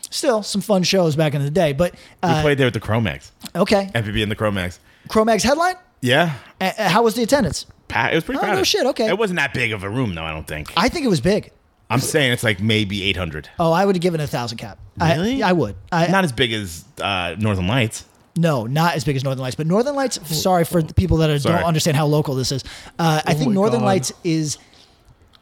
S2: still, some fun shows back in the day, but
S4: We
S2: uh,
S4: played there with the Chromax.
S2: okay.
S4: MPB and the Chromax.
S2: Chromag's headline.
S4: Yeah.
S2: Uh, uh, how was the attendance?
S4: Pat, it was pretty
S2: Oh,
S4: crowded.
S2: no shit, okay.
S4: It wasn't that big of a room, though, I don't think.
S2: I think it was big.
S4: I'm saying it's like maybe 800.
S2: Oh, I would have given it a thousand cap. I-
S4: Really?
S2: I, would. I,
S4: Not as big as uh, Northern Lights.
S2: no, not as big as Northern Lights, but Northern Lights. Sorry for the people that are,
S4: Sorry.
S2: don't understand how local this is. Uh, I think
S3: Oh my
S2: Northern
S3: God.
S2: Lights is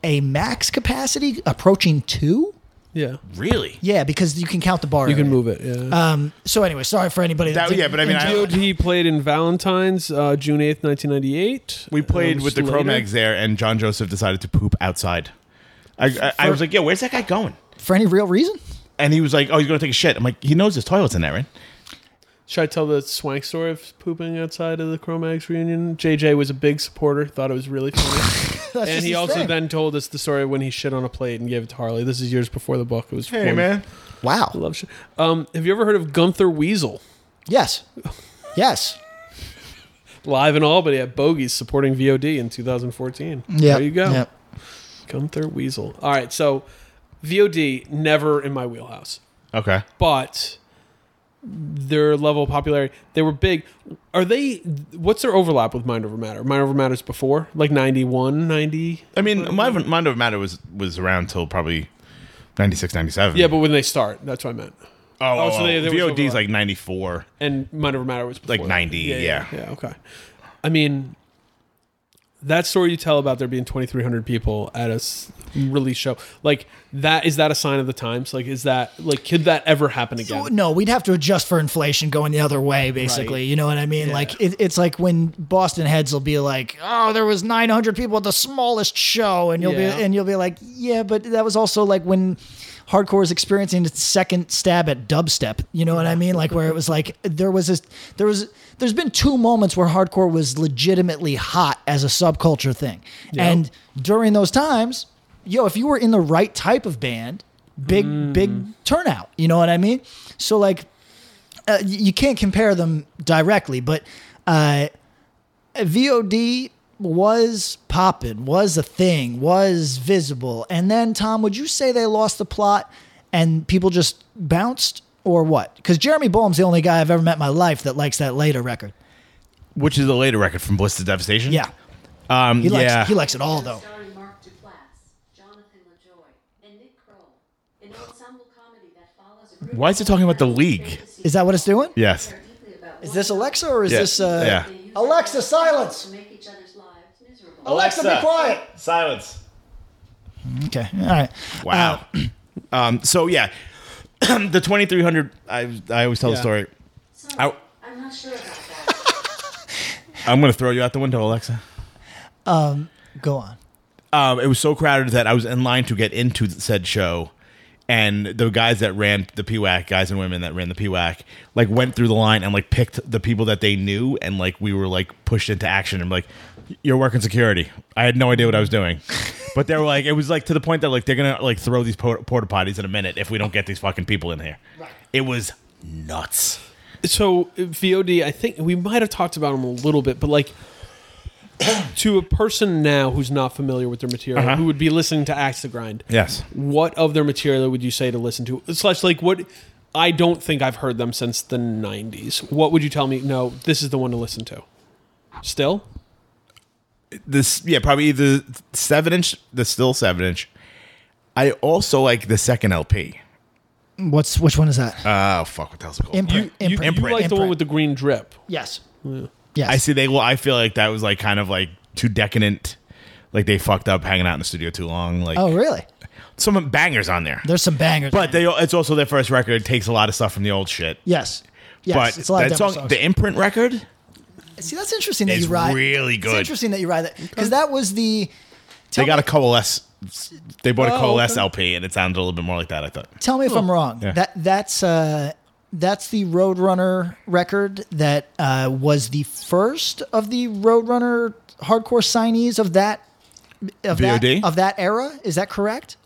S2: a max capacity approaching two.
S3: Yeah.
S4: Really?
S2: Yeah, because you can count the bar.
S3: You can
S2: area.
S3: move it. Yeah.
S2: Um, so anyway, sorry for anybody.
S4: That, yeah, but I mean, I,
S3: DOD played in Valentine's, uh, June 8th, 1998.
S4: we played
S3: Um,
S4: with the
S3: later.
S4: Chromax there, and John Joseph decided to poop outside. I, I, I was like, yo, where's that guy going?
S2: for any real reason.
S4: And he was like, oh, he's going to take a shit. I'm like, he knows his toilet's in there, right?
S3: Should I tell the swank story of pooping outside of the Chromax reunion? JJ was a big supporter, thought it was really funny.
S2: That's
S3: and
S2: just
S3: he
S2: his
S3: also
S2: thing.
S3: then told us the story when he shit on a plate and gave it to Harley. This is years before the book. It was
S4: Hey, man.
S3: I
S2: Wow.
S3: love shit. Um, have you ever heard of Gunther Weasel?
S2: Yes. Yes.
S3: Live in Albany at Bogies supporting VOD in 2014.
S2: Yeah.
S3: There you go.
S2: Yep.
S3: Gunther Weasel. All right. So VOD, never in my wheelhouse.
S4: Okay.
S3: but their level of popularity they were big are they what's their overlap with mind over matter mind over matter's before like 91 90
S4: I mean, my Mind Over Matter was, was around till probably 96, 97.
S3: yeah but when they start that's what i meant
S4: Oh,
S3: Oh,
S4: oh,
S3: so
S4: oh.
S3: they- there was
S4: VOD's
S3: overlap.
S4: like 94.
S3: and mind over matter was before
S4: Like 90, yeah.
S3: yeah okay i mean that story you tell about there being 2300 people at a s- release show like that is that a sign of the times like is that like could that ever happen again
S2: No, we'd have to adjust for inflation going the other way, basically. You know what I mean? Like it, it's like when Boston heads will be like, "Oh, there was 900 people at the smallest show," and you'll
S3: Yeah.
S2: be and you'll be like, "Yeah, but that was also like when hardcore is experiencing its second stab at dubstep." You know what I mean? Like where it was like there was this, there was there's been two moments where hardcore was legitimately hot as a subculture thing, and during those times, yo, if you were in the right type of band big big turnout you know what i mean so like uh, y- you can't compare them directly but uh vod was popping was a thing was visible and then tom would you say they lost the plot and people just bounced or what because jeremy boehm's the only guy i've ever met in my life that likes that later record
S4: Which is a later record from Bliss to Devastation.
S2: yeah
S4: Um,
S2: he likes
S4: yeah.
S2: he likes it all though
S1: Starring Mark Duplass, Jonathan LaJoy, and Nick Kroll. An ensemble comedy that follows a group
S4: Why is it talking about the league?
S2: is that what it's doing
S4: Yes.
S2: is this alexa or is
S4: Yeah.
S2: this uh
S4: Yeah.
S2: alexa silence
S1: to make each other's lives miserable.
S2: alexa be quiet
S4: Silence.
S2: okay all right
S4: Wow. um, so yeah, the 2300. I I always tell the
S3: Yeah.
S4: story. I,
S1: I'm not sure about that.
S4: I'm gonna throw you out the window, Alexa.
S2: go on
S4: Um, it was so crowded that I was in line to get into said show. And the guys that ran the PWAC, guys and women that ran the PWAC, like went through the line and like picked the people that they knew, and like we were like pushed into action. And like, you're working security. I had no idea what I was doing, but they were like, it was like to the point that like they're gonna like throw these por- porta potties in a minute if we don't get these fucking people in here. It was nuts.
S3: so VOD, I think we might have talked about them a little bit, but like to a person now who's not familiar with their material,
S2: Uh-huh.
S3: who would be listening to Axe the Grind,
S4: Yes.
S3: what of their material would you say to listen to? Slash, like what? I don't think I've heard them since the '90s. What would you tell me? No, this is the one to listen to. Still,
S4: this yeah probably either seven inch the still seven inch i also like the second lp
S2: What's which one is that?
S4: oh fuck what the hell's it called
S2: imprint.
S3: you, you
S2: imprint.
S3: like the one
S2: Imprint.
S3: with the green drip.
S2: yes. Yes.
S4: i see they well i feel like that was like kind of like too decadent like they fucked up hanging out in the studio too long like
S2: Oh really?
S4: some bangers on there
S2: There's some bangers.
S4: but they it's also their first record it takes a lot of stuff from the old shit
S2: yes. Yes.
S4: but
S2: it's a lot of
S4: that
S2: demo
S4: song
S2: songs.
S4: the imprint record
S2: see, that's interesting that
S4: is
S2: you ride.
S4: really
S2: It's
S4: good
S2: interesting that you ride that because that was the.
S4: they
S2: tell
S4: gotta
S2: me-
S4: coalesce they bought
S2: Oh,
S4: a Coalesce
S2: okay.
S4: LP, and it sounded a little bit more like that. I thought.
S2: Tell me if I'm wrong.
S4: Yeah.
S2: That that's uh that's the Roadrunner record that uh, was the first of the Roadrunner hardcore signees of that of
S4: VOD?
S2: that of that era. Is that correct?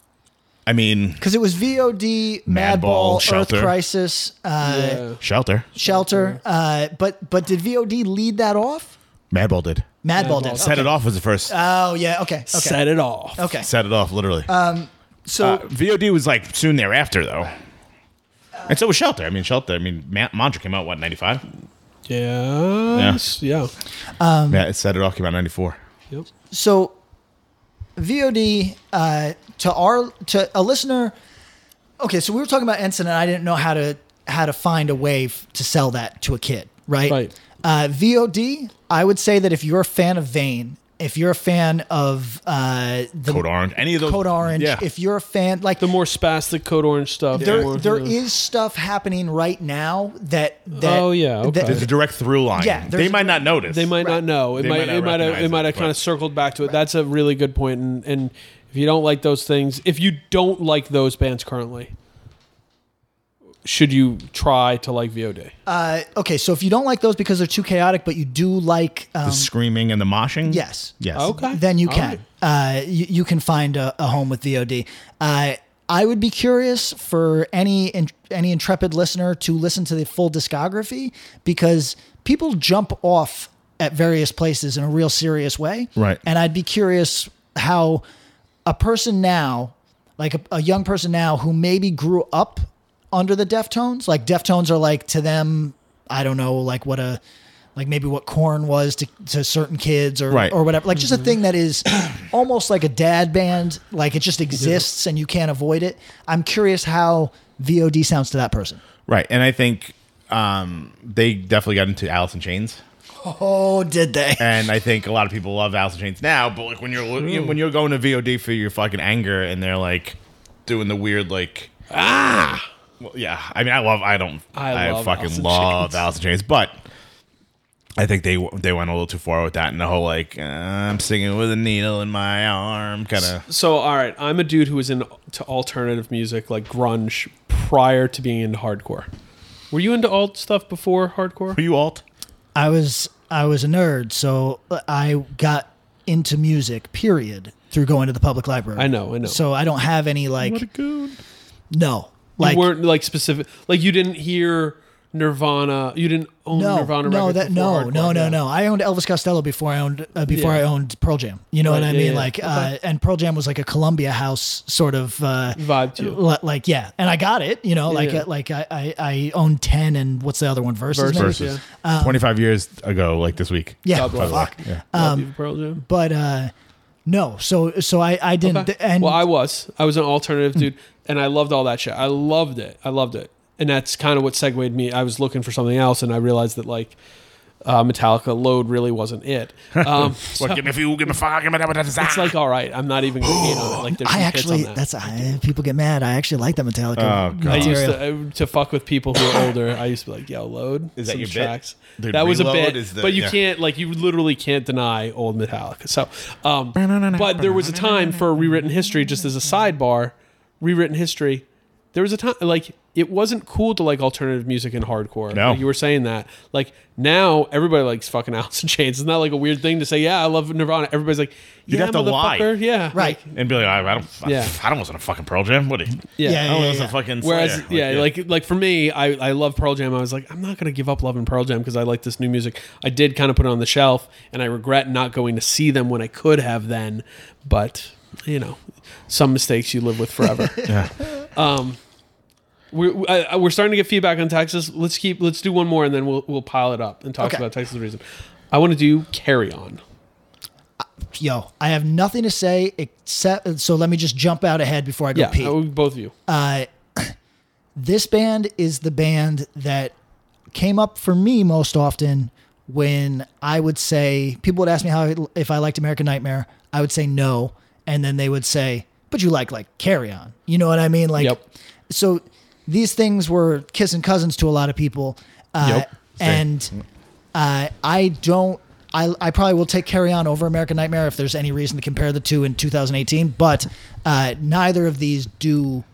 S4: I mean,
S2: Because it was VOD,
S4: Madball,
S2: Madball,
S4: Shelter.
S2: Earth Crisis, uh,
S4: Shelter,
S2: Shelter. Uh, but but did VOD lead that off?
S4: Madball did.
S2: Madball did.
S4: Set it
S2: Okay.
S4: off was the first.
S2: Oh yeah. Okay. okay.
S3: Set it off.
S2: Okay.
S4: Set it off, literally.
S2: Um. So
S4: Uh, VOD was like soon thereafter, though. And so was Shelter. I mean, Shelter. I mean, Ma- Mantra came out what ninety five.
S3: Yes. Yeah.
S2: um,
S4: yeah, it said it all came out ninety four.
S3: Oh,
S2: so VOD uh, to our to a listener. Okay, so we were talking about Ensign, and I didn't know how to how to find a way f- to sell that to a kid, right?
S3: Right.
S2: Uh, VOD. I would say that if you're a fan of Vane, if you're a fan of uh, the
S4: Code Orange, any of those.
S2: Code Orange,
S4: Yeah.
S2: if you're a fan, like
S3: the more spastic Code Orange stuff.
S2: there
S3: the more,
S2: there is stuff happening right now that that
S3: Oh, yeah, okay.
S4: There's a direct through line.
S2: Yeah, there's
S4: they
S2: a-
S4: might not notice.
S3: They might not know. It
S4: They
S3: might.
S4: might not
S3: it might have.
S4: recognize
S3: It might
S4: it,
S3: have kind
S4: but-
S3: of circled back to it. That's a really good point. And and if you don't like those things, if you don't like those bands currently, should you try to like VOD?
S2: Uh, okay, so if you don't like those because they're too chaotic, but you do like
S4: the
S2: um,
S4: screaming and the moshing.
S2: Yes.
S4: Yes.
S3: Oh,
S2: Then you
S3: All
S2: can. Uh, you, you can find a, a home with VOD. Uh, I would be curious for any in, any intrepid listener to listen to the full discography because people jump off at various places in a real serious way.
S4: Right.
S2: And I'd be curious how a person now, like a, a young person now who maybe grew up under the Deftones, like Deftones are like to them, I don't know, like what a like maybe what corn was to, to certain kids or
S4: Right.
S2: or whatever like just a thing that is almost like a dad band like it just exists and you can't avoid it i'm curious how vod sounds to that person
S4: Right. And I think um, they definitely got into Alice in Chains.
S2: oh did they
S4: And I think a lot of people love Alice in Chains now, but like when you're when you're going to VOD for your fucking anger and they're like doing the weird like ah well, yeah. I mean I love I don't
S3: I
S4: I,
S3: love
S4: fucking
S3: Alice in
S4: love
S3: Chains.
S4: Alice in Chains, but I think they they went a little too far with that and the whole like uh, I'm singing with a needle in my arm kind of
S3: So all right, I'm a dude who was into alternative music like grunge prior to being into hardcore. Were you into alt stuff before hardcore?
S4: Were you alt?
S2: i was i was a nerd so i got into music period through going to the public library
S3: I know, I know.
S2: so i don't have any like no like
S3: Like, you weren't like specific. Like you didn't hear Nirvana. You didn't own
S2: no,
S3: Nirvana.
S2: no,
S3: records
S2: that no,
S3: before hardcore,
S2: no, no,
S3: yeah.
S2: no. I owned Elvis Costello before I owned uh, before
S3: Yeah.
S2: I owned Pearl Jam. You know
S3: Right,
S2: what I
S3: yeah,
S2: mean?
S3: yeah.
S2: Like, uh,
S3: Okay.
S2: and Pearl Jam was like a Columbia House sort of uh,
S3: Vibe to you.
S2: li- like yeah, and I got it. You know, like
S3: Yeah.
S2: uh, like I, I I owned ten and what's the other one? Versus, maybe?
S4: versus
S3: Um,
S4: 25 years ago like this week.
S2: Yeah,
S4: by the way.
S2: fuck.
S4: Yeah.
S3: Love
S2: Um,
S3: you, Pearl Jam.
S2: but uh, no, so so I I didn't
S3: Okay.
S2: and Mm.
S3: well, I was. I was an alternative dude, and I loved all that shit. I loved it. I loved it, and that's kind of what segued me. I was looking for something else, and I realized that like uh, Metallica Load really wasn't it. Um, so
S4: Well, give me a few, give me five, give me that, that, that.
S3: it's like all right, I'm not even gonna hate on it. Like there's some
S2: I
S3: hits
S2: actually
S3: on that.
S2: that's I, people get mad. I actually like that Metallica.
S4: Oh, God.
S3: I
S2: material.
S3: used to, I- to fuck with people who are older. I used to be like, "Yo, load
S4: Is that
S3: some
S4: your bit?
S3: tracks."
S4: Dude,
S3: that was a
S4: Reload
S3: bit,
S4: is the-
S3: but you
S4: yeah.
S3: can't like you literally can't deny old Metallica. So, um, but there was a time for rewritten history. Just as a sidebar, rewritten history. There was a time like it wasn't cool to like alternative music and hardcore.
S4: No.
S3: Like, you were saying that. Like now, everybody likes fucking Alice in Chains. Isn't that like a weird thing to say? Yeah, I love Nirvana. Everybody's like,
S4: You'd
S3: yeah,
S4: have to lie.
S3: motherfucker. Yeah,
S2: right.
S3: Like,
S4: and be like, I, I don't, I-
S3: Yeah.
S4: I, don't listen to fucking Pearl Jam. What? do you-
S3: yeah.
S2: Yeah,
S4: I don't
S2: yeah,
S4: listen
S2: yeah.
S4: to fucking.
S3: Whereas,
S4: Slayer.
S3: yeah, like like for me, I, I love Pearl Jam. I was like, I'm not gonna give up loving Pearl Jam because I like this new music. I did kind of put it on the shelf, and I regret not going to see them when I could have then. But you know, some mistakes you live with forever. yeah. Um, we're we- I, I- we're starting to get feedback on Texas. Let's keep let's do one more, and then we'll we'll pile it up and talk
S2: Okay.
S3: about Texas reason. I want to do Carry On.
S2: yo, I have nothing to say except. So let me just jump out ahead before I go
S3: Yeah,
S2: pee.
S3: I would- both of you.
S2: uh, this band is the band that came up for me most often when I would say people would ask me how I, if I liked American Nightmare. I would say no, and then they would say, "But you like like Carry On." You know what I mean? Like,
S3: Yep.
S2: so these things were kissing cousins to a lot of people, uh,
S3: Yep.
S2: and uh, I don't. I, I probably will take Carry On over American Nightmare if there's any reason to compare the two in 2018, but uh, neither of these do,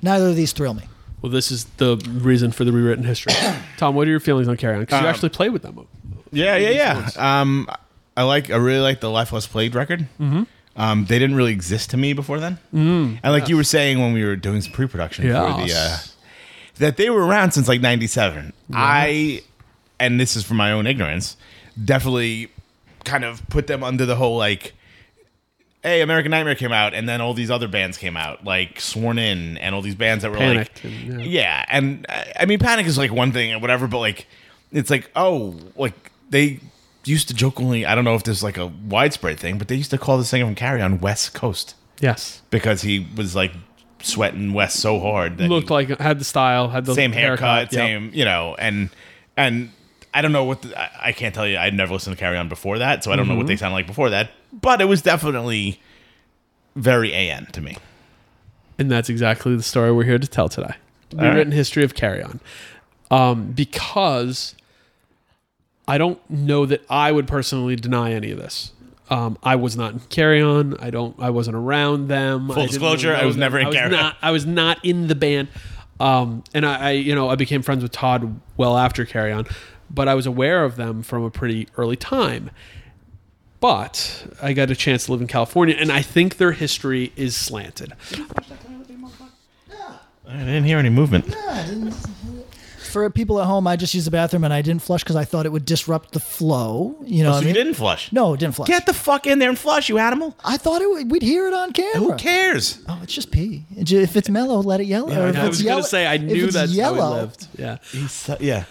S2: neither of these thrill me.
S3: Well, this is the reason for the rewritten history. Tom, what are your feelings on Carry On? Because
S4: Um,
S3: you actually played with them.
S4: Yeah, yeah, yeah. Um, I like. I really like the Lifeless Plague record.
S3: Mhm.
S4: Um, they didn't really exist to me before then.
S3: Mm,
S4: and like
S3: yes.
S4: you were saying when we were doing some pre-production for the uh,
S3: Yes.
S4: that they were around since like '97. I and this is from my own ignorance. Definitely, kind of put them under the whole like. Hey, American Nightmare came out, and then all these other bands came out, like Sworn In, and all these bands that were like,
S3: Panicked and, yeah.
S4: yeah, and I I mean, panic is like one thing and whatever, but like, it's like, oh, like they used to jokingly, I don't know if this is like a widespread thing, but they used to call this thing from Carry on West Coast
S3: Yes.
S4: because he was like sweating West so hard that
S3: Looked like had the style, had the
S4: same haircut,
S3: yep.
S4: same, you know, and and I don't know what the, I, I can't tell you. I'd never listened to Carry On before that, so I don't know what
S3: Mhm.
S4: they sound like before that, but it was definitely very AN to me.
S3: And that's exactly the story we're here to tell today.
S4: All right.
S3: Rewritten history of Carry On. Um, because I don't know that I would personally deny any of this. Um, I was not in Carry On. I don't. I wasn't around them.
S4: Full
S3: I didn't
S4: disclosure,
S3: know
S4: I was
S3: them.
S4: never in
S3: I was
S4: Carry On.
S3: not- I was not in the band. Um, and I, I, you know, I became friends with Todd well after Carry On, but I was aware of them from a pretty early time. But I got a chance to live in California, and I think their history is slanted.
S4: I didn't hear any movement.
S2: For people at home, I just used the bathroom and I didn't flush because I thought it would disrupt the flow. You know,
S4: Oh,
S2: what
S4: so
S2: I
S4: you
S2: mean?
S4: didn't flush.
S2: No, it didn't flush.
S4: Get the fuck in there and flush, you animal.
S2: I thought it would, we'd hear it on camera.
S4: Who cares?
S2: Oh, it's just pee. J- If it's mellow, let it yellow. Or if
S3: I
S2: it's
S3: was
S2: yellow-
S3: gonna say I
S2: if
S3: knew
S2: it's
S3: that's
S2: yellow,
S3: how he lived. Yeah,
S4: He's so, yeah.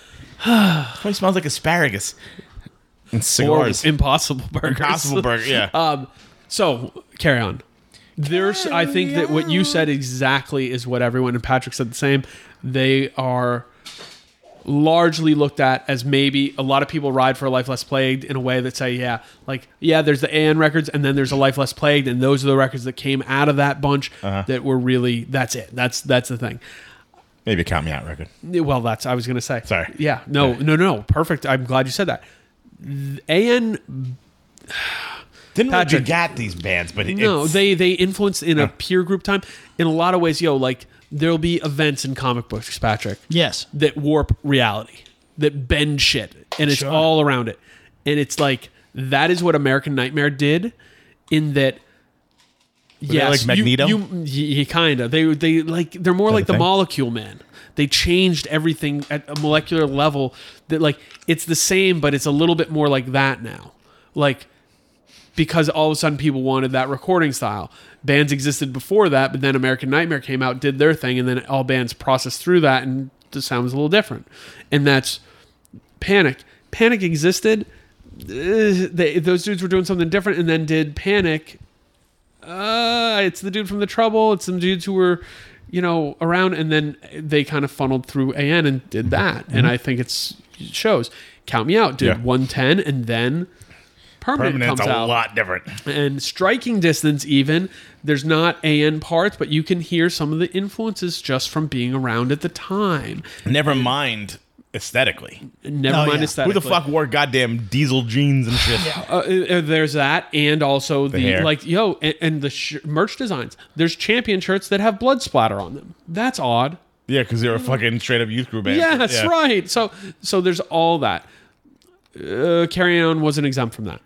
S4: Probably smells like asparagus and cigars.
S3: Or impossible burgers.
S4: Impossible burger, yeah.
S3: um, so carry on. There's, I think that what you said exactly is what everyone and Patrick said the same. They are largely looked at as maybe a lot of people ride for a life less plagued in a way that say yeah like yeah there's the an records and then there's a life less plagued and those are the records that came out of that bunch
S4: Uh-huh.
S3: that were really that's it that's that's the thing
S4: Maybe a count me out record.
S3: Yeah, Well, that's I was going to say.
S4: Sorry.
S3: Yeah. No. No. No. Perfect. I'm glad you said that. Th- An Patrick-
S4: Didn't Patrick got these bands, but it-
S3: no,
S4: it's-
S3: they they influence in a peer group time in a lot of ways. Yo, like there'll be events in comic books, Patrick.
S2: Yes.
S3: That warp reality, that bend shit, and it's
S2: Sure.
S3: all around it, and it's like that is what American Nightmare did, in that.
S4: Were they like Magneto?
S3: You, you, kind of. They they like they're more like the,
S4: the thing?
S3: Molecule Man. They changed everything at a molecular level. That like it's the same, but it's a little bit more like that now. Like because all of a sudden people wanted that recording style. Bands existed before that, but then American Nightmare came out, did their thing, and then all bands processed through that, and the sound was a little different. And that's Panic. Panic existed. Uh, they, those dudes were doing something different, and then did Panic. Uh, it's the dude from the Trouble. It's some dudes who were, you know, around, and then they kind of funneled through AN and did that. And
S4: Mhm.
S3: I think it's it shows. Count me out. Did
S4: Yeah.
S3: 110, and then permanent
S4: Permanent's
S3: comes
S4: a
S3: out
S4: lot different.
S3: and striking distance even there's not an parts but you can hear some of the influences just from being around at the time
S4: Never mind aesthetically.
S3: Never Oh, mind yeah.
S4: Who the
S3: aesthetically.
S4: fuck wore goddamn diesel jeans and shit?
S3: uh, uh, there's that and also the,
S4: hair.
S3: like yo and, and the sh- merch designs there's champion shirts that have blood splatter on them that's odd
S4: Yeah, because they were a fucking straight up youth group band.
S3: yeah that's
S4: Yeah.
S3: right so so there's all that uh, carry on wasn't exempt from that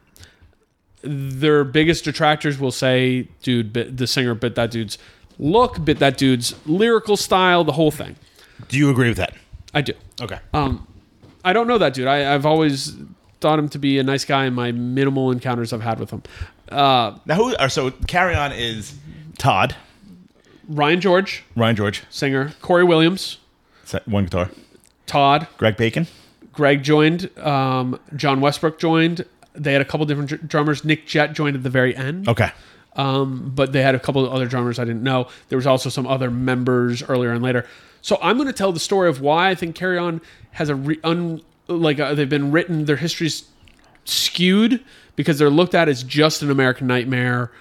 S3: their biggest detractors will say dude bit, the singer bit that dude's look bit that dude's lyrical style the whole thing
S4: Do you agree with that? Uh,
S3: I do.
S4: Okay.
S3: Um, I don't know that dude. I, I've always thought him to be a nice guy in my minimal encounters I've had with him. Uh,
S4: now who are so carry on is Todd,
S3: Ryan George,
S4: Ryan George,
S3: singer, Corey Williams,
S4: se- one guitar,
S3: Todd,
S4: Greg Bacon.
S3: Greg joined, um, John Westbrook joined. They had a couple different dr- drummers. Nick Jett joined at the very end.
S4: Okay.
S3: Um, but they had a couple of other drummers I didn't know. There was also some other members earlier and later. So I'm going to tell the story of why I think Carry On has a re- un like uh they've been written their histories skewed because they're looked at as just an American Nightmare,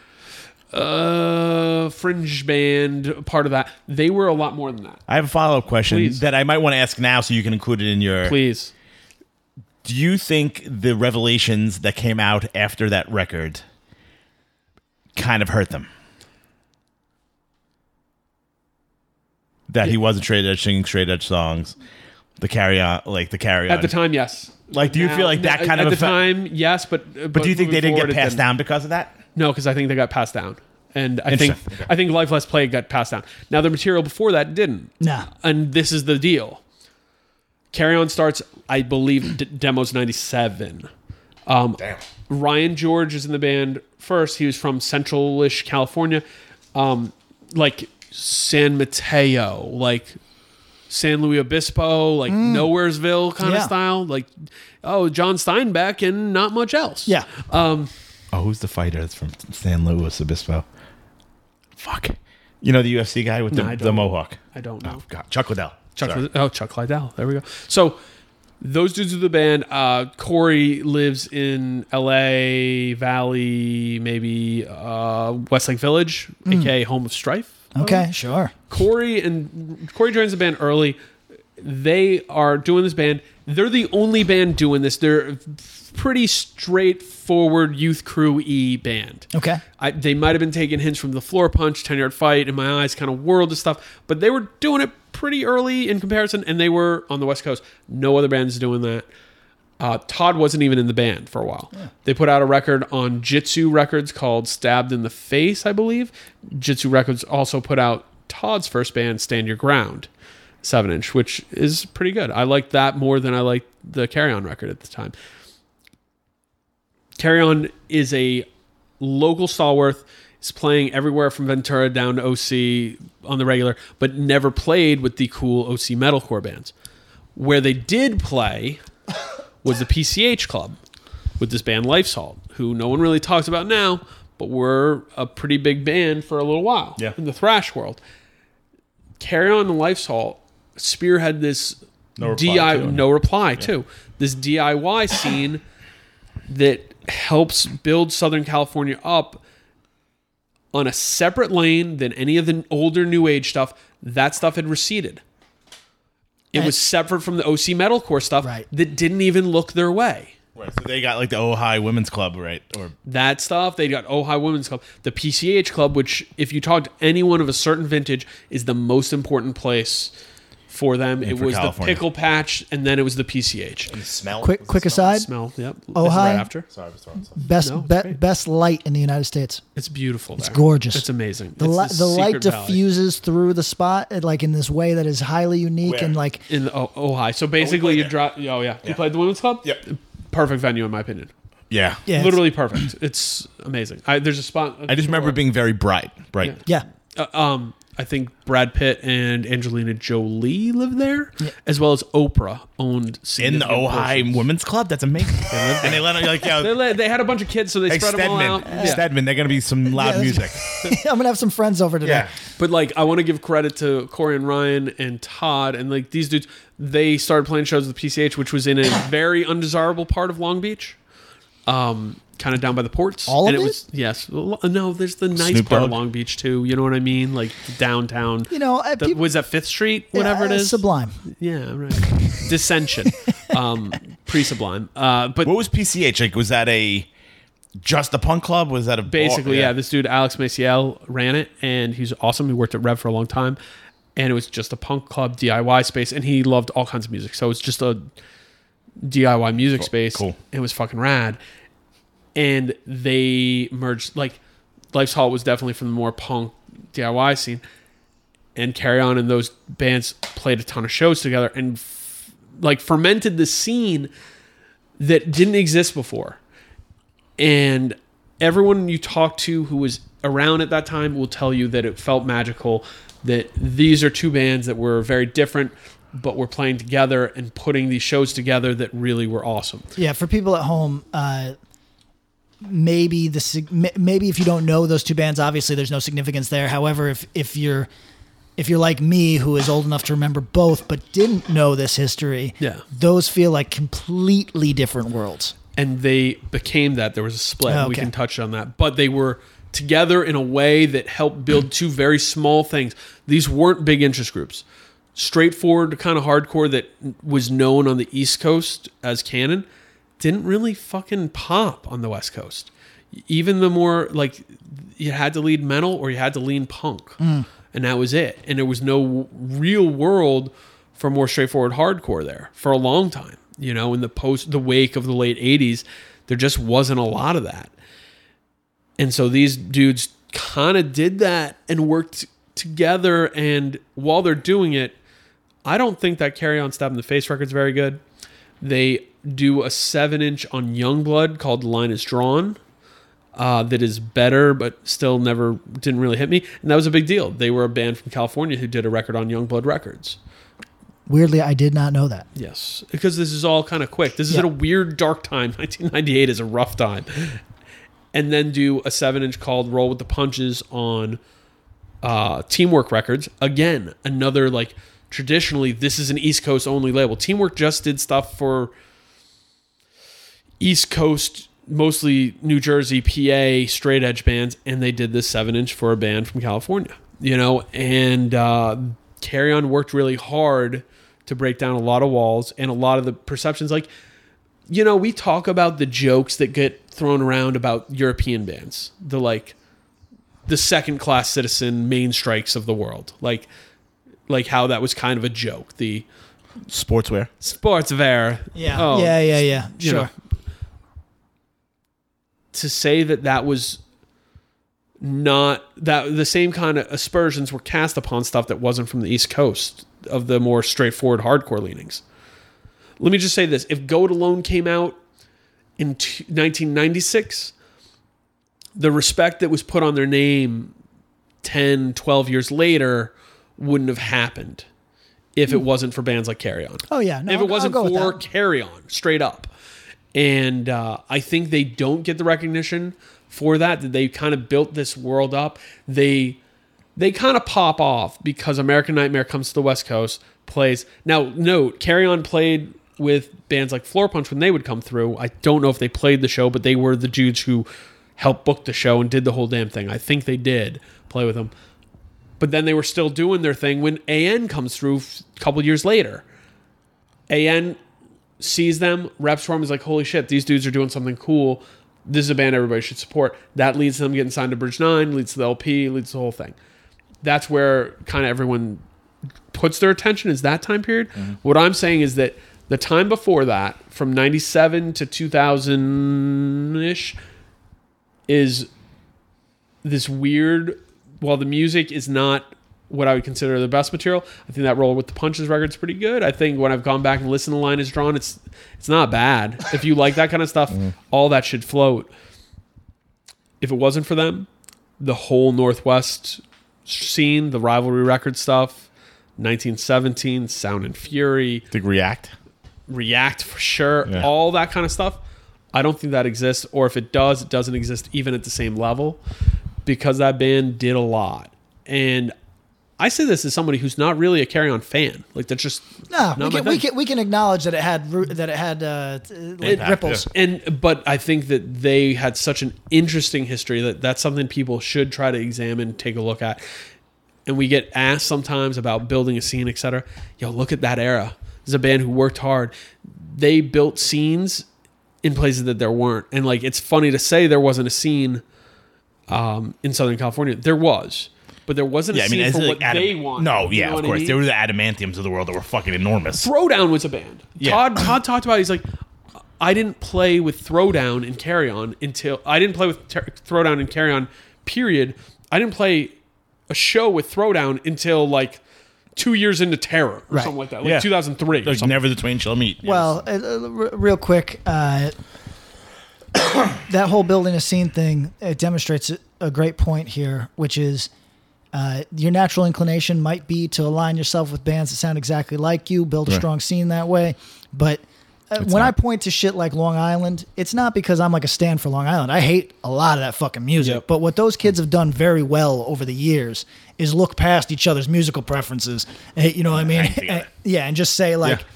S3: uh, fringe band part of that. They were a lot more than that.
S4: I have a follow up question
S3: Please.
S4: that I might want to ask now, so you can include it in your.
S3: Please.
S4: Do you think the revelations that came out after that record kind of hurt them? That he wasn't straight edge singing straight edge songs, the carry on, like the carry on
S3: At the time, yes.
S4: Like, do you
S3: Now-
S4: feel like that
S3: at-
S4: kind of
S3: at the
S4: affect-
S3: time? Yes, but
S4: But, do you think they didn't get passed down because of that?
S3: No, because I think they got passed down, and I think
S4: Interesting. Okay.
S3: I think Life Less Plague got passed down. Now the material before that didn't.
S2: Nah.
S3: and this is the deal. Carry On starts, I believe, d- demos '97. Um, Damn. Ryan George is in the band first. He was from Central-ish California, um, like San Mateo, like San Luis Obispo, like
S2: Mm.
S3: Nowheresville kind
S2: Yeah.
S3: of style. Like, oh, John Steinbeck and not much else.
S2: Yeah.
S3: Um,
S4: Oh, who's the fighter that's from San Luis Obispo? Fuck. You know the UFC guy with the,
S3: No, I
S4: the
S3: don't.
S4: mohawk?
S3: I don't
S4: know. Oh, God. Chuck Liddell.
S3: Chuck,
S4: Sorry.
S3: oh, Chuck Liddell. There we go. So those dudes are the band. Uh, Corey lives in L.A. Valley, maybe uh, Westlake Village, aka Home of Strife.
S2: Okay, sure.
S3: Corey and Corey joins the band early. They are doing this band. They're the only band doing this. They're a pretty straightforward youth crew e band.
S2: Okay.
S3: I, they might have been taking hints from the floor punch, 10 yard fight, and my eyes kind of whirled and stuff, but they were doing it pretty early in comparison, and they were on the West Coast. No other band's doing that. Uh, Todd wasn't even in the band for a while. They put out a record on Jitsu Records called Stabbed in the Face, I believe. Jitsu Records also put out Todd's first band, Stand Your Ground, 7 inch, which is pretty good. I liked that more than I liked the Carry On record at the time. Carry On is a local Stallworth. Is playing everywhere from Ventura down to OC on the regular, but never played with the cool OC metalcore bands. Where they did play was the PCH Club with this band Life Salt, who no one really talks about now, but were a pretty big band for a little while
S4: Yeah.
S3: in the thrash world. Carry On and Life Salt spearhead this
S4: No reply
S3: DI
S4: to it.
S3: no reply too. This DIY scene that helps build Southern California up on a separate lane than any of the older new age stuff. That stuff had receded. It was separate from the OC metalcore stuff that didn't even look their way.
S4: Right, so they got like the Ojai Women's Club, right? Or
S3: That stuff, they got Ojai Women's Club, the PCH Club, which, if you talk to anyone of a certain vintage, is the most important place for them.
S4: Yeah,
S3: it
S4: for
S3: was the
S4: California.
S3: pickle patch, and then it was the PCH. And
S7: smell.
S2: Quick, quick aside.
S3: Smell. Yep.
S2: Ojai.
S3: Right after.
S7: Sorry, I was throwing
S2: Best,
S3: No, it's
S2: be, best light in the United States.
S3: It's beautiful.
S2: It's
S3: there.
S2: gorgeous.
S3: It's amazing.
S2: The,
S3: It's
S2: li-
S3: this
S2: the light
S3: secret valley.
S2: diffuses through the spot uh, like in this way that is highly unique and like
S3: in the oh, Ojai. So basically, you drop. Oh yeah. you played the women's club. Yep. Perfect venue in my opinion.
S4: Yeah.
S2: Yeah,
S3: Literally perfect. It's amazing. I, there's a spot.
S4: I just remember it being very bright. Bright.
S2: Yeah.
S3: Uh, um, I think Brad Pitt and Angelina Jolie live there, as well as Oprah owned
S4: In the
S3: significant
S4: Ojai
S3: portions.
S4: Women's Club? That's amazing. and they let them, like, yeah.
S3: They, let- they had a bunch of kids, so they
S4: Hey,
S3: spread them all
S4: Stedman.
S3: out. Yeah.
S4: Stedman, they're going to be some loud
S2: that's-
S4: music.
S2: I'm gonna have some friends over today.
S3: But like, I want to give credit to Corey and Ryan and Todd and like these dudes. They started playing shows with PCH, which was in a very undesirable part of Long Beach, um, kind of down by the ports.
S2: All of
S3: and
S2: it?
S3: was yes, Well, no. There's the nice
S4: Snoop
S3: part of
S4: Dogg?
S3: Long Beach too. You know what I mean? Like downtown.
S2: You know, I,
S3: The-
S2: people,
S3: was that Fifth Street? Whatever it
S2: uh,
S3: is.
S2: Sublime.
S3: Yeah, right. Dissension, um, pre-Sublime. Uh, but
S4: what was PCH? Like, was that a just a punk club? Was that a bar?
S3: basically, yeah. this dude Alex Maciel ran it, and he's awesome. He worked at Rev for a long time, and it was just a punk club DIY space, and he loved all kinds of music. So it's just a DIY music space.
S4: cool.
S3: It was fucking rad, and they merged. Like, Life's Hall was definitely from the more punk DIY scene, and Carry On and those bands played a ton of shows together, and f- like fermented the scene that didn't exist before. And everyone you talk to who was around at that time will tell you that it felt magical, that these are two bands that were very different, but were playing together and putting these shows together that really were awesome.
S2: Yeah, for people at home, uh, maybe the sig- m- maybe if you don't know those two bands, obviously there's no significance there. However, if if you're if you're like me, who is old enough to remember both but didn't know this history,
S3: Yeah.
S2: those feel like completely different worlds.
S3: And they became that. There was a split.
S2: Oh,
S3: We
S2: okay.
S3: can touch on that. But they were together in a way that helped build two very small things. These weren't big interest groups. straightforward kind of hardcore that was known on the East Coast as canon didn't really fucking pop on the West Coast. Even the more like you had to lead metal or you had to lean punk,
S6: Mm.
S3: and that was it. And there was no real world for more straightforward hardcore there for a long time. You know, in the post the wake of the late '80s, there just wasn't a lot of that. And so these dudes kind of did that and worked together. And while they're doing it, I don't think that Carry On Stab in the Face record's very good. They do a seven inch on Youngblood called Line is Drawn. Uh, that is better, but still never didn't really hit me, and that was a big deal. They were a band from California who did a record on Youngblood Records.
S2: Weirdly, I did not know that.
S3: Yes, because this is all kind of quick. This is
S2: Yeah.
S3: at a weird dark time. 1998 is a rough time. And then do a seven inch called Roll with the Punches on uh, Teamwork Records. Again, another like traditionally, this is an East Coast only label. Teamwork just did stuff for East Coast, mostly New Jersey, PA, straight edge bands, and they did this seven inch for a band from California, you know. And uh, Carry On worked really hard to break down a lot of walls and a lot of the perceptions. Like, you know, we talk about the jokes that get thrown around about European bands, the like, the second class citizen main strikes of the world, like, like how that was kind of a joke. The Oh,
S4: sportswear,
S3: sportswear,
S2: Yeah. Yeah, yeah, yeah.
S3: you know,
S2: Sure.
S3: to say that that was not that the same kind of aspersions were cast upon stuff that wasn't from the East Coast of the more straightforward hardcore leanings. Let me just say this: if Go It Alone came out in t- 1996, the respect that was put on their name 10, 12 years later wouldn't have happened if it wasn't for bands like Carry On.
S2: Hmm. Oh, yeah. No,
S3: if
S2: I'll-
S3: it
S2: I'll
S3: wasn't
S2: go with
S3: for
S2: that.
S3: Carry On, straight up. And uh, I think they don't get the recognition for that. That they kind of built this world up. They they kind of pop off because American Nightmare comes to the West Coast, plays. Now, note, Carry On played with bands like Floor Punch when they would come through. I don't know if they played the show, but they were the dudes who helped book the show and did the whole damn thing. I think they did play with them. But then they were still doing their thing when AN comes through a couple years later. AN sees them, reps for them, is like, holy shit, these dudes are doing something cool. This is a band everybody should support. That leads to them getting signed to Bridge Nine, leads to the LP, leads to the whole thing. That's where kind of everyone puts their attention is that time period. What I'm saying is that the time before that, from 97 to 2000 ish, is this weird while the music is not what I would consider the best material, I think that roll with the punches record's pretty good. I think when I've gone back and listened to Line is Drawn, it's it's not bad. If you like that kind of stuff,
S6: Mm.
S3: all that should float. If it wasn't for them, the whole Northwest scene, the rivalry record stuff, 1917, Sound and Fury,
S4: Think React,
S3: React for sure,
S4: Yeah.
S3: all that kind of stuff. I don't think that exists, or if it does, it doesn't exist even at the same level because that band did a lot. And I say this as somebody who's not really a Carry On fan. Like that's just
S2: No, Ah,
S3: not
S2: we
S3: my
S2: can, we
S3: thing.
S2: can we can acknowledge that it had root, that it had uh, t- like ripples.
S3: And but I think that they had such an interesting history that that's something people should try to examine, take a look at. And we get asked sometimes about building a scene, etc. Yo, look at that era. This is a band who worked hard. They built scenes in places that there weren't. And like it's funny to say there wasn't a scene um, in Southern California. There was. But there wasn't a
S4: yeah, I
S3: scene
S4: mean, it's
S3: for
S4: like
S3: what
S4: adam-
S3: they want.
S4: No,
S3: You
S4: yeah,
S3: know
S4: of
S3: what I
S4: course,
S3: mean?
S4: they were the adamantiums of the world that were fucking enormous.
S3: Throwdown was a band.
S4: Yeah.
S3: Todd Todd talked about it. he's like I didn't play with Throwdown and Carry On until I didn't play with ter- Throwdown and Carry On period. I didn't play a show with Throwdown until like 2 years into Terror or
S2: Right.
S3: something like that. Like
S4: Yeah.
S3: 2003.
S4: Like, never the twain shall meet.
S2: Well, uh, uh, r- real quick, uh, that whole building a scene thing it demonstrates a- a great point here, which is uh, your natural inclination might be to align yourself with bands that sound exactly like you, build a
S9: Right.
S2: strong scene that way. But uh,
S9: It's
S2: when I
S9: not.
S2: point to shit like Long Island, it's not because I'm like a stand for Long Island. I hate a lot of that fucking music. But what those kids have done very well over the years is look past each other's musical preferences. eh, You know what I mean? yeah, and just say like,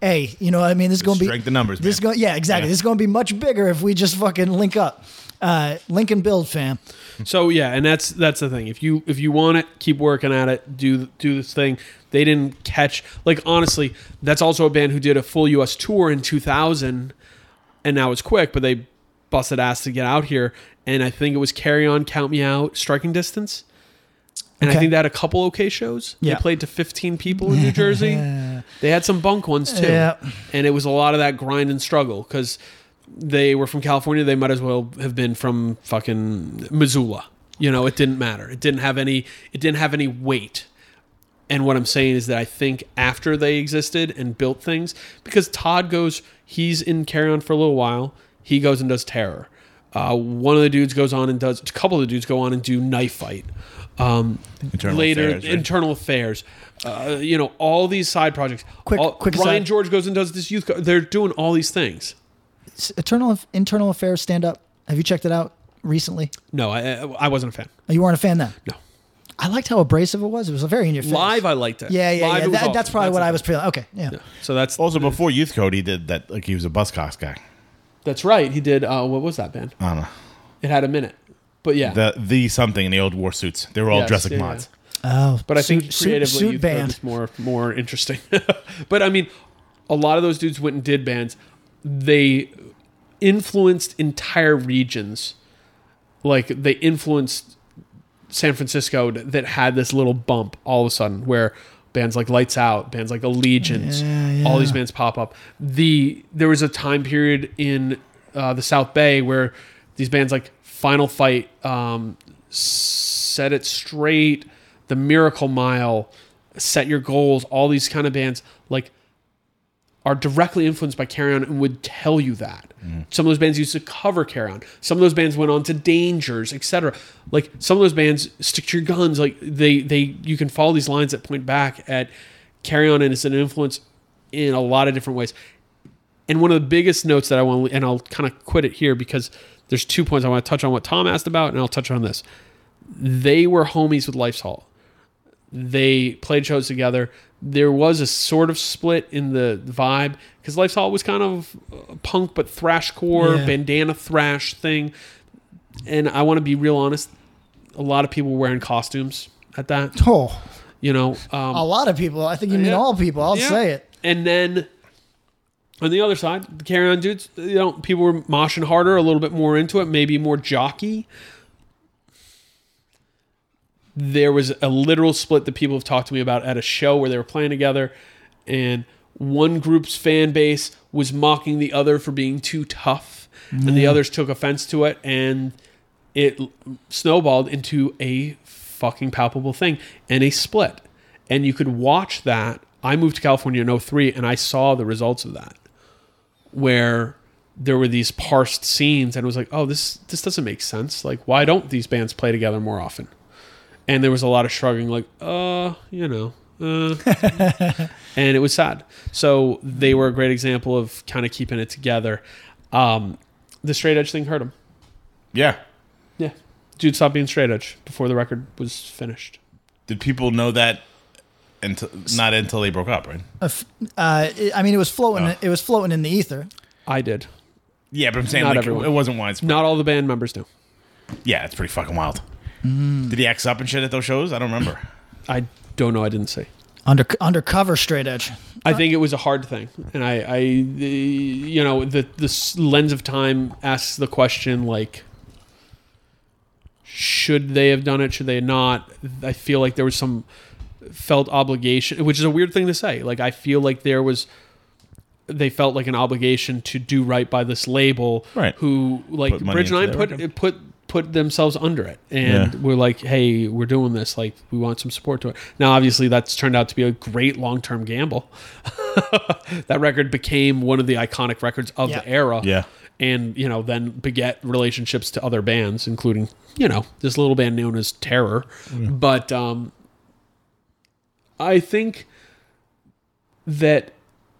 S2: hey, you know what I mean? This is going to be
S4: Strength in numbers,
S2: This
S4: man.
S2: going yeah, exactly.
S4: Yeah.
S2: This is going to be much bigger if we just fucking link up. Uh, Lincoln Build, fam.
S3: So yeah, and that's that's the thing. If you if you want it, keep working at it. Do do this thing. They didn't catch like honestly. That's also a band who did a full U.S. tour in 2000, and now it's quick, but they busted ass to get out here. And I think it was Carry On, Count Me Out, Striking Distance, and I
S2: Okay.
S3: think they had a couple okay shows.
S2: Yeah.
S3: They played to 15 people in New Jersey. they had some bunk ones too,
S2: Yeah.
S3: and it was a lot of that grind and struggle because they were from California, they might as well have been from fucking Missoula. You know, it didn't matter. It didn't have any it didn't have any weight. And what I'm saying is that I think after they existed and built things, because Todd goes, he's in Carry On for a little while, he goes and does Terror. Uh, one of the dudes goes on and does, a couple of the dudes go on and do Knife Fight. Um,
S4: Internal
S3: later,
S4: Affairs, right?
S3: Internal Affairs. Uh, you know, all these side projects.
S2: Quick-
S3: all,
S2: quick
S3: Ryan
S2: aside.
S3: George goes and does this youth. co- They're doing all these things.
S2: S- Eternal Internal Affairs stand up. Have you checked it out recently?
S3: No, I, I I wasn't a fan.
S2: Oh, you weren't a fan then?
S3: No.
S2: I liked how abrasive it was. It was very in your face.
S3: Live, I liked it.
S2: Yeah, yeah,
S3: Live,
S2: yeah.
S3: it was
S2: That-
S3: awesome.
S2: that's probably
S3: That's
S2: what
S3: the
S2: I was
S3: thing.
S2: feeling. Okay, yeah.
S3: So that's
S4: also before Youth Code. He did that like he was a buzzcocks guy.
S3: That's right. He did. Uh, what was that band?
S4: I don't know.
S3: It had a minute, but yeah.
S4: The the something in the old war suits. They were all
S3: Yes,
S4: dressed like
S3: yeah,
S4: mods.
S2: Oh,
S3: but I think
S2: suit- suit-
S3: creatively,
S2: suit
S3: Youth Code
S2: band.
S3: is more more interesting. but I mean, a lot of those dudes went and did bands. They influenced entire regions. Like they influenced San Francisco th- that had this little bump all of a sudden where bands like Lights Out, bands like Allegiance,
S2: Yeah,
S3: all these
S2: yeah.
S3: bands pop up. The there was a time period in uh, the South Bay where these bands like Final Fight, um, Set It Straight, The Miracle Mile, Set Your Goals, all these kind of bands like are directly influenced by Carry On and would tell you that. Some of those bands used to cover Carry On. Some of those bands went on to Dangers, etc. Like some of those bands, Stick to Your Guns. Like they they you can follow these lines that point back at Carry On and it's an influence in a lot of different ways. And one of the biggest notes that I want, and I'll kind of quit it here because there's two points I want to touch on what Tom asked about, and I'll touch on this. They were homies with Life's Hall. They played shows together. There was a sort of split in the vibe because Life's Hall was kind of uh, punk but thrashcore,
S8: Yeah.
S3: bandana thrash thing. And I want to be real honest, a lot of people were wearing costumes at that.
S2: Oh,
S3: You know, um,
S2: a lot of people. I think you mean
S3: yeah.
S2: all people. I'll
S3: Yeah.
S2: say it.
S3: And then on the other side, the carry on dudes, you know, people were moshing harder, a little bit more into it, maybe more jockey. There was a literal split that people have talked to me about at a show where they were playing together, and one group's fan base was mocking the other for being too tough, and the
S8: Yeah.
S3: others took offense to it, and it l- snowballed into a fucking palpable thing and a split. And you could watch that. I moved to California in 03 and I saw the results of that where there were these parsed scenes and it was like, oh, this this doesn't make sense. Like, why don't these bands play together more often? And there was a lot of shrugging, like, uh, you know, uh. and it was sad. So they were a great example of kind of keeping it together. Um, the straight edge thing hurt them.
S4: Yeah.
S3: Yeah. Dude stopped being straight edge before the record was finished.
S4: Did people know that? Until not until they broke up, right?
S2: Uh, f- uh, it- I mean, it was floating. It was floating in the ether.
S3: I did.
S4: Yeah, but I'm saying
S3: Not
S4: like,
S3: everyone.
S4: it wasn't widespread.
S3: Not all the band members do.
S4: Yeah, it's pretty fucking wild. Did he X up and shit at those shows? I don't remember.
S3: I don't know. I didn't see.
S2: Under undercover straight edge.
S3: I think it was a hard thing, and I, I the, you know, the the s- lens of time asks the question like, should they have done it? Should they not? I feel like there was some felt obligation, which is a weird thing to say. Like I feel like there was, they felt like an obligation to do right by this label,
S4: Right.
S3: Who like
S4: Put money
S3: Bridge
S4: into
S3: Nine
S4: their
S3: put
S4: record.
S3: put put themselves under it, and
S4: Yeah.
S3: we're like, hey, we're doing this. Like we want some support to it. Now, obviously, that's turned out to be a great long term gamble. that record became one of the iconic records of
S2: Yeah.
S3: the era.
S4: Yeah.
S3: And, you know, then beget relationships to other bands, including, you know, this little band known as Terror. But um, I think that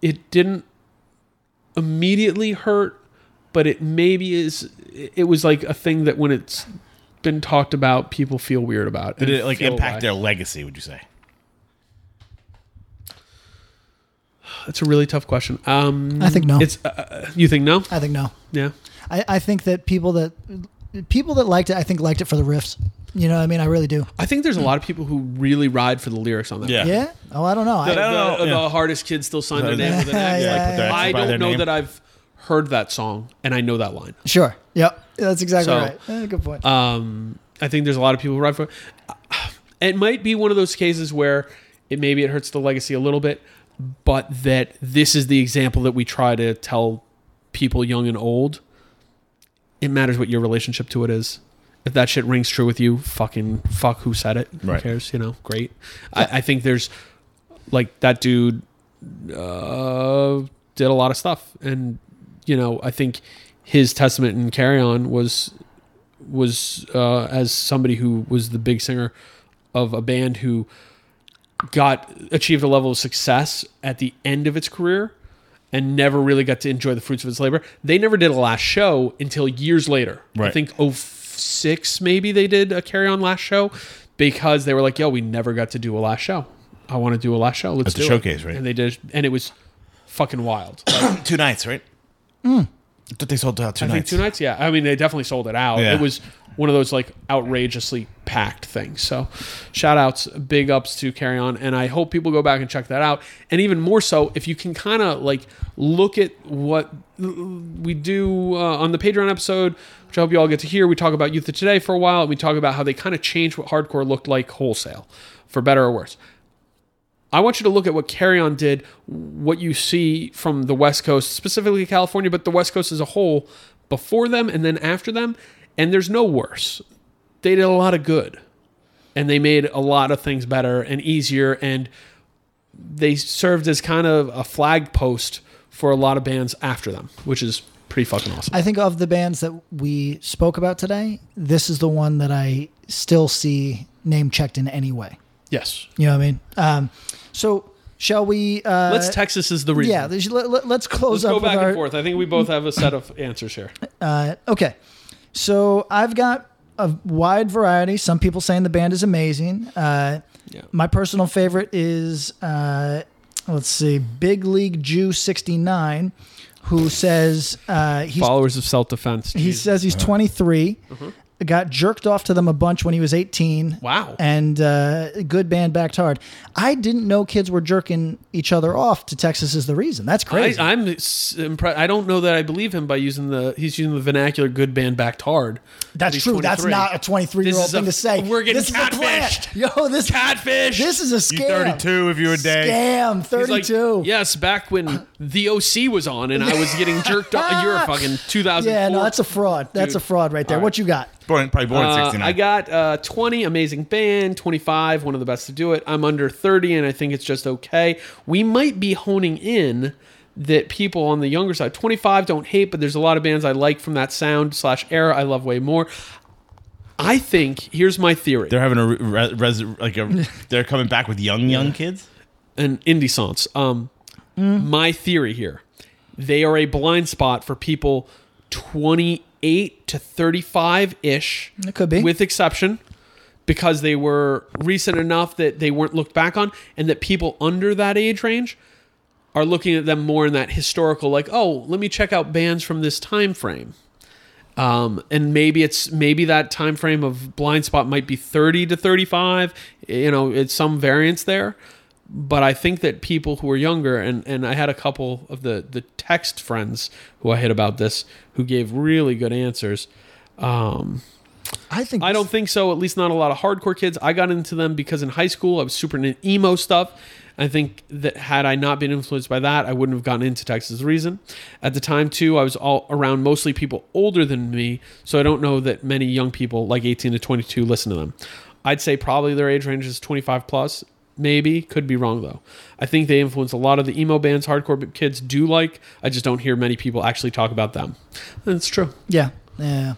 S3: it didn't immediately hurt, but it maybe is. It was like a thing that when it's been talked about, people feel weird about.
S4: Did
S3: and
S4: it like
S3: feel
S4: impact
S3: away.
S4: their legacy? Would you say?
S3: That's a really tough question. Um,
S2: I think no.
S3: It's uh, uh, you think no?
S2: I think no.
S3: Yeah.
S2: I, I think that people that people that liked it, I think liked it for the riffs. You know, what I mean, I really do.
S3: I think there's a lot of people who really ride for the lyrics on that.
S2: Yeah. Oh, I don't know.
S3: The,
S2: I don't know.
S3: the- the hardest kids still sign their name with an
S2: Yeah,
S3: X.
S2: yeah,
S3: Like,
S2: yeah. Like,
S3: I
S2: by their
S3: don't know
S2: name.
S3: that I've heard that song and I know that line.
S2: Sure. Yep. That's exactly
S3: So-
S2: right. Eh, good point.
S3: Um, I think there's a lot of people who ride for it. It might be one of those cases where it maybe it hurts the legacy a little bit, but that this is the example that we try to tell people young and old. It matters what your relationship to it is. If that shit rings true with you, fucking fuck who said it.
S10: Right.
S3: Who cares? You know, great. I, I think there's like that dude uh, did a lot of stuff, and you know, I think his testament in Carry On was was uh, as somebody who was the big singer of a band who got achieved a level of success at the end of its career and never really got to enjoy the fruits of its labor. They never did a last show until years later. I
S10: Right.
S3: think 06 maybe they did a carry on last show because they were like, "Yo, we never got to do a last show. I want to do a last show. Let's
S4: At the
S3: do
S4: showcase,
S3: it."
S4: right?
S3: And they did, and it was fucking wild.
S4: two nights, right? That they sold out two
S3: Hmm. I
S4: nights.
S3: think two nights. Yeah, I mean they definitely sold it out.
S4: Yeah.
S3: It was one of those like outrageously packed things. So, shout outs, big ups to Carry On, and I hope people go back and check that out. And even more so, if you can kind of like look at what we do uh, on the Patreon episode, which I hope you all get to hear. We talk about Youth of Today for a while, and we talk about how they kind of changed what hardcore looked like wholesale, for better or worse. I want you to look at what Carry On did, what you see from the West Coast, specifically California, but the West Coast as a whole, before them and then after them. And there's no worse. They did a lot of good and they made a lot of things better and easier. And they served as kind of a flag post for a lot of bands after them, which is pretty fucking awesome.
S2: I think of the bands that we spoke about today, this is the one that I still see name checked in any way.
S3: Yes.
S2: You know what I mean? Um, so shall we? Uh,
S3: Let's Texas is the reason.
S2: Yeah, let's- let, us close
S3: Let's go
S2: up with
S3: back
S2: our.
S3: and forth. I think we both have a set of answers here.
S2: Uh, okay. So I've got a wide variety. Some people saying the band is amazing. Uh, My personal favorite is, uh, let's see, Big League Jew 69, who says uh, he's,
S3: Followers of self defense.
S2: he says he's 23.
S3: Mm-hmm.
S2: Got jerked off to them a bunch when he was 18.
S3: Wow.
S2: And uh, good band backed hard. I didn't know kids were jerking each other off to Texas is the reason. That's crazy.
S3: I, I'm s- impre- I don't know that I believe him by using the he's using the vernacular good band backed hard.
S2: That's
S3: He's
S2: true. That's
S3: 23.
S2: not a 23 year
S3: This
S2: old
S3: is a-
S2: thing to say.
S3: We're getting
S2: this is a plan.
S3: catfished.
S2: Yo, this
S3: catfish.
S2: This is a scam.
S4: You 32 if you were dead.
S2: Scam.
S3: He's like,
S2: 32.
S3: yes, back when the OC was on and I was getting jerked off. You're a fucking 2004.
S2: yeah, no, that's a fraud. That's
S3: Dude.
S2: a fraud right there. What you got?
S4: Born, probably born in
S3: Uh,
S4: 69.
S3: I got uh, 20, amazing band, 25, one of the best to do it. I'm under 30, and I think it's just okay. We might be honing in that people on the younger side, 25, don't hate, but there's a lot of bands I like from that sound slash era I love way more. I think, here's my theory.
S4: they're having a re- re- res- like a they're coming back with young young kids.
S3: an indie songs. Um, My theory here, they are a blind spot for people 28 to 35 ish.
S2: It could be.
S3: with exception, because they were recent enough that they weren't looked back on, and that people under that age range are looking at them more in that historical, like, oh, let me check out bands from this time frame. Um, and maybe it's maybe that time frame of blind spot might be 30 to 35 you know it's some variance there but i think that people who are younger and, and i had a couple of the, the text friends who i hit about this who gave really good answers um,
S2: I think
S3: I don't think so. At least not a lot of hardcore kids. I got into them because in high school I was super into emo stuff. I think that had I not been influenced by that, I wouldn't have gotten into Texas Reason. At the time too, I was all around mostly people older than me, so I don't know that many young people like 18 to 22 listen to them. I'd say probably their age range is 25 plus. Maybe could be wrong though. I think they influence a lot of the emo bands hardcore kids do like. I just don't hear many people actually talk about them. That's true.
S2: Yeah. Yeah.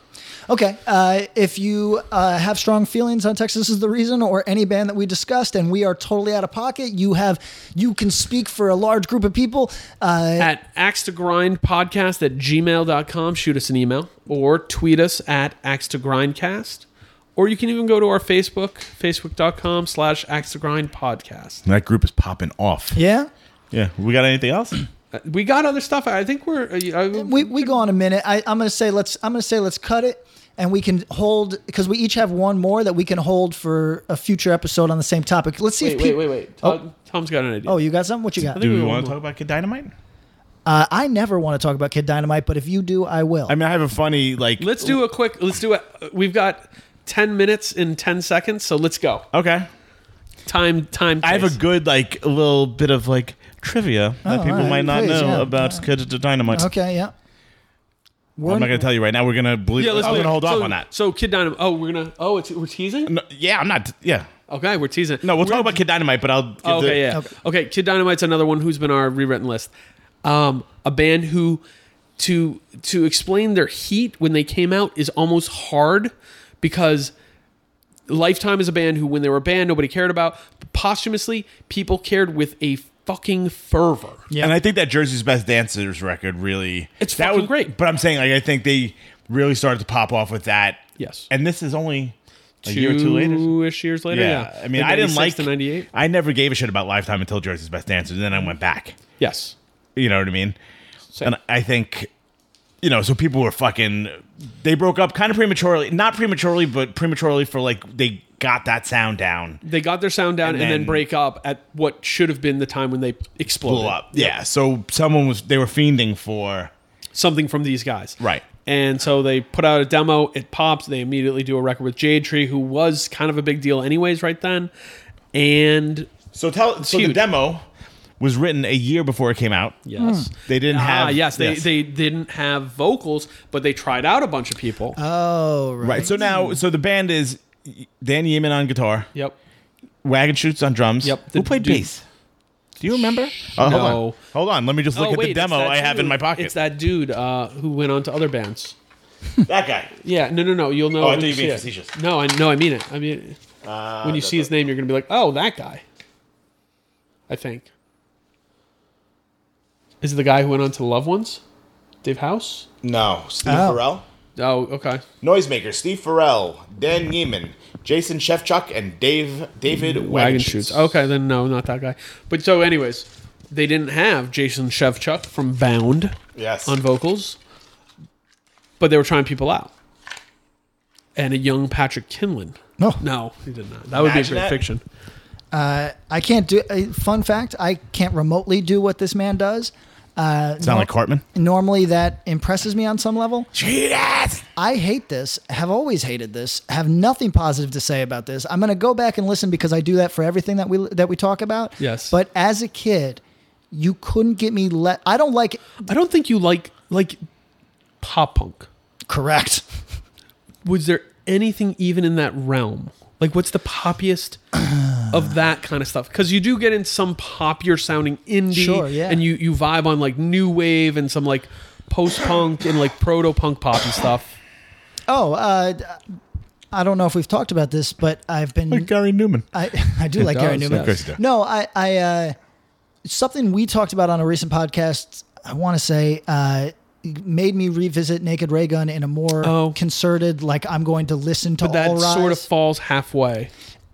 S2: Okay. Uh, if you uh, have strong feelings on Texas is the reason, or any band that we discussed, and we are totally out of pocket, you have you can speak for a large group of people. Uh,
S3: at axe to grind podcast at gmail.com shoot us an email or tweet us at axe to grindcast or you can even go to our facebook facebook.com slash axe to grind podcast
S4: That group is popping off.
S2: Yeah.
S4: Yeah. We got anything else?
S3: Uh, we got other stuff i think we're uh, you- uh,
S2: we, we go on a minute. I, I'm gonna say let's I'm gonna say let's cut it and we can hold because we each have one more that we can hold for a future episode on the same topic. Let's see
S3: wait,
S2: if
S3: wait,
S2: peop-
S3: wait, wait.
S2: Oh,
S3: Todd, Tom's got an idea.
S2: oh, you got something? What you got?
S3: I think we
S4: want to talk about Kid Dynamite?
S2: Uh, I never want to talk about Kid Dynamite, but if you do, I will.
S4: I mean, I have a funny like.
S3: Let's do a quick. Let's do a. We've got ten minutes in ten seconds, so let's go.
S4: Okay.
S3: Time. Time.
S4: I have a good like little bit of like trivia that
S2: Oh,
S4: people
S2: alright,
S4: might not
S2: please,
S4: know
S2: yeah,
S4: about Kid Dynamite.
S2: okay, yeah.
S4: I'm not gonna tell you right now. We're gonna believe.
S3: Yeah, let's
S4: I'm
S3: do it.
S4: gonna hold
S3: so,
S4: off on that.
S3: So Kid Dynamite. Oh, we're gonna. Oh, it's, we're teasing.
S4: No, yeah, I'm not. Yeah.
S3: Okay, we're teasing.
S4: Mm. No, we'll talk about Kid Dynamite, but I'll. give
S3: Oh, okay,
S4: the-
S3: yeah. Okay. Kid Dynamite's another one who's been on our rewritten list. Um, a band who to to explain their heat when they came out is almost hard because Lifetime is a band who, when they were a band, nobody cared about. Posthumously, people cared with a fucking fervor.
S4: And I think that Jersey's Best Dancers record really
S3: It's
S4: that
S3: fucking
S4: was
S3: great.
S4: But I'm saying like I think they really started to pop off with that.
S3: Yes.
S4: And this is only a year or two later.
S3: Two-ish years later. Yeah,
S4: I mean,
S3: Like
S4: I didn't
S3: 96
S4: like
S3: to ninety eight.
S4: I never gave a shit about Lifetime until Jersey's Best Dancers, and then I went back.
S3: Yes.
S4: You know what I mean? And I think, you know, so people were fucking. They broke up kind of prematurely, not prematurely, but prematurely for like they got that sound down.
S3: They got their sound down and,
S4: And
S3: then,
S4: then-
S3: break up at what should have been the time when they exploded.
S4: Blew up. Yeah. So someone was they were fiending for
S3: something from these guys.
S4: Right.
S3: And so they put out a demo, it pops, they immediately do a record with Jade Tree, who was kind of a big deal anyways right then. And
S4: So tell so the
S3: Huge.
S4: demo was written a year before it came out.
S3: Yes.
S4: Hmm. They didn't
S3: ah,
S4: have
S3: yes, they, they didn't have vocals, but they tried out a bunch of people.
S4: Uh,
S2: Oh, right.
S4: Right. So now so the band is Dan Yeaman on guitar,
S3: yep.
S4: Wagon Shoots on drums.
S3: Yep.
S4: Who played
S3: dude-
S4: bass? Do you remember? Oh, Hold on.
S3: No.
S4: Hold on. Let me just look
S3: Oh,
S4: at
S3: wait,
S4: the
S3: it's
S4: demo
S3: that
S4: I have in
S3: dude-
S4: my pocket.
S3: It's that dude uh, who went on to other bands.
S4: that guy.
S3: Yeah, no, no, no. You'll know.
S4: Oh, I
S3: when
S4: thought you
S3: see
S4: mean
S3: it.
S4: facetious. Ah,
S3: No, I no, I mean it. I mean, when you see his name, you're gonna be like, oh, that guy. I think. Is it the guy who went on to Loved Ones? Dave House?
S7: No, Steve
S2: Oh.
S7: Farrell.
S3: Oh, okay.
S7: Noisemaker, Steve Farrell, Dan Yeaman, Jason Shevchuk, and Dave David
S3: Wagon
S7: Wagon
S3: shoots. Oh. Okay, then no, not that guy. But so, anyways, they didn't have Jason Shevchuk from Bound
S7: Yes.
S3: on vocals, but they were trying people out. And a young Patrick Kinlan.
S2: No.
S3: No, he did not. That would
S7: Imagine
S3: be a
S7: that.
S3: great fiction.
S2: I can't do. Uh, fun fact: I can't remotely do what this man does. Uh,
S4: Sound like Cartman.
S2: Normally, that impresses me on some level.
S4: Jesus!
S2: I hate this. Have always hated this. Have nothing positive to say about this. I'm going to go back and listen because I do that for everything that we that we talk about.
S3: Yes.
S2: But as a kid, you couldn't get me let. I don't like.
S3: I don't think you like like pop punk.
S2: Correct.
S3: Was there anything even in that realm? Like, what's the poppiest of that kind of stuff? Because you do get in some poppier sounding indie,
S2: Sure, yeah.
S3: and you you vibe on like new wave and some like post punk and like proto punk poppy stuff.
S2: Oh, uh, I don't know if we've talked about this, but I've been.
S4: Like Gary Newman.
S2: I, I do like Gary
S3: does,
S2: Newman.
S3: Of course
S4: you do.
S2: No, I, I uh, something we talked about on a recent podcast. I want to say uh, made me revisit Naked Raygun in a more
S3: Oh.
S2: concerted, like I'm going to listen to
S3: But that
S2: All Rise.
S3: sort of falls halfway.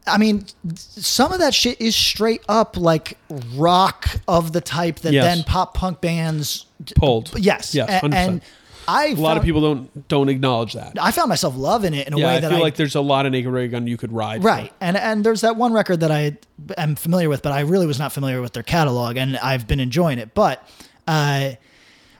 S2: I mean, some of that shit is straight up like rock of the type that
S3: Yes.
S2: then pop punk bands.
S3: Pulled.
S2: Yes,
S3: Yes.
S2: A-
S3: 100%.
S2: and I
S3: a lot of people don't don't acknowledge that.
S2: I found myself loving it in a
S3: Yeah,
S2: way
S3: I
S2: that
S3: feel
S2: I
S3: like there's a lot of Naked Ray Gun you could ride. for.
S2: Right. And and there's that one record that I am familiar with, but I really was not familiar with their catalog and I've been enjoying it. But uh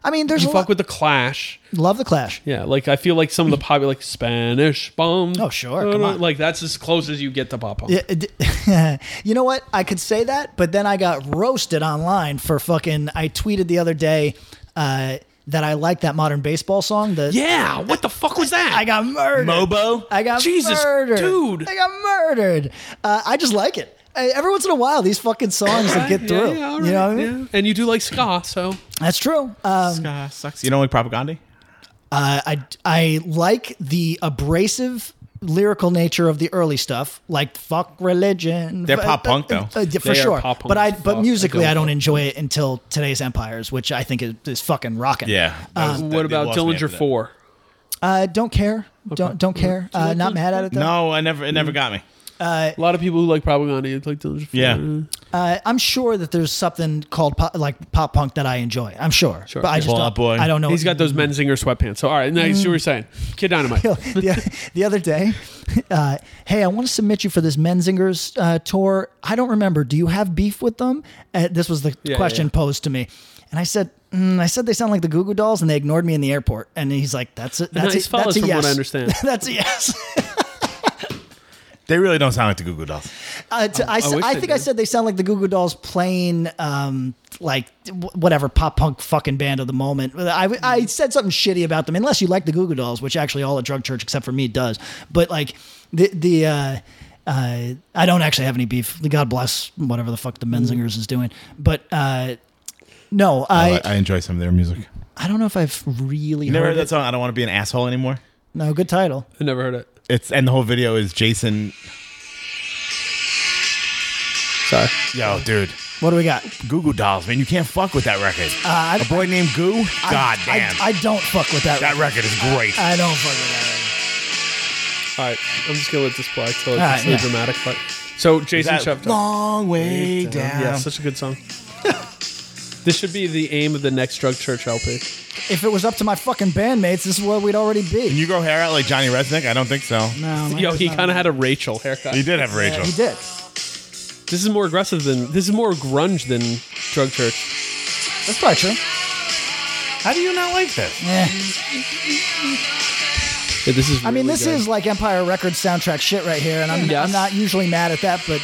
S2: I mean there's
S3: You
S2: a
S3: fuck
S2: lot,
S3: with the Clash.
S2: Love the Clash.
S3: Yeah, like I feel like some of the pop, like Spanish bombs. Uh,
S2: Oh, sure, come on.
S3: Like that's as close as you get to pop punk.
S2: Yeah, it- you know what? I could say that, but then I got roasted online for fucking I tweeted the other day uh that I like that modern baseball song. The
S3: Yeah, what the fuck was that?
S2: I got murdered.
S4: Mobo?
S2: I got
S3: Jesus,
S2: murdered.
S3: dude.
S2: I got murdered. Uh, I just like it. Uh, Every once in a while, these fucking songs that get through.
S3: Yeah, all
S2: You know what I
S3: right,
S2: mean?
S3: yeah. And you do like ska, so
S2: That's true. Um,
S4: Ska sucks. You don't like propaganda?
S2: Uh, I I like the abrasive lyrical nature of the early stuff, like "fuck religion."
S4: They're
S2: F-
S4: pop
S2: uh,
S4: punk, though.
S2: uh, yeah, for
S3: They are
S2: sure.
S3: pop punk
S2: But I
S3: as
S2: but
S3: fuck.
S2: musically,
S3: I
S2: I don't
S3: don't-
S2: enjoy it until today's Empires, which I think is, is fucking rocking.
S4: That was- that- they
S3: what about
S4: lost me after
S3: Dillinger
S4: that.
S3: Four?
S2: Uh, don't care. Don't don't care. Uh, not mad at it though.
S4: No, I never. It never got me.
S2: Uh,
S3: a lot of people who like propaganda like Dillinger. Floyd.
S2: Uh, I'm sure that there's something called pop, like pop punk that I enjoy. I'm sure,
S3: Sure.
S2: but I just don't, I don't know.
S3: He's got those Menzinger sweatpants. So all right, now you see what you're saying. Kid Dynamite.
S2: the, the other day, uh, hey, I want to submit you for this Menzinger's uh, tour. I don't remember. Do you have beef with them? Uh, this was the
S3: Yeah,
S2: question
S3: yeah.
S2: posed to me, and I said, mm, I said they sound like the Goo Goo Dolls, and they ignored me in the airport. And he's like, That's it. That's
S3: nice
S2: it.
S3: fellas,
S2: That's a
S3: from
S2: yes.
S3: what I understand.
S2: that's a yes.
S4: They really don't sound like the Goo Goo Dolls.
S2: Uh, to, I, s-
S4: Um, wish
S2: I
S4: they
S2: think I
S4: did.
S2: said they sound like the Goo Goo Dolls playing um, like w- whatever pop punk fucking band of the moment. I, w- I said something shitty about them, unless you like the Goo Goo Dolls, which actually all at drug church except for me does. But like the the uh, uh, I don't actually have any beef. God bless whatever the fuck the Menzingers is doing. But uh, no,
S4: Mm-hmm. Oh, I,
S2: I
S4: I enjoy some of their music.
S2: I don't know if I've really
S4: You never
S2: heard
S4: heard that
S2: it.
S4: song? I don't want to be an asshole anymore.
S2: No, good title.
S3: I never heard it.
S4: It's and the whole video is Jason.
S3: Sorry.
S4: Yo, dude.
S2: What do we got?
S4: Goo Goo Dolls, man. You can't fuck with that record.
S2: Uh, I-
S4: A boy named Goo.
S2: I-
S4: God
S2: I-
S4: damn.
S2: I, don't fuck with that.
S4: that record is great.
S2: I don't fuck with that.
S3: All right, I'm just gonna let this play till
S2: All right,
S3: it's the
S2: yeah.
S3: dramatic part. So Jason
S4: That
S3: Shepard.
S4: long way down.
S3: Yeah, such a good song. this should be the aim of the next Drug Church LP.
S2: If it was up to my fucking bandmates, this is where we'd already be.
S4: Can you grow hair out like Johnny Resnick? I don't think so.
S2: No,
S3: Yo, he kind of had a Rachel haircut.
S4: He did have Yeah, Rachel. he
S2: did.
S3: This is more aggressive than this is more grunge than Drug Church.
S2: That's probably true.
S4: How do you not like this?
S2: Yeah.
S3: Yeah, this is.
S2: I mean,
S3: really
S2: this
S3: good.
S2: is like Empire Records soundtrack shit right here, and I'm, I'm not usually mad at that, but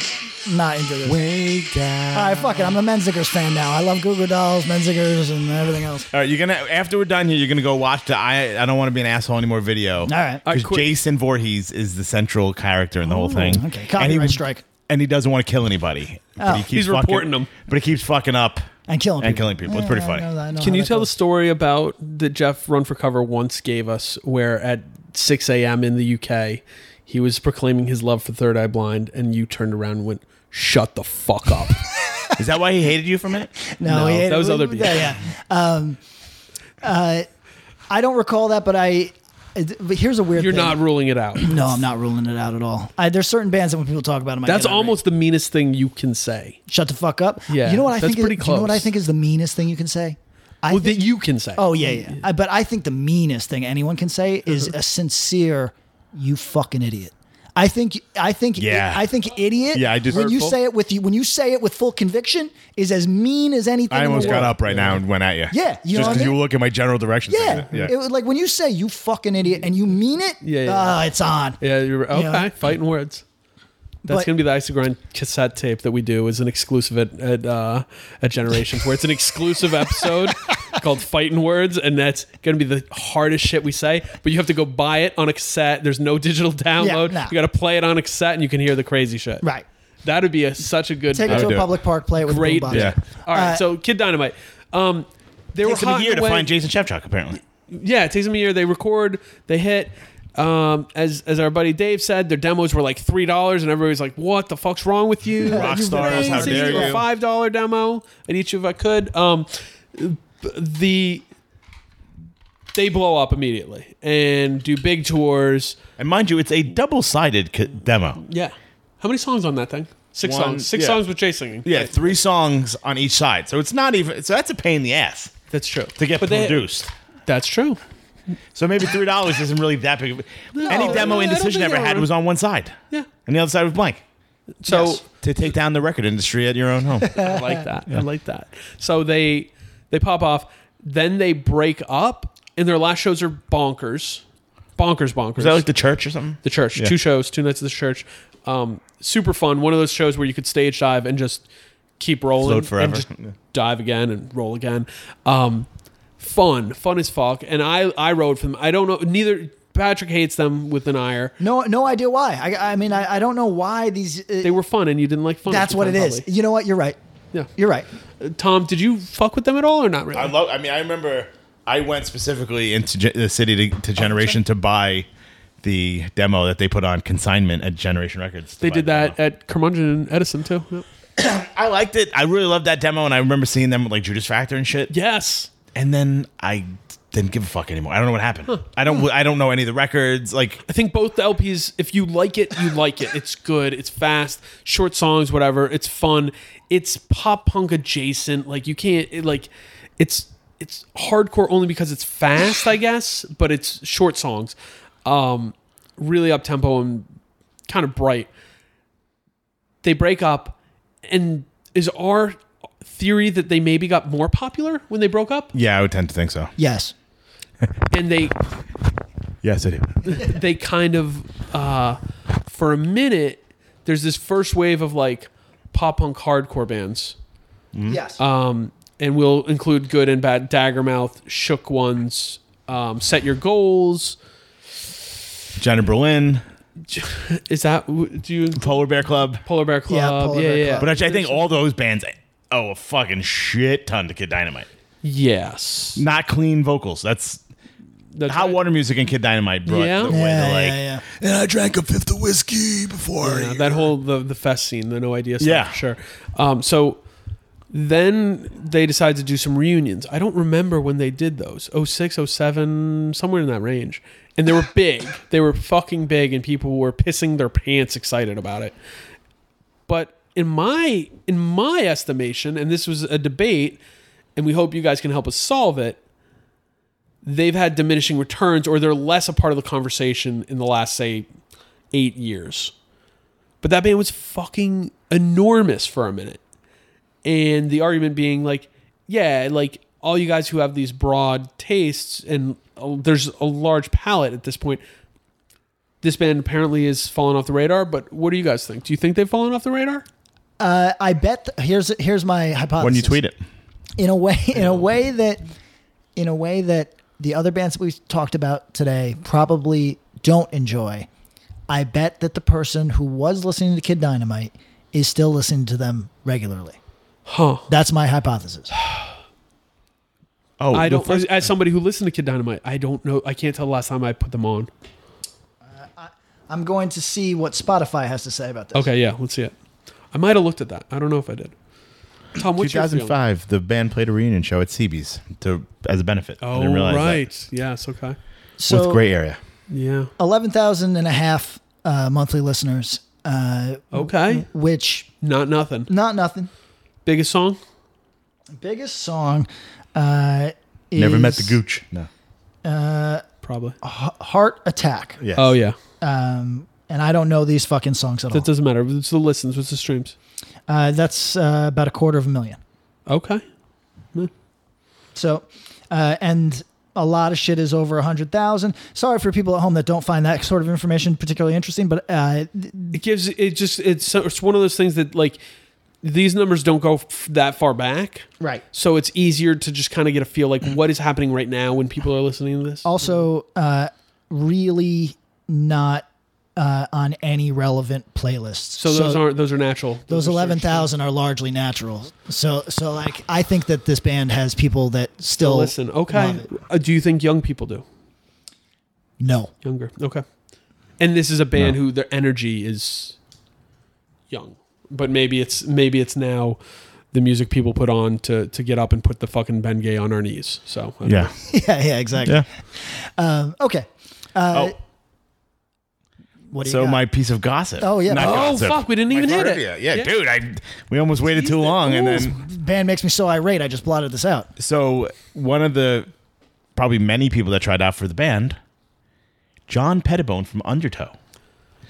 S2: not into this.
S4: Way down.
S2: All right, fuck it. I'm a Menzingers fan now. I love Goo Goo Dolls, Menzingers, and everything else.
S4: All right, you're gonna after we're done here, you're gonna go watch the I I don't want to be an asshole anymore video. All
S2: right. All right,
S4: because
S2: quick.
S4: Jason Voorhees is the central character in the whole thing.
S2: okay.
S4: And
S2: Copyright
S4: he-
S2: strike.
S4: And he doesn't want to kill anybody.
S2: Oh.
S4: But he keeps
S3: He's
S4: fucking,
S3: reporting 'em.
S4: But he keeps fucking up
S2: and killing
S4: and
S2: people.
S4: killing people. It's pretty funny.
S3: Can you tell the story about that Jeff Run for Cover once gave us, where at 6 a.m. in the UK, he was proclaiming his love for Third Eye Blind, and you turned around and went, "Shut the fuck up."
S4: Is that why he hated you for a minute?
S2: No, he-
S3: that was other people.
S2: Yeah, yeah. Um, uh, I don't recall that, but I. But here's a weird.
S3: You're
S2: thing.
S3: not ruling it out.
S2: No, I'm not ruling it out at all. I, there's certain bands that when people talk about them, I
S3: That's
S2: get irate.
S3: almost the meanest thing you can say.
S2: Shut the fuck up.
S3: Yeah,
S2: You know what I
S3: that's
S2: think?
S3: pretty
S2: is, do You know what I
S3: close.
S2: think is the meanest thing you can say? I
S3: well,
S2: think-
S3: that you can say.
S2: Oh yeah, yeah. I, but I think the meanest thing anyone can say is a sincere "you fucking idiot." I think I think
S4: Yeah.
S2: I think idiot.
S4: Yeah, I just-
S2: when you
S4: Hurtful.
S2: say it with you when you say it with full conviction is as mean as anything.
S4: I
S2: in the
S4: almost got
S2: world.
S4: up right now and went at you.
S2: Yeah, you know
S4: just
S2: what I
S4: you
S2: mean?
S4: look at my general direction.
S2: Yeah, It was like when you say "you fucking idiot" and you mean it.
S3: Yeah, yeah,
S2: ah,
S3: yeah.
S2: it's on.
S3: Yeah, you're okay.
S2: Yeah.
S3: Fighting words. That's
S2: But-
S3: gonna be the Isogrind cassette tape that we do as an exclusive at at, uh, at Generations, where it's an exclusive episode called Fighting Words, and that's gonna be the hardest shit we say. But you have to go buy it on a cassette. There's no digital download.
S2: nah.
S3: You got to play it on a cassette, and you can hear the crazy shit.
S2: Right.
S3: That would be a, such a good.
S2: Take it
S3: bit.
S2: to a public park, play it with
S3: Great.
S2: a boombox.
S3: bit. All right.
S2: Uh,
S3: so Kid Dynamite. Um, they
S4: Takes
S3: were
S4: him a
S3: hot
S4: year
S3: in
S4: to
S3: way-
S4: find Jason Shepchuk, apparently.
S3: yeah, it takes them a year. They record, they hit. Um, as as our buddy Dave said, their demos were like three dollars, and everybody's like, "What the fuck's wrong with you?
S4: Rock stars, how
S3: Crazy.
S4: dare
S3: Do A
S4: you.
S3: five dollar demo at each if I could." Um, the they blow up immediately and do big tours.
S4: And mind you, it's a double-sided c- demo.
S3: Yeah, how many songs on that thing? Six
S4: One-
S3: songs. Six
S4: yeah.
S3: songs with Jay singing.
S4: Yeah, three songs on each side, so it's not even. So that's a pain in the ass
S3: that's true
S4: to get
S3: But they-
S4: produced.
S3: that's true.
S4: So maybe three dollars isn't really that big. of
S3: No,
S4: Any demo
S3: I- I
S4: Indecision
S3: don't think
S4: ever
S3: I
S4: had
S3: would-
S4: was on one side.
S3: Yeah.
S4: and the other side was blank.
S3: So
S4: to take down the record industry at your own home.
S3: I like that. I like that. So they they pop off, then they break up, and their last shows are bonkers, bonkers, bonkers.
S4: Was that like the church or something?
S3: The church,
S4: Yeah.
S3: two shows, two nights at the church. Um, super fun. One of those shows where you could stage dive and just keep rolling,
S4: Float
S3: and
S4: forever.
S3: just
S4: Yeah.
S3: dive again and roll again. Um, fun, fun as fuck. And I I rode for them. I don't know. Neither Patrick hates them with an ire.
S2: no, no idea why. I, I mean, I, I don't know why these. Uh,
S3: They were fun, and you didn't like fun. at
S2: that's
S3: the
S2: what it
S3: time,
S2: is.
S3: probably.
S2: You know what? You're right.
S3: Yeah.
S2: You're right.
S3: Uh, Tom, did you fuck with them at all or not really?
S4: I love. I mean, I remember I went specifically into ge- the city
S3: Oh,
S4: to, to Generation to buy the demo that they put on consignment at Generation Records. to
S3: They
S4: buy
S3: did
S4: the
S3: that at Curmudgeon and Edison too. Yep.
S4: demo. I liked it. I really loved that demo, and I remember seeing them with like Judas Factor and shit.
S3: Yes.
S4: And then I didn't give a fuck anymore. I don't know what happened. I don't. I don't know any of the records. Like
S3: I think both the LPs, if you like it, you like it. It's good. It's fast, short songs, whatever. It's fun. It's pop punk adjacent. Like you can't it, like, it's it's hardcore only because it's fast, I guess. But it's short songs, um, really up tempo and kind of bright. They break up, and is our theory that they maybe got more popular when they broke up,
S4: yeah, I would tend to think so.
S2: Yes.
S3: and they
S4: Yes, I do.
S3: they kind of uh, for a minute there's this first wave of like pop punk hardcore bands
S4: Mm-hmm.
S2: Yes.
S3: um, and we'll include good and bad daggermouth shook ones um, set your goals
S4: Johnny Berlin,
S3: is that do you
S4: Polar Bear Club,
S3: polar bear club yeah
S2: Polar
S3: yeah,
S2: Bear
S3: yeah.
S2: Club.
S4: but actually, I think all those bands owe a fucking shit ton to Kid Dynamite.
S3: yes
S4: Not clean vocals. That's
S3: That's
S4: hot
S3: right.
S4: water music and Kid Dynamite brought
S3: Yeah.
S4: the way
S2: yeah,
S4: to like.
S2: yeah, yeah.
S4: And I drank a fifth of whiskey before.
S3: Yeah, that whole the the fest scene, the no idea stuff.
S4: Yeah.
S3: sure. Um, so then they decided to do some reunions. I don't remember when they did those. 06, 07, somewhere in that range. And they were big. they were fucking big, and people were pissing their pants excited about it. But in my in my estimation, and this was a debate, and we hope you guys can help us solve it. They've had diminishing returns, or they're less a part of the conversation in the last say eight years. But that band was fucking enormous for a minute. And the argument being like, yeah, like all you guys who have these broad tastes and uh, there's a large palette at this point. This band apparently is falling off the radar, but what do you guys think? Do you think they've fallen off the radar?
S2: Uh, I bet here's here's my hypothesis.
S4: When you tweet it,
S2: in a way in a way that in a way that the other bands that we talked about today probably don't enjoy i bet that the person who was listening to kid dynamite is still listening to them regularly
S3: Huh.
S2: that's my hypothesis
S4: oh,
S3: I
S4: the
S3: don't,
S4: first-
S3: as somebody who listened to Kid Dynamite, I don't know. I can't tell the last time I put them on.
S2: i'm going to see what spotify has to say about this
S3: Okay, yeah, let's see it. I might have looked at that. I don't know if I did. Tom, what's your feeling?
S4: 2005, the band played a reunion show at CB's to as a benefit. I
S3: Oh,
S4: didn't realize that.
S3: right. Yes, okay.
S2: so
S4: With Gray Area.
S3: Yeah.
S2: 11000 and a half uh, monthly listeners uh,
S3: Okay.
S2: which
S3: Not nothing.
S2: not nothing
S3: Biggest song?
S2: biggest song uh, is
S4: Never met the Gooch. No.
S3: Probably.
S2: Oh, heart attack
S4: Yes.
S3: Oh yeah,
S2: um, and I don't know these fucking songs at all.
S3: that doesn't matter. It's the listens. What's the streams?
S2: Uh, that's uh, about a quarter of a million.
S3: Okay.
S2: So, uh, and a lot of shit is over a hundred thousand. Sorry for people at home that don't find that sort of information particularly interesting, but uh, th-
S3: It gives it just it's it's one of those things that like these numbers don't go f- that far back,
S2: right.
S3: so it's easier to just kind of get a feel like what is happening right now when people are listening to this.
S2: Oh, Also, uh, really not uh, on any relevant playlists.
S3: so those aren't those are natural.
S2: Those
S3: are
S2: eleven
S3: searched.
S2: thousand are largely natural. So, so like I think that this band has people that still
S3: Listen, okay.
S2: love it.
S3: Uh, do you think young people do
S2: No,
S3: younger? Okay. And this is a band who their energy is young, but maybe it's maybe it's now the music people put on to to get up and put the fucking Ben Gay on our knees. So I don't know.
S4: Yeah.
S2: yeah, yeah, exactly.
S4: Yeah.
S2: Um, okay. Uh,
S4: Oh.
S2: What do you
S4: So
S2: got?
S4: my piece of gossip.
S2: Oh, yeah.
S4: Not
S2: Oh,
S3: Oh
S4: gossip.
S3: fuck, we didn't even hit it.
S7: Trivia. Yeah, dude.
S4: dude, I we almost waited too long, and then
S2: band makes me so irate. I just blotted this out.
S4: so one of the probably many people that tried out for the band, John Pettibone from Undertow,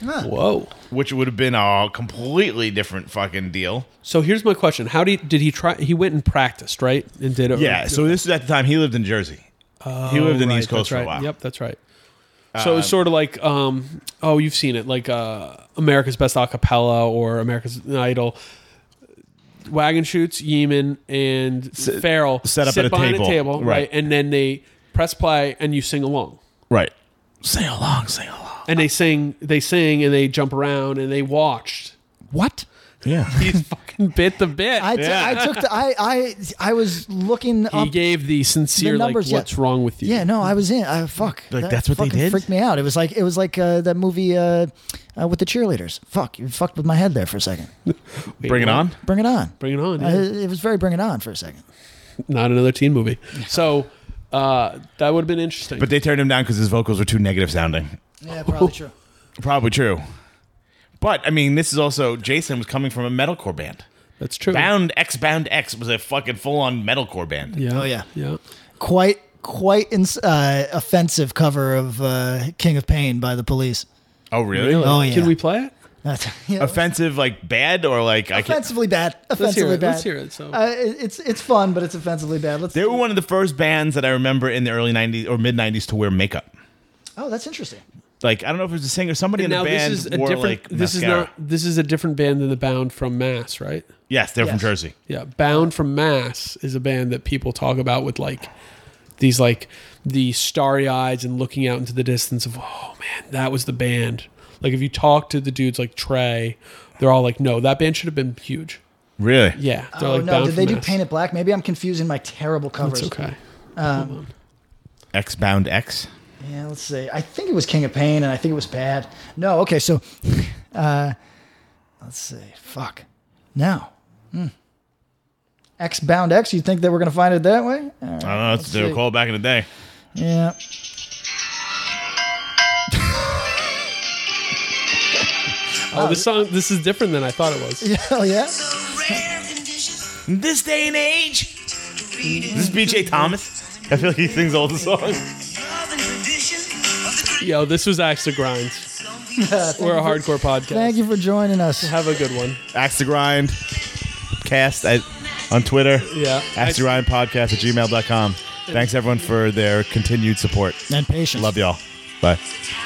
S3: Whoa.
S7: Which would have been a completely different fucking deal.
S3: So here's my question: How did he, did he try? He went and practiced, right? And did it.
S4: Yeah, so this is at the time he lived in Jersey. he lived in the East Coast
S3: right.
S4: for a while. Uh,
S3: Yep, that's right. So it's sort of like, um, oh, you've seen it, like uh, America's Best Acapella or America's Idol. Wagon shoots Yeeman and Farrell
S4: set up
S3: sit
S4: at a
S3: behind
S4: table.
S3: a table, right.
S4: Right.
S3: And then they press play and you sing along.
S4: Right. Sing along, sing along.
S3: And they sing, they sing, and they jump around and they watched.
S2: What?
S4: Yeah.
S3: He fucking bit the bit.
S2: I, t- I took the, I, I, I was looking
S3: he
S2: up.
S3: gave the sincere
S2: numbers, yeah.
S3: like, what's wrong with you?
S2: yeah, no, I was in. I fuck.
S4: Like, that's what they
S2: fucking
S4: did?
S2: Freaked me out. It was like it was like uh, that movie uh, uh, with the cheerleaders. Fuck, you fucked with my head there for a second.
S4: Bring it on.
S2: Bring it on.
S3: Bring it on.
S2: Uh, it was very bring it on for a second.
S3: Not another teen movie. So Uh, that would have been interesting.
S4: But they turned him down because his vocals were too negative sounding.
S3: Oh.
S2: Yeah, probably true.
S4: Probably true. But I mean, this is also Jason was coming from a metalcore band.
S3: That's true.
S4: Bound X Bound X was a fucking full on metalcore band.
S3: Yeah.
S2: Oh yeah.
S3: Yeah.
S2: Quite quite ins- uh, offensive cover of uh, King of Pain by the Police.
S4: Oh really?
S2: Oh yeah.
S3: Can we play it?
S2: That's, yeah.
S4: Offensive like bad or like I can't.
S2: offensively bad. Offensively
S3: Let's hear it.
S2: bad.
S3: Let's hear it. So
S2: Uh, it- it's it's fun, but it's offensively bad. Let's.
S4: They were one of the first bands that I remember in the early '90s or mid '90s to wear makeup.
S2: Oh, that's interesting.
S4: Like I don't know if it was a singer, somebody
S3: And
S4: in
S3: now
S4: the band
S3: this is a
S4: wore
S3: different.
S4: like
S3: this
S4: mascara.
S3: is not. This is a different band than the Bound from Mass, right?
S4: Yes, they're
S2: Yes.
S4: from Jersey.
S3: Yeah, Bound from Mass is a band that people talk about with like these like the starry eyes and looking out into the distance of oh man, that was the band. Like if you talk to the dudes like Trey, they're all like, no, that band should have been huge.
S4: Really?
S3: Yeah, they're
S2: oh
S3: like
S2: no,
S3: Bound
S2: did
S3: from
S2: they do
S3: Mass.
S2: Paint It Black? Maybe I'm confusing my terrible covers.
S3: That's okay. Hold on.
S4: X Bound X.
S2: Yeah, let's see. I think it was King of Pain, and I think it was bad. No, okay, so uh, let's see. Fuck. No. Hmm. X bound X. You think that we're gonna find it that way? All right,
S4: I don't know. It's
S2: let's
S4: they were
S2: see.
S4: called back in the day.
S2: Yeah.
S3: Oh, this song. This is different than I thought it was.
S2: Yeah. Oh, yeah.
S4: In this day and age. Is this BJ Thomas? I feel like he sings all the songs.
S3: Yo, this was Axe to Grind.
S2: Thank
S3: We're a
S2: you for-
S3: hardcore podcast.
S2: Thank you for joining us.
S3: Have a good one.
S4: Axe to Grind cast at, on Twitter.
S3: Yeah.
S4: Axe to Grind podcast at gmail.com. Thanks everyone for their continued support.
S2: And patience.
S4: Love y'all. Bye.
S1: Thank